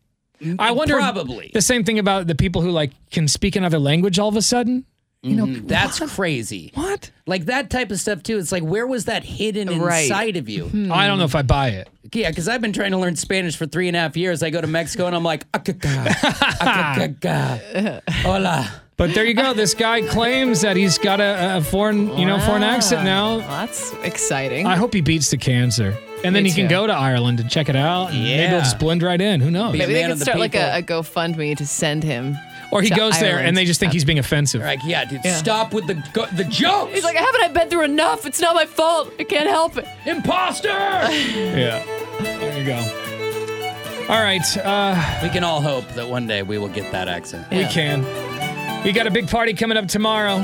[SPEAKER 1] I wonder
[SPEAKER 2] Mm, Mm-hmm. Probably.
[SPEAKER 1] the same thing about the people who like can speak another language all of a sudden. You know,
[SPEAKER 2] Mhm. that's crazy.
[SPEAKER 1] [LAUGHS] What?
[SPEAKER 2] Like that type of stuff too. It's like where was that hidden
[SPEAKER 1] Right. Hmm.
[SPEAKER 2] inside of you?
[SPEAKER 3] Hmm.
[SPEAKER 1] I don't know if I buy it.
[SPEAKER 2] Yeah, because I've been trying to learn Spanish for three and a half years. I go to Mexico and I'm like,
[SPEAKER 1] [LAUGHS]
[SPEAKER 2] "Acaca, acaca, hola.
[SPEAKER 1] But there you go. This guy claims that he's got a, a foreign, you know, foreign accent now.
[SPEAKER 3] that's exciting.
[SPEAKER 1] I hope he beats the cancer, and then
[SPEAKER 3] Me
[SPEAKER 1] he can
[SPEAKER 3] too.
[SPEAKER 1] go to Ireland and check it out. And Maybe
[SPEAKER 3] Yeah.
[SPEAKER 1] he'll just blend right in. Who knows?
[SPEAKER 3] Maybe they could start like a, a GoFundMe to send him.
[SPEAKER 1] or he
[SPEAKER 3] to
[SPEAKER 1] goes there
[SPEAKER 3] Ireland.
[SPEAKER 1] and they just think he's being offensive.
[SPEAKER 2] Like, yeah, dude, stop with the go- the jokes.
[SPEAKER 3] He's like, haven't I been through enough? It's not my fault. I can't help it.
[SPEAKER 2] [LAUGHS] Imposter!
[SPEAKER 1] Yeah. There you go. All right. Uh,
[SPEAKER 2] we can all hope that one day we will get that accent.
[SPEAKER 1] We can. We got a big party coming up tomorrow.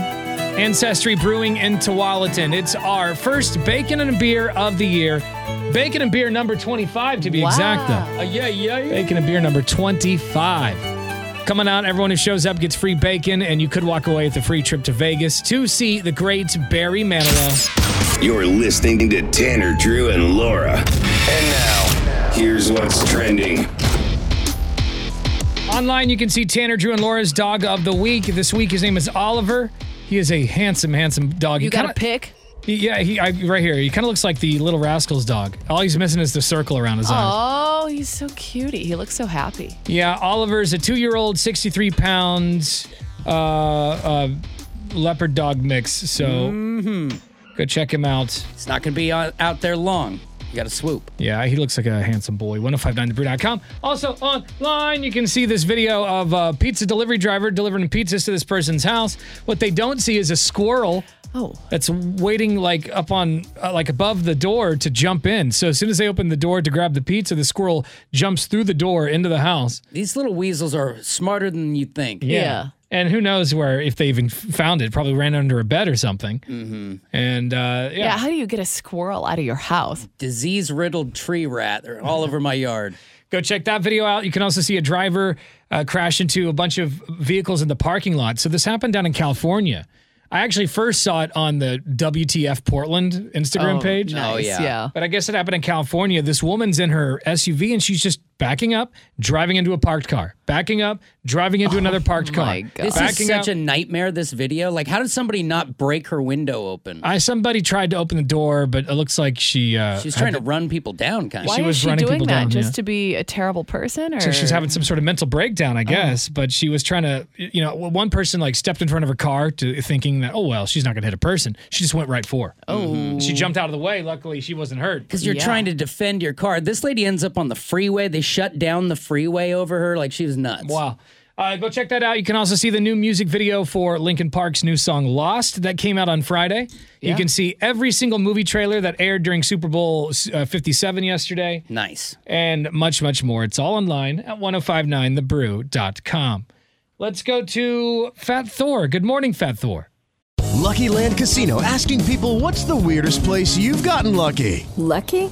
[SPEAKER 1] Ancestry Brewing in Tualatin. It's our first bacon and beer of the year. Bacon and beer number 25 to be exact, though.
[SPEAKER 2] Uh, yeah, yeah.
[SPEAKER 1] Bacon and beer number 25. Coming out, everyone who shows up gets free bacon, and you could walk away with a free trip to Vegas to see the great Barry Manilow.
[SPEAKER 10] You're listening to Tanner, Drew, and Laura. And now, here's what's trending.
[SPEAKER 1] Online, you can see Tanner, Drew, and Laura's dog of the week. This week, his name is Oliver. He is a handsome, handsome dog.
[SPEAKER 3] You
[SPEAKER 1] He
[SPEAKER 3] got
[SPEAKER 1] kinda-
[SPEAKER 3] a pick?
[SPEAKER 1] He- Yeah, he I, right here. He kind of looks like the Little Rascals dog. All he's missing is the circle around his eyes.
[SPEAKER 3] Oh, he's so cutie. He looks so happy.
[SPEAKER 1] Yeah, Oliver's a two-year-old, sixty-three pounds uh, uh, leopard dog mix. So
[SPEAKER 3] Mm.
[SPEAKER 1] go check him out.
[SPEAKER 2] It's Mm-hmm. not going to be on, out there long. You got to swoop.
[SPEAKER 1] Yeah, he looks like a handsome boy. 1059thebrew.com. Also online, you can see this video of a pizza delivery driver delivering pizzas to this person's house. What they don't see is a squirrel.
[SPEAKER 3] Oh.
[SPEAKER 1] That's waiting like up on, uh, like above the door to jump in. So as soon as they open the door to grab the pizza, the squirrel jumps through the door into the house.
[SPEAKER 2] These little weasels are smarter than you think.
[SPEAKER 1] And who knows where, if they even f- found it, probably ran under a bed or something.
[SPEAKER 2] Mm-hmm.
[SPEAKER 1] And uh,
[SPEAKER 3] Yeah. how do you get a squirrel out of your house?
[SPEAKER 2] Disease riddled tree rat. They're all over my yard.
[SPEAKER 1] Go check that video out. You can also see a driver uh, crash into a bunch of vehicles in the parking lot. So this happened down in California. I actually first saw it on the WTF Portland Instagram
[SPEAKER 3] Oh,
[SPEAKER 1] page.
[SPEAKER 3] nice, Oh, yeah. yeah.
[SPEAKER 1] But I guess it happened in California. This woman's in her SUV and she's just backing up, driving into a parked car, backing up, driving into another parked car.
[SPEAKER 2] This
[SPEAKER 1] backing
[SPEAKER 2] is such
[SPEAKER 1] up.
[SPEAKER 2] a nightmare. This video. Like, how did somebody not break her window open?
[SPEAKER 1] I somebody tried to open the door, but it looks like she uh,
[SPEAKER 2] She was
[SPEAKER 1] had
[SPEAKER 2] trying
[SPEAKER 1] to-
[SPEAKER 2] to run people down, kind of.
[SPEAKER 1] She
[SPEAKER 3] Why
[SPEAKER 1] was
[SPEAKER 3] is she
[SPEAKER 1] running
[SPEAKER 3] doing
[SPEAKER 1] people
[SPEAKER 3] that?
[SPEAKER 1] down,
[SPEAKER 3] just
[SPEAKER 1] yeah.
[SPEAKER 3] to be a terrible person, or
[SPEAKER 1] So she was having some sort of mental breakdown, I guess. But she was trying to, you know, well, one person like stepped in front of her car, to thinking that, oh well, she's not going to hit a person. She just went right for. Oh, she jumped out of the way. Luckily, she wasn't hurt.
[SPEAKER 2] Because you're trying to defend your car. This lady ends up on the freeway. They shut down the freeway over her. Like she was nuts.
[SPEAKER 1] Wow. Uh, go check that out. You can also see the new music video for Linkin Park's new song "Lost" that came out on Friday.
[SPEAKER 2] Yeah.
[SPEAKER 1] You can see every single movie trailer that aired during Super Bowl uh, 57 yesterday.
[SPEAKER 2] Nice.
[SPEAKER 1] and much, much more. It's all online at 1059thebrew.com. Let's go to Fat Thor. Good morning, Fat Thor.
[SPEAKER 8] Lucky Land Casino asking people what's the weirdest place you've gotten lucky?
[SPEAKER 13] Lucky?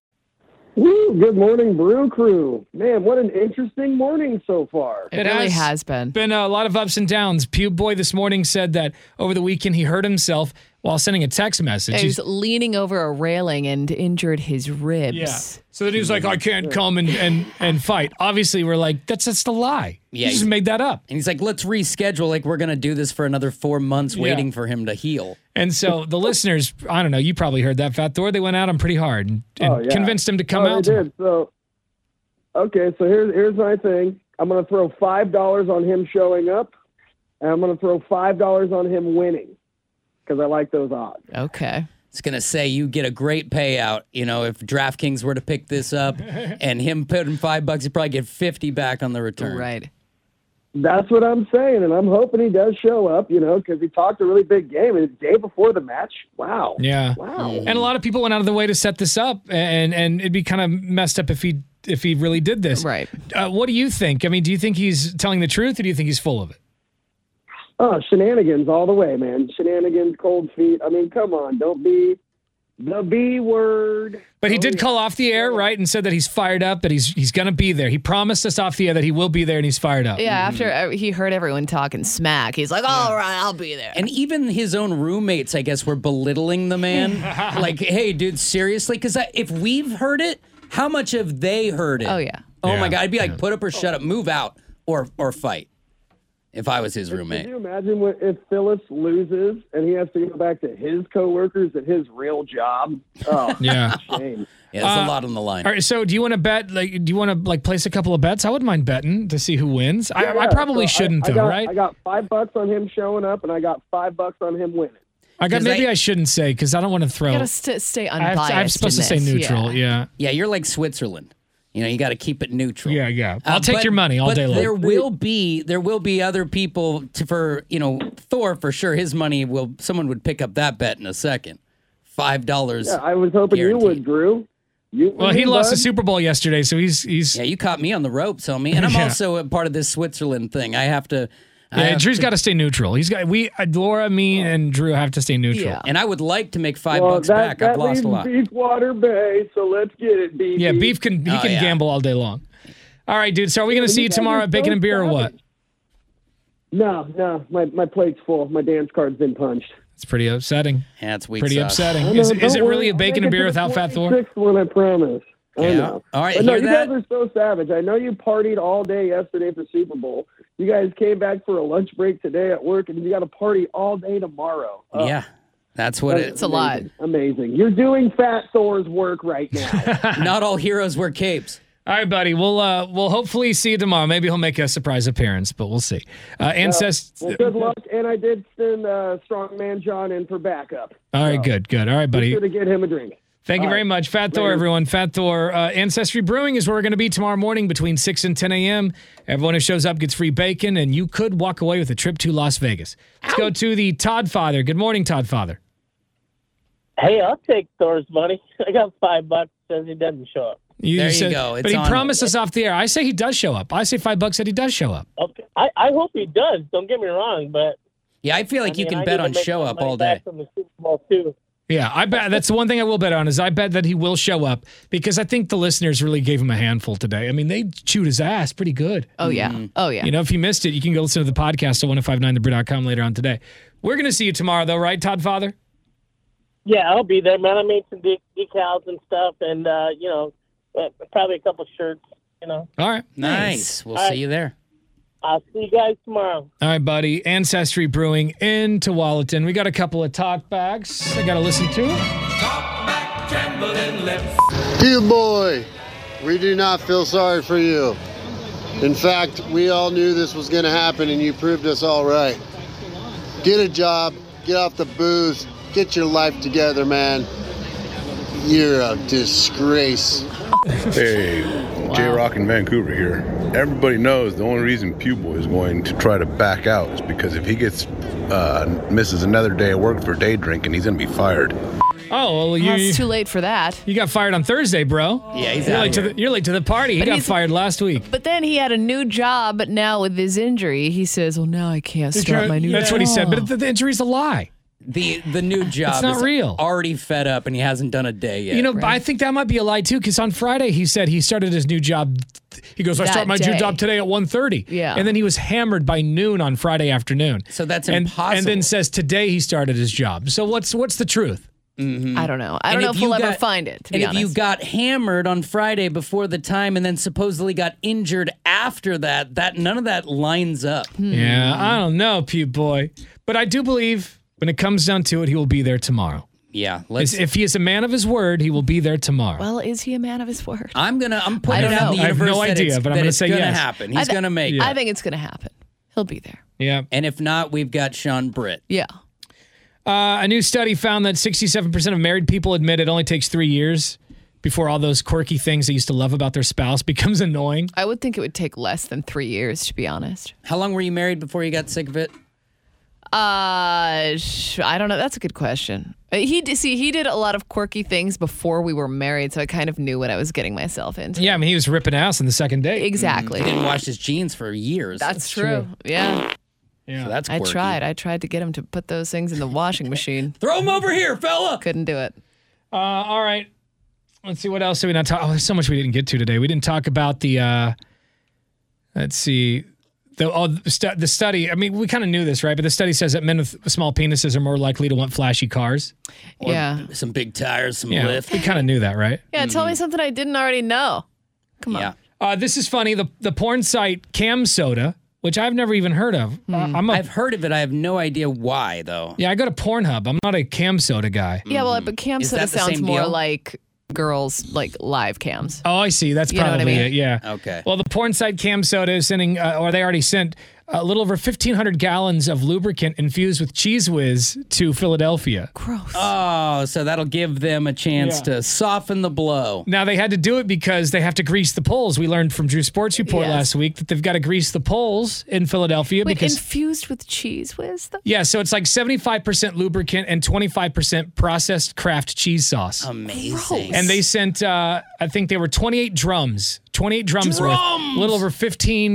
[SPEAKER 25] Woo, good morning, Brew Crew. Man, what an interesting morning so far.
[SPEAKER 1] been. Been a lot of ups and downs. Pew Boy this morning said that over the weekend he hurt himself while sending a text message.
[SPEAKER 3] he
[SPEAKER 1] He's-
[SPEAKER 3] was leaning over a railing and injured his ribs?
[SPEAKER 1] yeah. So then he was like, I can't come and, and, and fight. Obviously, we're like, that's just a lie.
[SPEAKER 2] Yeah,
[SPEAKER 1] He just made that up.
[SPEAKER 2] And he's like, let's reschedule. Like, we're going to do this for another four months,
[SPEAKER 1] Yeah.
[SPEAKER 2] waiting for him to heal.
[SPEAKER 1] And
[SPEAKER 25] [LAUGHS]
[SPEAKER 2] [LAUGHS]
[SPEAKER 1] so the listeners, I don't know, you probably heard that, Fat Thor. They went at him pretty hard and, and convinced him to come
[SPEAKER 25] Oh, No,
[SPEAKER 1] out.
[SPEAKER 25] Oh, They did. So, okay, so here's here's my thing. I'm going to throw five dollars on him showing up, and I'm going to throw five dollars on him winning because I like those odds.
[SPEAKER 3] Okay.
[SPEAKER 2] It's going to say you get a great payout, you know, if DraftKings were to pick
[SPEAKER 1] [LAUGHS]
[SPEAKER 2] this up and him putting five bucks, he'd probably get 50 back on the return.
[SPEAKER 3] Right.
[SPEAKER 25] That's what I'm saying, and I'm hoping he does show up. You know, because he talked a really big game, and the day before the match, wow,
[SPEAKER 1] Yeah.
[SPEAKER 25] Wow.
[SPEAKER 1] And a lot of people went out of the way to set this up, and and it'd be kind of messed up if he if he really did this. Right. Uh, what do you think? I mean, do you think he's telling the truth, or do you think he's full of it?
[SPEAKER 25] Oh, shenanigans all the way, man. Shenanigans, cold feet. I mean, come on, don't be the B word.
[SPEAKER 1] But he did call off the air, right, and said that he's fired up, that he's he's gonna be there. He promised us off the air that he will be there, and he's fired up.
[SPEAKER 2] Mm-hmm.
[SPEAKER 3] Yeah, after uh, he heard everyone talking smack, he's like, "All right, I'll be there."
[SPEAKER 2] And even his own roommates, I guess, were belittling
[SPEAKER 1] [LAUGHS]
[SPEAKER 2] the man. like, hey, dude, seriously? Because if we've heard it, how much have they heard it?
[SPEAKER 3] Oh, yeah.
[SPEAKER 2] Oh
[SPEAKER 3] Yeah,
[SPEAKER 2] my god, I'd be like, put up or shut up, move out, or or fight. If I was his
[SPEAKER 25] Could
[SPEAKER 2] roommate,
[SPEAKER 25] you imagine what, if Phyllis loses and he has to go back to his coworkers at his real job?
[SPEAKER 2] [LAUGHS]
[SPEAKER 25] Oh,
[SPEAKER 1] Yeah.
[SPEAKER 25] shame.
[SPEAKER 2] yeah, there's
[SPEAKER 1] Uh,
[SPEAKER 2] a lot on the line.
[SPEAKER 1] All right. So, do you want to bet? Like, do you want to like place a couple of bets? I wouldn't mind betting to see who wins. I,
[SPEAKER 25] Yeah,
[SPEAKER 1] I
[SPEAKER 25] yeah,
[SPEAKER 1] probably
[SPEAKER 25] so
[SPEAKER 1] shouldn't
[SPEAKER 25] I
[SPEAKER 1] though,
[SPEAKER 25] got,
[SPEAKER 1] right?
[SPEAKER 25] I got five bucks on him showing up, and I got five bucks on him winning.
[SPEAKER 1] I got
[SPEAKER 2] 'Cause
[SPEAKER 1] maybe
[SPEAKER 2] I-
[SPEAKER 1] I, shouldn't say because I don't want to throw.
[SPEAKER 3] Gotta st- stay
[SPEAKER 1] I have to-
[SPEAKER 3] unbiased.
[SPEAKER 1] I'm supposed
[SPEAKER 3] in
[SPEAKER 1] to say
[SPEAKER 3] this,
[SPEAKER 1] neutral. Yeah.
[SPEAKER 2] Yeah, you're like Switzerland. You know, you got to keep it neutral. Uh,
[SPEAKER 1] Yeah, yeah. I'll take your money all
[SPEAKER 2] but
[SPEAKER 1] day long.
[SPEAKER 2] There will be there will be other people to, for you know Thor for sure. His money will someone would pick up that bet in a second. Five dollars.
[SPEAKER 25] Yeah, I was hoping you would, Drew. You,
[SPEAKER 1] Well, he lost the Super Bowl yesterday, so he's he's.
[SPEAKER 2] Yeah, you caught me on the ropes, homie. And
[SPEAKER 1] [LAUGHS]
[SPEAKER 2] I'm
[SPEAKER 1] Yeah.
[SPEAKER 2] also a part of this Switzerland thing. I have to. I
[SPEAKER 1] Yeah,
[SPEAKER 2] have
[SPEAKER 1] Drew's
[SPEAKER 2] to- Oh.
[SPEAKER 1] got to stay neutral. He's got we uh, Laura, me, and Drew have to stay neutral. Yeah,
[SPEAKER 2] And I would like to make five
[SPEAKER 25] Well,
[SPEAKER 2] bucks
[SPEAKER 25] that,
[SPEAKER 2] back.
[SPEAKER 25] That
[SPEAKER 2] I've lost
[SPEAKER 25] leaves
[SPEAKER 2] a lot.
[SPEAKER 25] Beefwater Bay, so let's get it, BB.
[SPEAKER 1] Beef can he
[SPEAKER 2] Oh,
[SPEAKER 1] can
[SPEAKER 2] yeah.
[SPEAKER 1] gamble all day long. All right, dude. So are we going
[SPEAKER 25] Dude,
[SPEAKER 1] to see
[SPEAKER 25] you
[SPEAKER 1] you
[SPEAKER 25] guys
[SPEAKER 1] tomorrow
[SPEAKER 25] are
[SPEAKER 1] at Bacon
[SPEAKER 25] so
[SPEAKER 1] and Beer or what?
[SPEAKER 25] No, no, my my plate's full. My dance card's been punched.
[SPEAKER 1] It's pretty upsetting. [LAUGHS]
[SPEAKER 2] Yeah, it's weak
[SPEAKER 1] Pretty
[SPEAKER 2] sauce.
[SPEAKER 25] I
[SPEAKER 1] upsetting.
[SPEAKER 25] know,
[SPEAKER 1] Is, it- is
[SPEAKER 25] don't
[SPEAKER 1] it really
[SPEAKER 25] worry.
[SPEAKER 1] a Bacon
[SPEAKER 25] I'll
[SPEAKER 1] and
[SPEAKER 25] make it
[SPEAKER 1] Beer
[SPEAKER 25] to
[SPEAKER 1] without
[SPEAKER 25] the
[SPEAKER 1] Fat Thor?
[SPEAKER 25] 46th one, I promise.
[SPEAKER 2] Yeah.
[SPEAKER 25] I know.
[SPEAKER 2] All right,
[SPEAKER 25] But no,
[SPEAKER 2] hear
[SPEAKER 25] you
[SPEAKER 2] that?
[SPEAKER 25] guys are so savage. I know you partied all day yesterday for Super Bowl. You guys came back for a lunch break today at work, and you got to party all day tomorrow. Oh,
[SPEAKER 2] yeah, that's what
[SPEAKER 25] that's
[SPEAKER 2] it-
[SPEAKER 25] amazing. Amazing. You're doing Fat Thor's work right now.
[SPEAKER 2] Not all heroes wear capes.
[SPEAKER 1] All right, buddy. We'll uh, we'll hopefully see you tomorrow. Maybe he'll make a surprise appearance, but we'll see. Uh, ancest.
[SPEAKER 25] Uh, well, good luck, and I did send uh, Strongman John in for backup.
[SPEAKER 1] All right, good, good. All right, buddy.
[SPEAKER 25] Be sure to get him a drink.
[SPEAKER 1] Thank you
[SPEAKER 25] All
[SPEAKER 1] very
[SPEAKER 25] right.
[SPEAKER 1] much. Fat Thor,
[SPEAKER 25] Later.
[SPEAKER 1] everyone. Fat Thor. Uh, Ancestry Brewing is where we're going to be tomorrow morning between 6 and 10 a.m. Everyone who shows up gets free bacon, and you could walk away with a trip to Las Vegas. Let's go to the Todd Father. Good morning, Todd Father.
[SPEAKER 30] Hey, I'll take Thor's money. [LAUGHS] I got five bucks says he doesn't show up.
[SPEAKER 2] There you
[SPEAKER 1] said-
[SPEAKER 2] go. It's
[SPEAKER 1] but he
[SPEAKER 2] on-
[SPEAKER 1] promised us off the air. I say he does show up. I say five bucks that he does show up.
[SPEAKER 30] Okay. I, I hope he does. Don't get me wrong, but
[SPEAKER 2] Yeah, I feel like you
[SPEAKER 1] mean,
[SPEAKER 2] can
[SPEAKER 1] I
[SPEAKER 2] bet
[SPEAKER 1] need to
[SPEAKER 2] on
[SPEAKER 1] make
[SPEAKER 2] show
[SPEAKER 1] my
[SPEAKER 2] up
[SPEAKER 1] money
[SPEAKER 2] all
[SPEAKER 1] back
[SPEAKER 2] day.
[SPEAKER 30] from the Super Bowl too.
[SPEAKER 1] Yeah, I bet that's the one thing I will bet on is I bet that he will show up because I think the listeners really gave him a handful today. I mean, they chewed his ass pretty good.
[SPEAKER 3] Oh, yeah.
[SPEAKER 2] Mm-hmm.
[SPEAKER 3] Mhm. Oh, yeah.
[SPEAKER 1] You know, if you missed it, you can go listen to the podcast at 1059thebrew.com later on today. We're going to see you tomorrow, though, right, Todd Father?
[SPEAKER 30] Yeah, I'll be there, man. I made some de- decals and stuff, and uh, you know, uh, probably a couple shirts. You know,
[SPEAKER 1] All right.
[SPEAKER 30] Nice.
[SPEAKER 2] We'll
[SPEAKER 30] All
[SPEAKER 2] see
[SPEAKER 30] right.
[SPEAKER 2] you there.
[SPEAKER 30] I'll see you guys tomorrow.
[SPEAKER 1] All right, buddy. Ancestry Brewing in Tualatin. We got a couple of talk bags I got to listen to.
[SPEAKER 7] Pew boy, we do not feel sorry for you. In fact, we all knew this was going to happen, and you proved us all right. Get a job, get off the booze, get your life together, man. You're a disgrace.
[SPEAKER 27] Hey, J Rock in Vancouver here. Everybody knows the only reason Pew Boy is going to try to back out is because if he gets uh, misses another day of work for day drinking, he's going to be fired.
[SPEAKER 1] Oh, well, you,
[SPEAKER 3] Well, it's too late for that.
[SPEAKER 1] you got fired on Thursday, bro.
[SPEAKER 2] Yeah, he's
[SPEAKER 1] you're
[SPEAKER 2] out
[SPEAKER 1] late, to
[SPEAKER 2] here.
[SPEAKER 1] the, you're late to the party. He
[SPEAKER 3] But
[SPEAKER 1] got
[SPEAKER 3] he's-
[SPEAKER 1] fired last week.
[SPEAKER 3] But then he had a new job, but now with his injury, he says, "Well, now I can't start my new."
[SPEAKER 1] That's what he said,
[SPEAKER 3] job."
[SPEAKER 1] but the, the injury's a lie.
[SPEAKER 2] The the
[SPEAKER 3] [LAUGHS]
[SPEAKER 2] new job
[SPEAKER 1] not
[SPEAKER 2] is
[SPEAKER 1] real.
[SPEAKER 2] already fed up and he hasn't done a day yet.
[SPEAKER 1] you know, I think that might be a lie too, because on Friday he said he started his new job. He goes, I
[SPEAKER 2] That
[SPEAKER 1] start my new
[SPEAKER 2] day.
[SPEAKER 1] job today at 1.30.
[SPEAKER 2] Yeah.
[SPEAKER 1] And then he was hammered by noon on Friday afternoon.
[SPEAKER 2] So that's
[SPEAKER 1] and, And
[SPEAKER 2] impossible.
[SPEAKER 1] then says today he started his job. So what's what's the truth?
[SPEAKER 3] I don't know. I
[SPEAKER 2] Mm-hmm.
[SPEAKER 3] don't
[SPEAKER 2] And
[SPEAKER 3] know
[SPEAKER 2] if
[SPEAKER 3] if we'll
[SPEAKER 2] you
[SPEAKER 3] ever
[SPEAKER 2] got-
[SPEAKER 3] find it. To
[SPEAKER 2] and
[SPEAKER 3] be
[SPEAKER 2] if
[SPEAKER 3] honest.
[SPEAKER 2] you got hammered on Friday before the time and then supposedly got injured after that, that none of that lines up.
[SPEAKER 3] Hmm.
[SPEAKER 1] Yeah,
[SPEAKER 2] Hmm.
[SPEAKER 1] I don't know, Pew boy, but I do believe when it comes down to it, he will be there tomorrow.
[SPEAKER 2] Yeah. Let's
[SPEAKER 1] if he is a man of his word, he will be there tomorrow.
[SPEAKER 3] well, is he a man of his word?
[SPEAKER 2] I'm gonna I'm
[SPEAKER 1] I
[SPEAKER 2] putting
[SPEAKER 1] don't
[SPEAKER 2] it out
[SPEAKER 1] know.
[SPEAKER 2] in the
[SPEAKER 1] I have
[SPEAKER 2] universe.
[SPEAKER 1] no
[SPEAKER 2] that
[SPEAKER 1] idea,
[SPEAKER 2] it's-
[SPEAKER 1] but I'm
[SPEAKER 2] that
[SPEAKER 1] gonna
[SPEAKER 2] it's
[SPEAKER 1] say
[SPEAKER 2] gonna
[SPEAKER 1] yes.
[SPEAKER 2] happen.
[SPEAKER 3] I
[SPEAKER 2] He's
[SPEAKER 3] thi-
[SPEAKER 2] gonna make
[SPEAKER 3] I
[SPEAKER 2] it.
[SPEAKER 3] think it's gonna happen. He'll be there.
[SPEAKER 1] Yeah.
[SPEAKER 2] And if not, we've got Sean Britt.
[SPEAKER 3] Yeah.
[SPEAKER 1] Uh, a new study found that 67% of married people admit it only takes three years before all those quirky things they used to love about their spouse [LAUGHS] becomes annoying.
[SPEAKER 3] I would think it would take less than three years, to be honest.
[SPEAKER 2] How long were you married before you got sick of it?
[SPEAKER 3] Uh, sh- I don't know. That's a good question. Uh, He d- see he did a lot of quirky things before we were married, so I kind of knew what I was getting myself into.
[SPEAKER 1] Yeah, I mean, he was ripping ass on the second date.
[SPEAKER 3] Exactly.
[SPEAKER 2] He didn't wash his jeans for years.
[SPEAKER 3] That's, true. Yeah.
[SPEAKER 1] Yeah,
[SPEAKER 2] that's
[SPEAKER 3] I
[SPEAKER 2] quirky.
[SPEAKER 3] tried. I tried to get him to put those things in the washing machine.
[SPEAKER 2] [LAUGHS] Throw him over here, fella.
[SPEAKER 3] Couldn't do it.
[SPEAKER 1] Uh, all right. Let's see what else did we not talk. Oh, there's so much we didn't get to today. We didn't talk about the. Uh, let's see, the oh, the stu- the study. I mean, we kind of knew this, right? But the study says that men with small penises are more likely to want flashy cars.
[SPEAKER 2] Or Some big tires, some
[SPEAKER 1] Yeah,
[SPEAKER 2] lift.
[SPEAKER 1] we kind of knew that, right?
[SPEAKER 3] Yeah. Tell me something I didn't already know. Come on.
[SPEAKER 2] Mm. Yeah.
[SPEAKER 1] Uh, this is funny. The the porn site Cam Soda, which I've never even heard of.
[SPEAKER 3] Hmm.
[SPEAKER 1] Uh, I'm a,
[SPEAKER 2] I've heard of it. I have no idea why though. Hmm.
[SPEAKER 1] yeah, I go to Pornhub. I'm not a Cam Soda guy.
[SPEAKER 3] Yeah. Well, but cam
[SPEAKER 2] Is
[SPEAKER 3] soda
[SPEAKER 2] that the
[SPEAKER 3] sounds
[SPEAKER 2] same
[SPEAKER 3] more
[SPEAKER 2] deal?
[SPEAKER 3] like girls like live cams.
[SPEAKER 1] Oh, I see. That's
[SPEAKER 3] You know what I
[SPEAKER 1] probably
[SPEAKER 3] mean?
[SPEAKER 1] it. Yeah.
[SPEAKER 2] Okay.
[SPEAKER 1] Well, the porn site Cam Soda is sending, uh, or they already sent, a little over 1,500 gallons of lubricant infused with Cheese Whiz to Philadelphia.
[SPEAKER 3] Gross.
[SPEAKER 2] Oh, so that'll give them a chance
[SPEAKER 1] Yeah.
[SPEAKER 2] to soften the blow.
[SPEAKER 1] Now, they had to do it because they have to grease the poles. We learned from Drew Sports Report
[SPEAKER 3] Yes.
[SPEAKER 1] last week that they've got to grease the poles in Philadelphia
[SPEAKER 3] Wait,
[SPEAKER 1] because.
[SPEAKER 3] infused with cheese whiz though.
[SPEAKER 1] yeah, so it's like 75% lubricant and 25% processed craft cheese sauce.
[SPEAKER 2] Amazing.
[SPEAKER 1] And they sent, uh, I think they were 28 drums, 28 drums, worth, a
[SPEAKER 2] Drums!
[SPEAKER 1] little over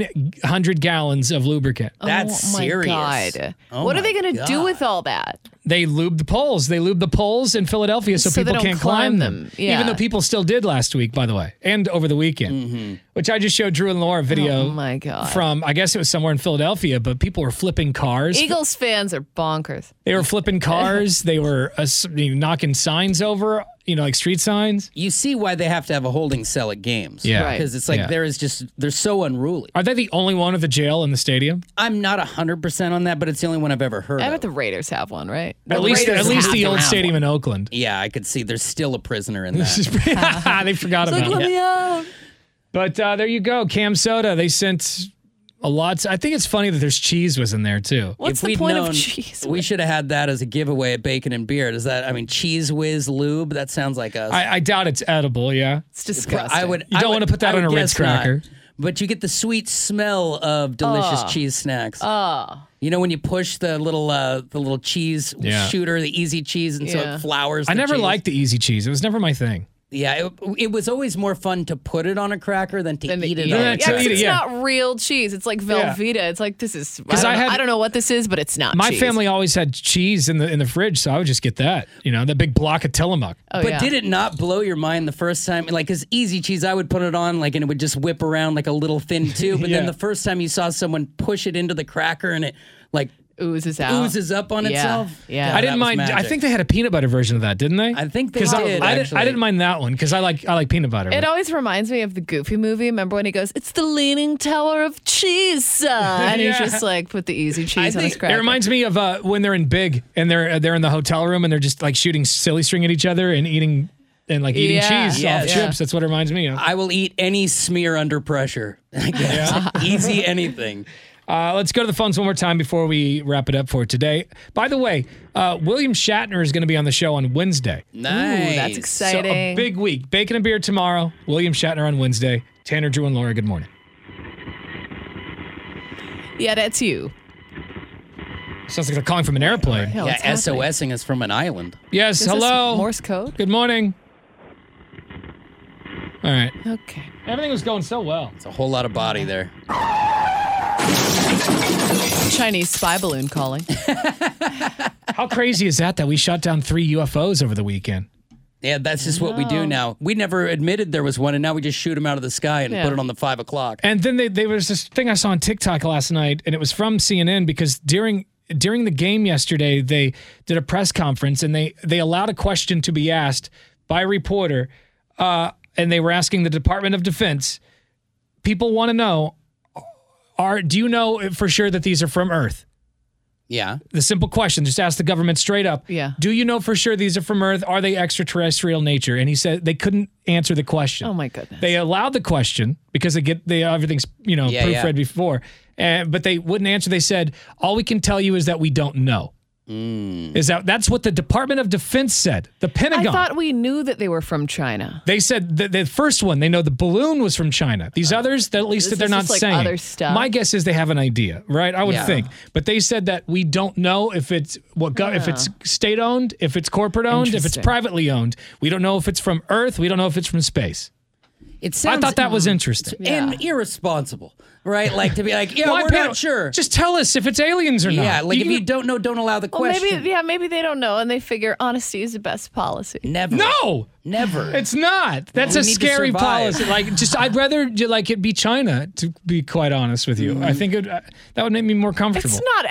[SPEAKER 1] 1,500 gallons of lubricant.
[SPEAKER 2] That's
[SPEAKER 3] oh my
[SPEAKER 2] serious.
[SPEAKER 3] God.
[SPEAKER 1] Oh
[SPEAKER 3] what are
[SPEAKER 1] my
[SPEAKER 3] they going to do
[SPEAKER 1] God.
[SPEAKER 3] with all that?
[SPEAKER 1] They lube the poles. They lube the poles in Philadelphia so,
[SPEAKER 3] So they
[SPEAKER 1] people
[SPEAKER 3] don't
[SPEAKER 1] can't
[SPEAKER 3] climb
[SPEAKER 1] climb them.
[SPEAKER 3] them. Yeah.
[SPEAKER 1] Even though people still did last week, by the way, and over the weekend,
[SPEAKER 2] Mm-hmm.
[SPEAKER 1] which I just showed Drew and Laura a video
[SPEAKER 3] Oh my God.
[SPEAKER 1] from, I guess it was somewhere in Philadelphia, but people were flipping cars.
[SPEAKER 3] Eagles fans are bonkers.
[SPEAKER 1] They were flipping cars. they were uh, s- you know, knocking signs over, you know, like street signs.
[SPEAKER 2] you see why they have to have a holding cell at games.
[SPEAKER 1] Yeah. Right.
[SPEAKER 2] Because it's like
[SPEAKER 1] Yeah.
[SPEAKER 2] there is just, they're so unruly.
[SPEAKER 1] Are they the only one at the jail in the stadium?
[SPEAKER 2] I'm not 100% on that, but it's the only one I've ever heard
[SPEAKER 3] I
[SPEAKER 2] of.
[SPEAKER 3] bet the Raiders have one, right?
[SPEAKER 1] At
[SPEAKER 2] The
[SPEAKER 1] least, at
[SPEAKER 2] Raiders
[SPEAKER 1] least
[SPEAKER 2] have
[SPEAKER 1] the
[SPEAKER 2] to
[SPEAKER 1] old
[SPEAKER 2] have
[SPEAKER 1] stadium in
[SPEAKER 2] [LAUGHS]
[SPEAKER 1] Oakland.
[SPEAKER 2] Yeah, I could see there's still a prisoner
[SPEAKER 1] [LAUGHS]
[SPEAKER 2] in
[SPEAKER 1] This is
[SPEAKER 2] that.
[SPEAKER 1] pretty, [LAUGHS] they forgot about it.
[SPEAKER 3] out.
[SPEAKER 1] But uh, there you go, Cam Soda. They sent a lot. I think it's funny that there's cheese was in there too.
[SPEAKER 2] if
[SPEAKER 3] What's the
[SPEAKER 2] we'd
[SPEAKER 3] point
[SPEAKER 2] known-
[SPEAKER 3] of cheese?
[SPEAKER 2] We should have had that as a giveaway at Bacon and Beer. Does that, I mean, cheese whiz lube? That sounds like us.
[SPEAKER 1] I, I doubt it's edible. Yeah,
[SPEAKER 3] It's disgusting.
[SPEAKER 2] I would.
[SPEAKER 1] You
[SPEAKER 2] I
[SPEAKER 1] don't
[SPEAKER 2] would-
[SPEAKER 1] wanna put that
[SPEAKER 2] I
[SPEAKER 1] on
[SPEAKER 2] would
[SPEAKER 1] a Ritz
[SPEAKER 2] guess not.
[SPEAKER 1] cracker.
[SPEAKER 2] But you get the sweet smell of delicious
[SPEAKER 3] Ah.
[SPEAKER 2] cheese snacks.
[SPEAKER 3] Oh,
[SPEAKER 2] you know when you push the little uh, the little cheese
[SPEAKER 1] Yeah.
[SPEAKER 2] shooter, the easy cheese, and so
[SPEAKER 3] Yeah.
[SPEAKER 2] it flowers.
[SPEAKER 1] I
[SPEAKER 2] the
[SPEAKER 1] never
[SPEAKER 2] cheese?
[SPEAKER 1] liked the easy cheese. It was never my thing.
[SPEAKER 2] Yeah, it, it was always more fun to put it on a cracker than to eat
[SPEAKER 1] it.
[SPEAKER 2] it.
[SPEAKER 1] Yeah,
[SPEAKER 2] on a
[SPEAKER 1] to
[SPEAKER 3] Yeah, 'cause
[SPEAKER 2] cracker.
[SPEAKER 3] it's not real cheese. It's like
[SPEAKER 1] Yeah.
[SPEAKER 3] Velveeta. It's like this is. I
[SPEAKER 1] 'Cause
[SPEAKER 3] don't,
[SPEAKER 1] I
[SPEAKER 3] know,
[SPEAKER 1] had-
[SPEAKER 3] I don't know what this is, but it's not.
[SPEAKER 1] My
[SPEAKER 3] cheese.
[SPEAKER 1] family always had cheese in the in the fridge, so I would just get that. You know, that big block of Tillamook.
[SPEAKER 3] Oh,
[SPEAKER 2] but did it not blow your mind the first time? Like, cause easy cheese, I would put it on, like, and it would just whip around like a little
[SPEAKER 1] [LAUGHS]
[SPEAKER 2] thin tube. But then
[SPEAKER 1] Yeah.
[SPEAKER 2] the first time you saw someone push it into the cracker and it, like,
[SPEAKER 3] oozes
[SPEAKER 1] out.
[SPEAKER 2] oozes up on
[SPEAKER 1] Yeah.
[SPEAKER 2] itself.
[SPEAKER 1] Yeah, I didn't mind. I think they had a peanut butter version of that, didn't they? I
[SPEAKER 2] think they
[SPEAKER 1] I,
[SPEAKER 2] did,
[SPEAKER 1] I,
[SPEAKER 2] actually.
[SPEAKER 1] I didn't mind that one because I like I like peanut butter.
[SPEAKER 3] It always reminds me of the Goofy movie. Remember when he goes, "It's the Leaning Tower of
[SPEAKER 1] [LAUGHS]
[SPEAKER 3] Cheese," son," and
[SPEAKER 1] Yeah.
[SPEAKER 3] he's just like, "Put the easy cheese on his
[SPEAKER 1] it
[SPEAKER 3] cracker."
[SPEAKER 1] reminds me of uh, when they're in Big and they're uh, they're in the hotel room and they're just like shooting silly string at each other and eating and like eating
[SPEAKER 2] Yeah.
[SPEAKER 1] cheese
[SPEAKER 2] Yes.
[SPEAKER 1] off
[SPEAKER 2] Yeah.
[SPEAKER 1] chips. That's what it reminds me of.
[SPEAKER 2] I will eat any smear under pressure. [LAUGHS] I guess.
[SPEAKER 1] [LAUGHS]
[SPEAKER 2] Easy anything.
[SPEAKER 1] Uh, let's go to the phones one more time before we wrap it up for today. By the way, uh, William Shatner is going to be on the show on Wednesday.
[SPEAKER 3] Nice. Ooh, that's
[SPEAKER 1] So a
[SPEAKER 3] exciting.
[SPEAKER 1] big week. Bacon and beer tomorrow. William Shatner on Wednesday. Tanner, Drew, and Laura. Good morning.
[SPEAKER 3] yeah, that's you.
[SPEAKER 1] Sounds like they're calling from an airplane.
[SPEAKER 2] Yeah, SOSing is from an island.
[SPEAKER 1] Yes.
[SPEAKER 3] Is this
[SPEAKER 1] hello.
[SPEAKER 3] Morse code.
[SPEAKER 1] Good morning. All right.
[SPEAKER 3] Okay.
[SPEAKER 1] Everything was going so well.
[SPEAKER 2] It's a whole lot of body there.
[SPEAKER 3] Chinese spy balloon calling.
[SPEAKER 1] How crazy is that that we shot down three UFOs over the weekend?
[SPEAKER 2] Yeah, that's just what we do now. We never admitted there was one, and now we just shoot them out of the sky and
[SPEAKER 1] Yeah.
[SPEAKER 2] put it on the five o'clock.
[SPEAKER 1] And then they, there was this thing I saw on TikTok last night, and it was from CNN because during during the game yesterday they did a press conference and they they allowed a question to be asked by a reporter, uh, and they were asking the Department of Defense. People want to know: Are do you know for sure that these are from Earth?
[SPEAKER 2] Yeah.
[SPEAKER 1] The simple question, just ask the government straight up. Yeah. Do you know for sure these are from Earth? Are they extraterrestrial nature? And he said they couldn't answer the question. Oh
[SPEAKER 3] my goodness.
[SPEAKER 1] They allowed the question because they get they everything's you know
[SPEAKER 2] Yeah,
[SPEAKER 1] proofread
[SPEAKER 2] yeah.
[SPEAKER 1] before, and but they wouldn't answer. They said all we can tell you is that we don't know.
[SPEAKER 2] Mm.
[SPEAKER 1] Is that that's what the Department of Defense said? The
[SPEAKER 3] I
[SPEAKER 1] Pentagon.
[SPEAKER 3] thought we knew that they were from China.
[SPEAKER 1] They said the, the first one, they know the balloon was from China. These others, that at least that
[SPEAKER 3] Oh. This
[SPEAKER 1] they're
[SPEAKER 3] is
[SPEAKER 1] not
[SPEAKER 3] just, like,
[SPEAKER 1] saying.
[SPEAKER 3] other stuff.
[SPEAKER 1] My guess is they have an idea, right? I would
[SPEAKER 3] Yeah.
[SPEAKER 1] think. But they said that we don't know if it's what go- if it's state owned, if it's corporate owned, if it's
[SPEAKER 2] Interesting.
[SPEAKER 1] privately owned. We don't know if it's from Earth. We don't know if it's from space.
[SPEAKER 2] It
[SPEAKER 1] I thought that
[SPEAKER 3] um,
[SPEAKER 1] was interesting.
[SPEAKER 2] and irresponsible, right? Like to be like, yeah,
[SPEAKER 1] Why
[SPEAKER 2] we're
[SPEAKER 1] pan-
[SPEAKER 2] not sure.
[SPEAKER 1] Just tell us if it's aliens or not.
[SPEAKER 2] Yeah, like if
[SPEAKER 1] can-
[SPEAKER 2] you don't know, don't allow the
[SPEAKER 3] Well,
[SPEAKER 2] question.
[SPEAKER 3] maybe yeah, maybe they don't know, and they figure honesty is the best policy.
[SPEAKER 2] Never.
[SPEAKER 1] No,
[SPEAKER 2] never.
[SPEAKER 1] It's not. That's
[SPEAKER 3] We
[SPEAKER 1] a
[SPEAKER 3] need to
[SPEAKER 1] scary
[SPEAKER 3] survive.
[SPEAKER 1] policy. Like, just I'd rather j- like it be China. To be quite honest with you, I think it, uh, that would make me more comfortable.
[SPEAKER 3] Mm. It's not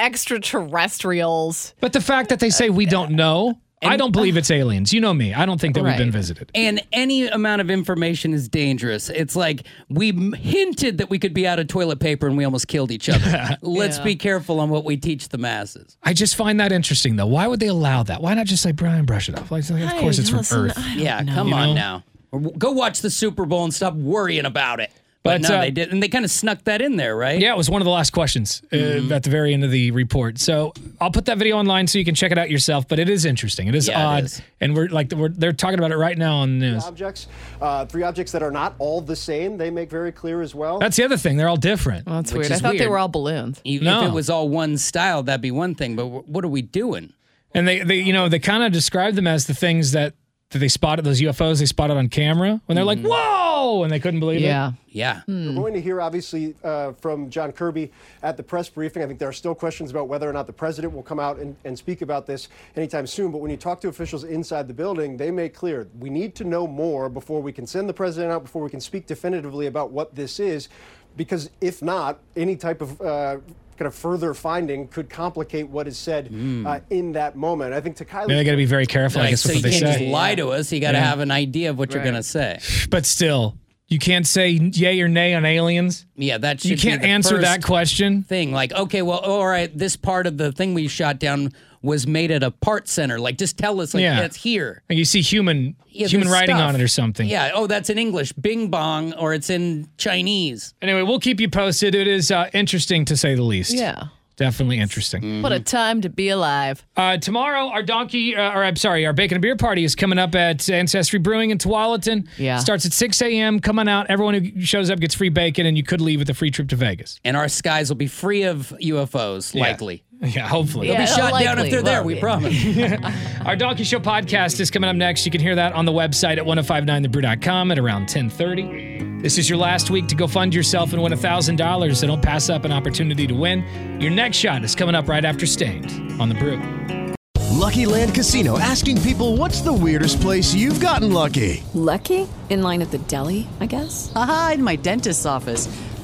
[SPEAKER 3] extraterrestrials.
[SPEAKER 1] But the fact that they say we don't know, I don't believe it's aliens. You know me. I don't think that we've been visited.
[SPEAKER 2] and any amount of information is dangerous. It's like we m- hinted that we could be out of toilet paper and we almost killed each other.
[SPEAKER 1] [LAUGHS]
[SPEAKER 2] Let's
[SPEAKER 1] Yeah.
[SPEAKER 2] be careful on what we teach the masses.
[SPEAKER 1] I just find that interesting, though. Why would they allow that? Why not just say, Brian, brush it off? Like, of course, it's from Earth.
[SPEAKER 2] Yeah, come
[SPEAKER 1] You
[SPEAKER 2] on
[SPEAKER 1] know?
[SPEAKER 2] now. Or w- Go watch the Super Bowl and stop worrying about it. But,
[SPEAKER 1] But,
[SPEAKER 2] no,
[SPEAKER 1] uh,
[SPEAKER 2] they did, and they kind of snuck that in there, right?
[SPEAKER 1] Yeah, it was one of the last questions uh,
[SPEAKER 2] Mm-hmm.
[SPEAKER 1] at the very end of the report. So I'll put that video online so you can check it out yourself. But it is interesting. It is
[SPEAKER 11] Yeah, it
[SPEAKER 1] odd,
[SPEAKER 11] is.
[SPEAKER 1] and we're like we're, they're talking about it right now on the news.
[SPEAKER 11] objects, uh, three objects that are not all the same. They make very clear as well.
[SPEAKER 1] That's the other thing. They're all different.
[SPEAKER 3] that's
[SPEAKER 2] Which
[SPEAKER 3] weird. I
[SPEAKER 2] is
[SPEAKER 3] thought they
[SPEAKER 2] weird.
[SPEAKER 3] were all balloons.
[SPEAKER 2] If,
[SPEAKER 1] No.
[SPEAKER 2] if it was all one style, that'd be one thing. But w- what are we doing?
[SPEAKER 1] And they, they you know, they kind of describe them as the things that, that they spotted, those UFOs they spotted on camera when they're like,
[SPEAKER 2] Mm-hmm.
[SPEAKER 1] whoa, and they couldn't believe it. Hmm.
[SPEAKER 2] Yeah.
[SPEAKER 11] We're going to hear, obviously, uh, from John Kirby at the press briefing. I think there are still questions about whether or not the president will come out and, and speak about this anytime soon. But when you talk to officials inside the building, they make clear we need to know more before we can send the president out, before we can speak definitively about what this is. Because if not, any type of uh, kind of further finding could complicate what is said uh, in that moment. I think to Kylie's
[SPEAKER 1] They got to be very careful. I
[SPEAKER 2] Like,
[SPEAKER 1] guess
[SPEAKER 2] Hmm. so
[SPEAKER 1] what
[SPEAKER 2] you
[SPEAKER 1] they
[SPEAKER 2] can't
[SPEAKER 1] say.
[SPEAKER 2] just lie to us. You got to
[SPEAKER 1] Yeah.
[SPEAKER 2] have an idea of what you're
[SPEAKER 1] Right.
[SPEAKER 2] going to say.
[SPEAKER 1] [SIGHS] But still, you can't say yay or nay on aliens.
[SPEAKER 2] Yeah, that
[SPEAKER 1] You
[SPEAKER 2] should be
[SPEAKER 1] can't
[SPEAKER 2] the
[SPEAKER 1] answer that
[SPEAKER 2] first
[SPEAKER 1] question.
[SPEAKER 2] Thing like, okay, well, all right, this part of the thing we shot down was made at a part center. Like, just tell us, like,
[SPEAKER 1] Yeah.
[SPEAKER 2] that's here.
[SPEAKER 1] Like you see human
[SPEAKER 2] Yeah,
[SPEAKER 1] human
[SPEAKER 2] there's
[SPEAKER 1] writing on
[SPEAKER 2] stuff.
[SPEAKER 1] it or something.
[SPEAKER 2] Yeah. Oh, that's in English, Bing Bong, or it's in Chinese.
[SPEAKER 1] Anyway, we'll keep you posted. It is uh, interesting to say the least.
[SPEAKER 3] Yeah.
[SPEAKER 1] Definitely interesting.
[SPEAKER 3] What a time to be alive.
[SPEAKER 1] Uh, tomorrow, our donkey, uh, or I'm sorry, our bacon and beer party is coming up at Ancestry Brewing in Tualatin.
[SPEAKER 2] Yeah.
[SPEAKER 1] Starts at 6 a.m. Come on out. Everyone who shows up gets free bacon, and you could leave with a free trip to Vegas.
[SPEAKER 2] And our skies will be free of UFOs,
[SPEAKER 1] Yeah.
[SPEAKER 2] likely.
[SPEAKER 1] [LAUGHS] Yeah, hopefully.
[SPEAKER 2] They'll be shot down if they're there, we promise.
[SPEAKER 1] [LAUGHS] Our Donkey Show podcast is coming up next. You can hear that on the website at 1059thebrew.com at around 1030. This is your last week to go fund yourself and win $1,000, so don't pass up an opportunity to win. Your next shot is coming up right after Stained on The Brew.
[SPEAKER 8] Lucky Land Casino asking people what's the weirdest place you've gotten lucky?
[SPEAKER 16] Lucky? In line at the deli, I guess? Aha, in my dentist's office.